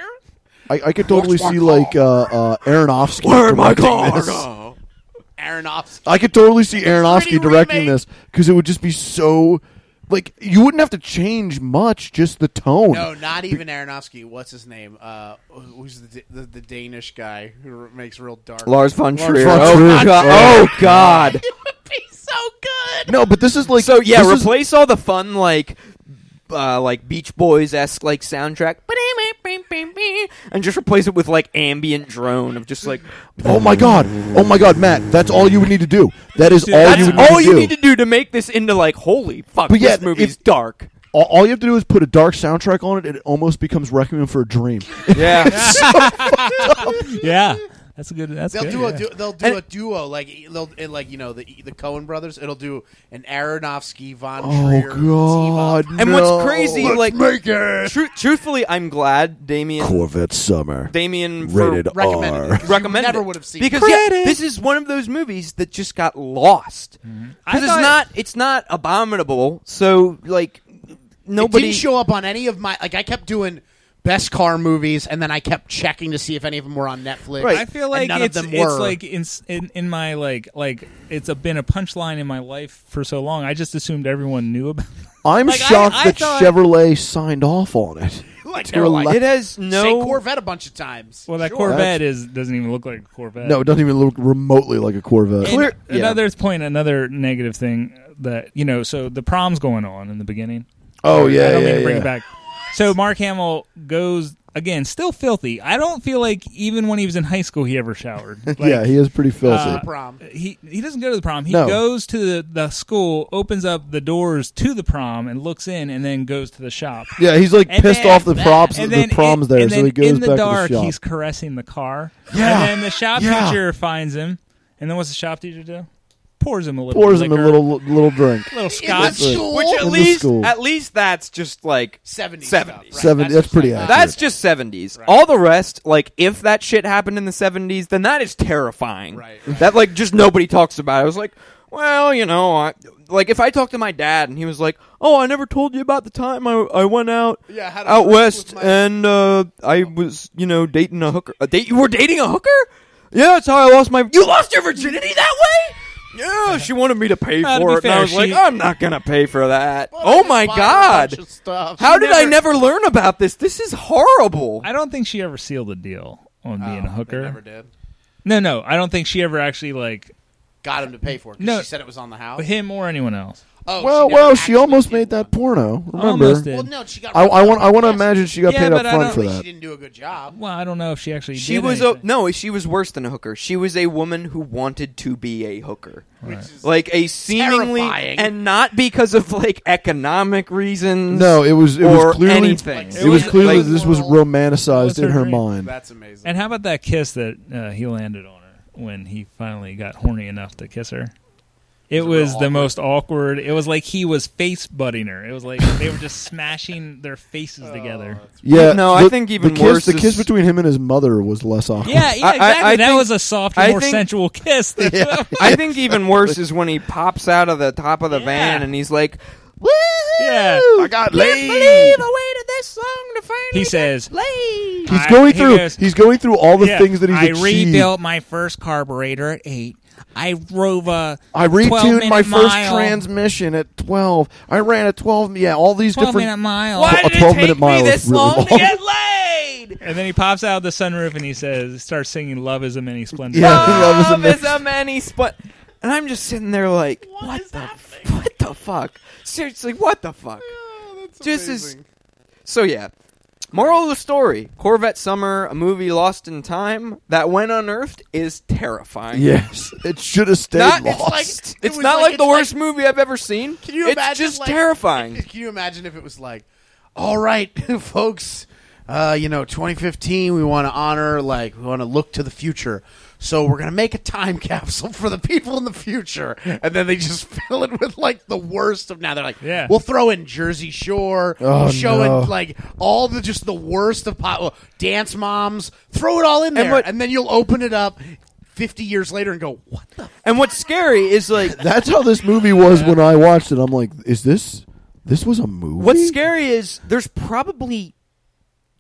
S1: I, I could totally
S4: Where's my
S1: see like uh, uh, Aronofsky.
S4: Where'd my
S1: directing
S4: car
S1: this.
S4: go?
S3: Oh, Aronofsky.
S1: I could totally see Aronofsky
S3: pretty
S1: directing
S3: remake.
S1: this because it would just be so like you wouldn't have to change much, just the tone.
S3: No, not even Aronofsky. What's his name? Uh, who's the, the the Danish guy who r- makes real dark?
S4: Lars von Trier.
S1: von
S4: oh,
S1: Trier.
S4: God.
S1: Oh.
S4: oh God!
S3: It would be so good.
S1: No, but this is like
S4: so yeah,
S1: this is-
S4: replace all the fun like uh, like Beach Boys esque like soundtrack, and just replace it with like ambient drone of just like
S1: oh my god, oh my god, Matt, that's all you would need to do. That is
S2: Dude,
S1: all
S4: that's
S1: you would need
S4: all
S1: to
S4: you
S1: do.
S4: need to do to make this into like holy fuck.
S1: But yeah,
S4: this movie's
S1: if-
S4: dark.
S1: all, all you have to do is put a dark soundtrack on it, and it almost becomes Requiem for a Dream.
S4: Yeah,
S2: yeah, that's a good. That's
S3: They'll
S2: good.
S3: do a
S2: yeah.
S3: du- they'll do a duo like e, they'll and like you know the the Cohen brothers. It'll do an Aronofsky von
S1: oh
S3: Trier.
S1: god!
S3: team up.
S4: and
S1: no.
S4: what's crazy
S1: Let's
S4: like
S1: make it
S4: tru- truthfully, I'm glad Damien
S1: Corvette Summer.
S4: Damien for
S1: Rated
S3: recommended.
S1: R.
S3: You
S4: recommend
S3: never
S4: it.
S3: would have seen
S4: because
S3: it.
S4: yeah, this is one of those movies that just got lost
S3: Mm-hmm.
S2: I
S4: because it's
S2: thought-
S4: not it's not abominable. So like
S3: It
S4: nobody
S3: didn't show up on any of my like. I kept doing best car movies, and then I kept checking to see if any of them were on Netflix.
S4: Right.
S2: I feel
S3: and
S2: like
S3: none
S2: it's,
S3: of them
S2: it's
S3: were.
S2: like in, in in my like like it's a, been a punchline in my life for so long. I just assumed everyone knew about.
S1: I'm
S2: Like, I-
S1: shocked
S2: I
S1: that
S2: thought-
S1: Chevrolet signed off on it.
S3: Like,
S1: To
S3: they're like,
S1: allow-
S4: It has no
S3: say Corvette a bunch of times.
S2: Well, that
S3: Sure.
S2: Corvette is doesn't even look like a Corvette.
S1: No, it doesn't even look remotely like a Corvette.
S2: And
S4: Clear- yeah.
S2: Another point, another negative thing that you know. So the prom's going on in the beginning.
S1: oh yeah,
S2: I don't
S1: yeah,
S2: mean to bring
S1: yeah.
S2: it back. So Mark Hamill goes again, still filthy. I don't feel like even when he was in high school, he ever showered. Like,
S1: yeah, he is pretty filthy.
S2: uh,
S3: Prom.
S2: He he doesn't go to the prom. He
S1: No.
S2: goes to the, the school, opens up the doors to the prom, and looks in, and then goes to the shop.
S1: yeah, he's like
S2: and
S1: pissed
S2: then-
S1: off the props,
S2: And
S1: the
S2: then
S1: proms
S2: it-
S1: there,
S2: and
S1: so
S2: then
S1: he goes
S2: in the
S1: back
S2: dark,
S1: to the shop.
S2: He's caressing the car.
S1: Yeah.
S2: And then the shop
S1: Yeah.
S2: teacher finds him, and then what's the shop teacher do? Pours him a little.
S1: Pours him a
S2: liquor,
S1: little little drink.
S2: little
S3: In the
S2: scotch.
S3: school?
S4: Which at
S1: In the
S4: least,
S1: school.
S4: at least that's just like
S3: 70s.
S4: Seventies.
S3: Stuff, right?
S1: Seven- that's
S3: just
S1: pretty
S3: like-
S1: accurate.
S4: That's just seventies. All the rest, like if that shit happened in the seventies, then that is terrifying.
S3: Right,
S4: That like just nobody talks about. it. I was like, well, you know, I, like if I talked to my dad and he was like, oh, I never told you about the time I, I went out
S3: Yeah, I had a
S4: out
S3: break
S4: west
S3: with my-
S4: and uh, I was you know dating a hooker. A date you were dating a hooker? Yeah, that's how I lost my. You lost your virginity that way. Yeah, she wanted me to pay
S2: Uh, to
S4: for
S2: be
S4: it, and
S2: fair,
S4: I was like,
S2: she-
S4: "I'm not gonna pay for that."
S3: Well, I
S4: oh
S3: just
S4: my
S3: bought her a
S4: god!
S3: bunch of stuff.
S4: How
S3: She
S4: did I never learn about this? This is horrible.
S2: I don't think she ever sealed the deal on being a
S3: Oh,
S2: hooker.
S3: they Never did.
S2: No, no, I don't think she ever actually like
S3: Got him to pay for it. 'cause
S2: No.
S3: she said it was on the house.
S2: him or anyone else.
S1: well,
S3: Oh, she never
S1: well, she
S3: actually
S1: almost
S3: did
S1: made that
S3: one.
S1: porno. Remember?
S2: Almost did.
S3: Well, no, she got.
S1: I, I want. I want to
S3: Yes,
S1: imagine she got
S2: Yeah,
S1: paid up
S2: but I
S1: front
S2: don't
S1: for
S2: think
S3: She
S1: that.
S3: didn't do a good job.
S2: Well, I don't know if she actually.
S4: she
S2: did
S4: was a,
S2: anything.
S4: no, she was worse than a hooker. She was a woman who wanted to be a hooker,
S3: Which is
S4: like a seemingly
S3: Terrifying.
S4: and not because of like economic reasons.
S1: No, it was. It
S4: or
S1: was clearly.
S4: anything.
S1: It was
S3: Like-
S1: clearly
S3: like-
S1: this was romanticized
S2: What's her
S1: in her
S2: name?
S1: mind.
S3: that's amazing.
S2: And how about that kiss that uh, he landed on her when he finally got horny enough to kiss her? It was the most awkward. It was like he was face butting her. It was like they were just smashing their faces together.
S1: Yeah.
S4: No, I
S1: the,
S4: think even
S1: the kiss,
S4: worse
S1: the
S4: is-
S1: kiss between him and his mother was less awkward.
S2: Yeah, yeah,
S4: I- I-
S2: exactly.
S4: I
S2: that
S4: think-
S2: was a softer,
S4: I
S2: more
S4: think-
S2: sensual kiss. That's what-
S4: I think even worse is when he pops out of the top of the van and he's like, "Woo!
S2: Yeah.
S1: I got
S4: Can't
S1: laid."
S4: believe I waited this long to finally
S2: He
S4: get
S2: says-
S4: laid."
S1: He's
S2: I-
S1: going
S2: he
S1: through.
S2: goes-
S1: he's going through all the
S2: Yeah.
S1: things that he's
S2: I
S1: achieved.
S2: rebuilt my first carburetor at eight. I drove a.
S1: I
S2: 12
S1: retuned my
S2: minute
S1: first
S2: mile,
S1: transmission at twelve. I ran a twelve. Yeah, all these
S2: Twelve
S1: different.
S2: minute mile.
S1: Why- a 12 minute mile is really long.
S4: get laid?
S2: And then he pops out of the sunroof and he says, starts singing "Love Is a Many Splendid."
S1: Yeah.
S2: Thing."
S1: Love is a
S4: Love is
S1: myth.
S4: a many split. And I'm just sitting there like, what, the what the fuck? Seriously, what the fuck?
S3: Oh,
S4: Just as- so yeah. Moral of the story: Corvette Summer, a movie lost in time that when unearthed is terrifying.
S1: Yes, it should have stayed
S4: Not, it's
S1: lost.
S4: like
S3: It
S4: it's
S3: was
S4: not
S3: like-
S4: like, the
S3: it's
S4: worst movie I've ever seen.
S3: Can you
S4: it's
S3: imagine?
S4: just
S3: like-
S4: terrifying.
S3: Can you imagine if it was like, all right, folks, uh, you know, 2015, we want to honor, like, we want to look to the future. So we're gonna make a time capsule for the people in the future, and then they just fill it with like the worst of now. They're like,
S2: Yeah.
S3: we'll throw in Jersey Shore,
S1: Oh,
S3: we'll show
S1: no.
S3: in like all the just the worst of pop, well, dance moms. Throw it all in there, and,
S4: what-
S3: then you'll open it up 50 years later and go, what the
S4: And what's scary is like
S1: That's how this movie was when I watched it. I'm like, is this this was a movie?
S4: what's scary is there's probably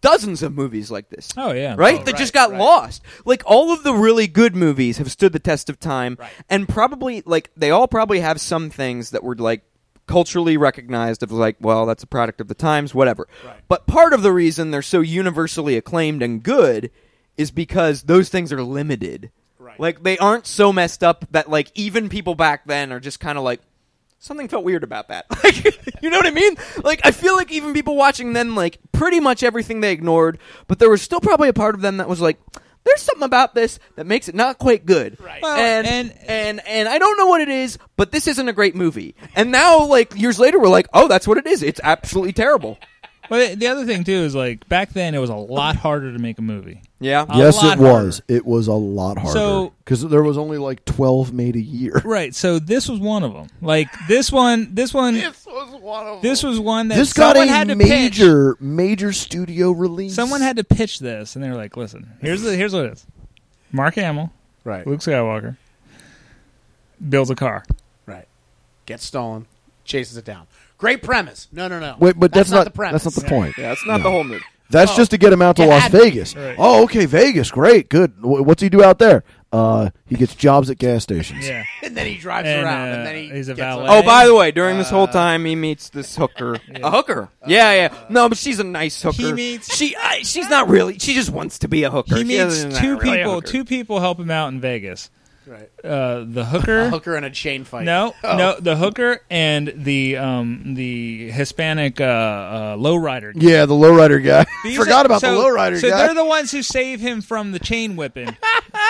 S4: dozens of movies like this.
S2: Oh yeah,
S4: right? that just got
S3: right.
S4: lost. Like all of the really good movies have stood the test of time, and probably like they all probably have some things that were like culturally recognized of like, well, that's a product of the times, whatever. But part of the reason they're so universally acclaimed and good is because those things are limited. Right. Like they aren't so messed up that like even people back then are just kind of like something felt weird about that. Like, you know what I mean? Like, I feel like even people watching then, like, pretty much everything they ignored, but there was still probably a part of them that was like, there's something about this that makes it not quite good. Right.
S2: Well,
S4: and, and
S2: and-
S4: and and I don't know what it is, but this isn't a great movie. And now, like years later, we're like, oh, that's what it is. It's absolutely terrible.
S2: But the other thing too is like back then it was a lot harder to make a movie.
S4: Yeah.
S2: A
S1: yes,
S2: lot
S1: it was.
S2: harder.
S1: It was a lot harder
S2: So-
S1: because there was only like 12 made a year.
S2: Right. So this was one of them. Like this one, this one, this was one of. This was one that
S1: This got
S2: someone
S1: a
S2: had to pitch.
S1: major major studio release.
S2: Someone had to pitch this, and they were like, "Listen, here's the here's what it is. Mark Hamill,
S3: right,
S2: Luke Skywalker, builds a car.
S3: right, gets stolen, chases it down. Great premise. No, no, no.
S1: Wait, but that's,
S3: not, the premise.
S1: That's not the point.
S4: Yeah, it's not the whole movie.
S1: That's just to get him out to
S3: it
S1: Las
S3: had to be.
S1: Vegas. Oh, okay, Vegas, great, good. Wh- What's he do out there? Uh, he gets jobs at gas stations.
S2: Yeah.
S3: and then he drives
S2: And,
S3: around,
S2: uh,
S3: and then he
S2: he's a
S3: gets
S2: valet.
S4: Oh, by the way, during this
S2: Uh,
S4: whole time, he meets this hooker. A hooker? Yeah, yeah. No, but she's a nice hooker.
S2: He meets-
S4: She, I, she's not really. She just wants to be a hooker.
S2: He
S4: She
S2: meets
S4: isn't
S2: two
S4: really a
S2: people.
S4: hooker.
S2: Two people help him out in Vegas.
S3: Right.
S2: Uh, the
S3: a
S1: Oh.
S2: hooker.
S3: hooker in a chain fight.
S2: No,
S3: Oh.
S2: no, the hooker and the um the Hispanic uh, uh, lowrider. guy.
S1: yeah, the lowrider guy.
S2: These
S1: Forgot
S2: are-
S1: about
S2: so-
S1: the lowrider
S2: So
S1: guy.
S2: they're the ones who save him from the chain whipping.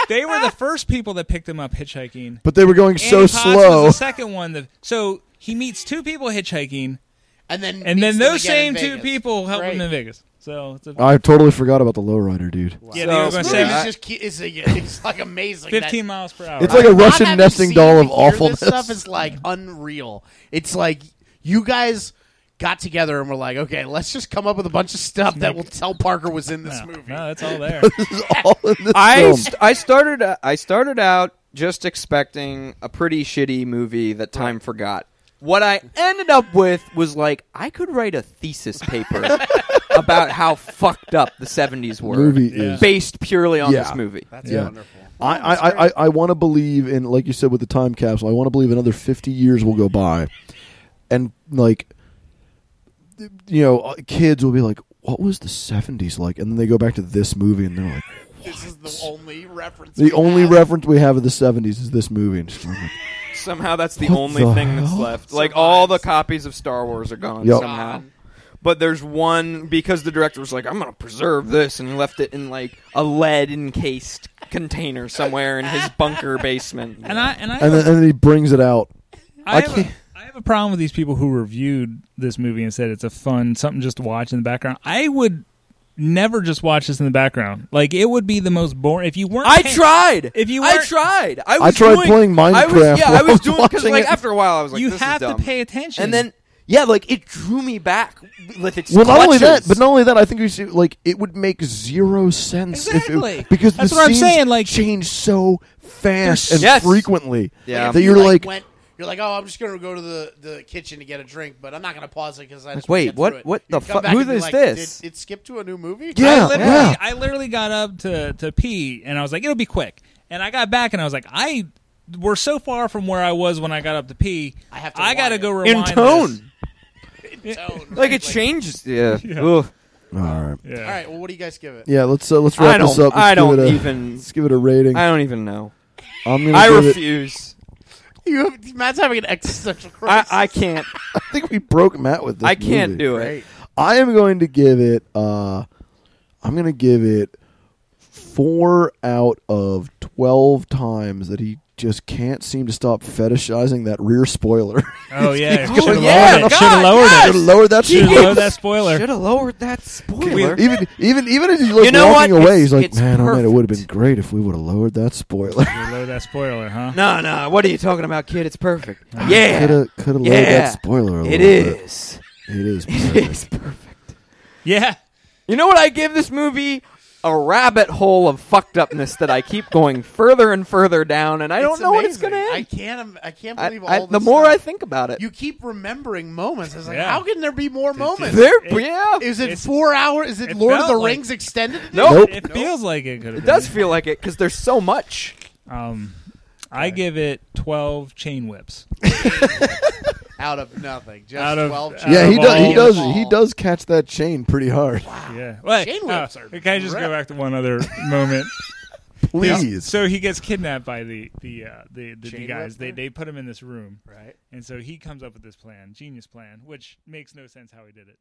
S2: they were the first people that picked him up hitchhiking.
S1: but they were going so
S2: Annie Potts
S1: slow.
S2: Was the second one. That, so he meets two people hitchhiking,
S3: and then
S2: and then
S3: meets them
S2: those same
S3: again in
S2: two
S3: Vegas.
S2: people help him
S3: Great.
S2: in Vegas. So it's a,
S1: I totally forgot about the lowrider dude.
S2: yeah, they were going to
S3: This movie
S4: So-
S2: save
S3: is
S4: Yeah.
S3: just ki- it's, a, it's like amazing. that-
S2: 15 miles per hour.
S1: It's like a
S3: Not
S1: Russian
S3: having
S1: nesting
S3: seen
S1: doll
S3: to
S1: of
S3: hear
S1: awfulness.
S3: This stuff is like unreal. It's like you guys got together and were like, okay, let's just come up with a bunch of stuff that will tell Parker was in this movie.
S2: no, that's all there.
S1: This is all in this
S4: I
S1: film.
S4: st- I started uh, I started out just expecting a pretty shitty movie that time forgot. What I ended up with was like I could write a thesis paper about how fucked up the seventies were,
S1: Movie is-
S4: based purely on
S1: Yeah.
S4: this movie.
S3: That's
S1: Yeah.
S3: wonderful.
S1: I, I, I, I want to believe in, like you said, with the time capsule. I want to believe another fifty years will go by, and like, you know, uh, kids will be like, "What was the seventies like?" And then they go back to this movie, and they're like,
S3: This is the only reference.
S1: "The
S3: we
S1: only
S3: have.
S1: reference we have of the seventies is this movie." And it's like,
S4: Somehow that's the
S1: What
S4: only
S1: the
S4: thing that's
S1: hell?
S4: left. Like all the copies of Star Wars are gone
S1: Yup.
S4: somehow. But there's one because the director was like, "I'm gonna preserve this," and he left it in like a lead encased container somewhere in his bunker basement.
S2: and I and I
S1: and, then, and then he brings it out.
S2: I
S1: I
S2: have,
S1: can't-
S2: a, I have a problem with these people who reviewed this movie and said it's a fun something just to watch in the background. I would never just watch this in the background. Like it would be the most boring. If you weren't,
S4: I
S2: paying-
S4: tried.
S2: If you
S4: I
S2: weren't-
S4: tried. I, was
S1: tried
S4: doing-
S1: playing
S4: I was-
S1: Minecraft
S4: yeah,
S1: while
S4: I
S1: I
S4: was
S1: was
S4: doing because
S1: watching
S4: like
S1: it.
S4: after a while I was like,
S2: you
S4: this is
S2: have to
S4: dumb.
S2: pay attention.
S4: And then yeah, like it drew me back with its.
S1: Well, not only that,
S4: clutches.
S1: but not only that, I think we should like it would make zero sense if it-
S2: Exactly.
S1: because
S2: That's
S1: the
S2: what I'm
S1: scenes
S2: saying, like-
S1: change so fast and
S4: Yes.
S1: frequently
S4: Yeah.
S1: that
S3: You,
S1: you're like,
S3: went, you're like, oh, I'm just gonna go to the, the kitchen to get a drink, but I'm not gonna pause it because I just wanna get
S4: wait, what-
S3: through it.
S4: what
S3: You
S4: the
S3: come
S4: fuck-
S3: back
S4: who
S3: and be
S4: is
S3: like,
S4: this?
S3: Did it skip to a new movie?
S1: yeah,
S2: I literally,
S1: yeah.
S2: I literally got up to to pee, and I was like, "It'll be quick." And I got back, and I was like, "I we're so far from where I was when I got up to pee.
S3: I have to
S2: I got to
S3: rewind
S2: go
S3: it."
S2: rewind
S4: in tone,
S2: this."
S3: Tone,
S4: like
S3: right?
S4: it changes. Yeah. Ugh.
S1: All right.
S2: Yeah.
S3: All right. Well, what do you guys give it?
S1: Yeah, let's uh, let's
S4: I
S1: wrap this
S4: don't-
S1: up. Let's
S4: I
S1: give
S4: don't
S1: it a-
S4: even-
S1: Let's give it a rating.
S4: I don't even know.
S1: I'm gonna
S4: I
S1: give it-
S4: refuse.
S3: You, Matt's having an existential
S4: I,
S3: crisis.
S4: I can't.
S1: I think we broke Matt with this.
S4: I can't
S1: movie.
S4: do it.
S3: Great.
S1: I am going to give it. Uh, I'm going to give it four out of twelve times that he just can't seem to stop fetishizing that rear spoiler.
S2: Oh yeah.
S1: Oh,
S2: Should have
S1: yeah,
S2: lowered it.
S1: God,
S2: Should have lowered
S1: Should have
S2: it.
S1: lowered that
S2: Should have
S1: spoiler.
S2: lowered that spoiler.
S4: Should have lowered that spoiler.
S1: Even even even as he's like
S4: You know
S1: walking
S4: what?
S1: away,
S4: It's-
S1: he's like,
S4: it's
S1: "Man, oh man, it
S4: perfect.
S1: would have been great if we would have lowered that spoiler."
S2: Should lower that spoiler, huh?
S4: no, no. What are you talking about, kid? It's perfect. Yeah,
S1: could have could have lowered
S4: Yeah.
S1: that spoiler. A
S4: it
S1: little bit.
S4: is.
S1: It is.
S4: It
S1: perfect.
S4: is perfect.
S2: Yeah.
S4: You know what I give this movie? A rabbit hole of fucked upness that I keep going further and further down, and I don't
S3: It's
S4: know when it's
S3: amazing.
S4: going to
S3: I
S4: end.
S3: can't. im- I can't
S4: I-
S3: believe
S4: I-
S3: all.
S4: the
S3: this
S4: more
S3: stuff.
S4: I think about it,
S3: you keep remembering moments. It's like,
S2: Yeah.
S3: how can there be more moments?
S4: there, yeah,
S3: Is it
S2: It's-
S3: four hours? Is it
S2: it
S3: Lord of
S2: felt
S3: the
S2: like-
S3: Rings extended?
S1: Nope.
S4: Nope.
S2: It feels like it could have
S4: it does feel like it because there's so much.
S2: Um, I give it 12 chain whips.
S3: Out of nothing. Just
S2: Out of-
S3: twelve.
S2: out
S3: chapters.
S1: Yeah, he
S2: Out of
S1: does. He
S2: all-
S1: does. He does catch that chain pretty hard.
S2: Yeah. Wait,
S3: Ah, Chain whips
S2: uh,
S3: are
S2: Can I just
S3: rad.
S2: go back to one other moment?
S1: Please.
S2: So he gets kidnapped by the the uh, the, the,
S3: Chain
S2: the guys.
S3: whip
S2: They
S3: man?
S2: they put him in this room,
S3: Right.
S2: and so he comes up with this plan, genius plan, which makes no sense how he did it.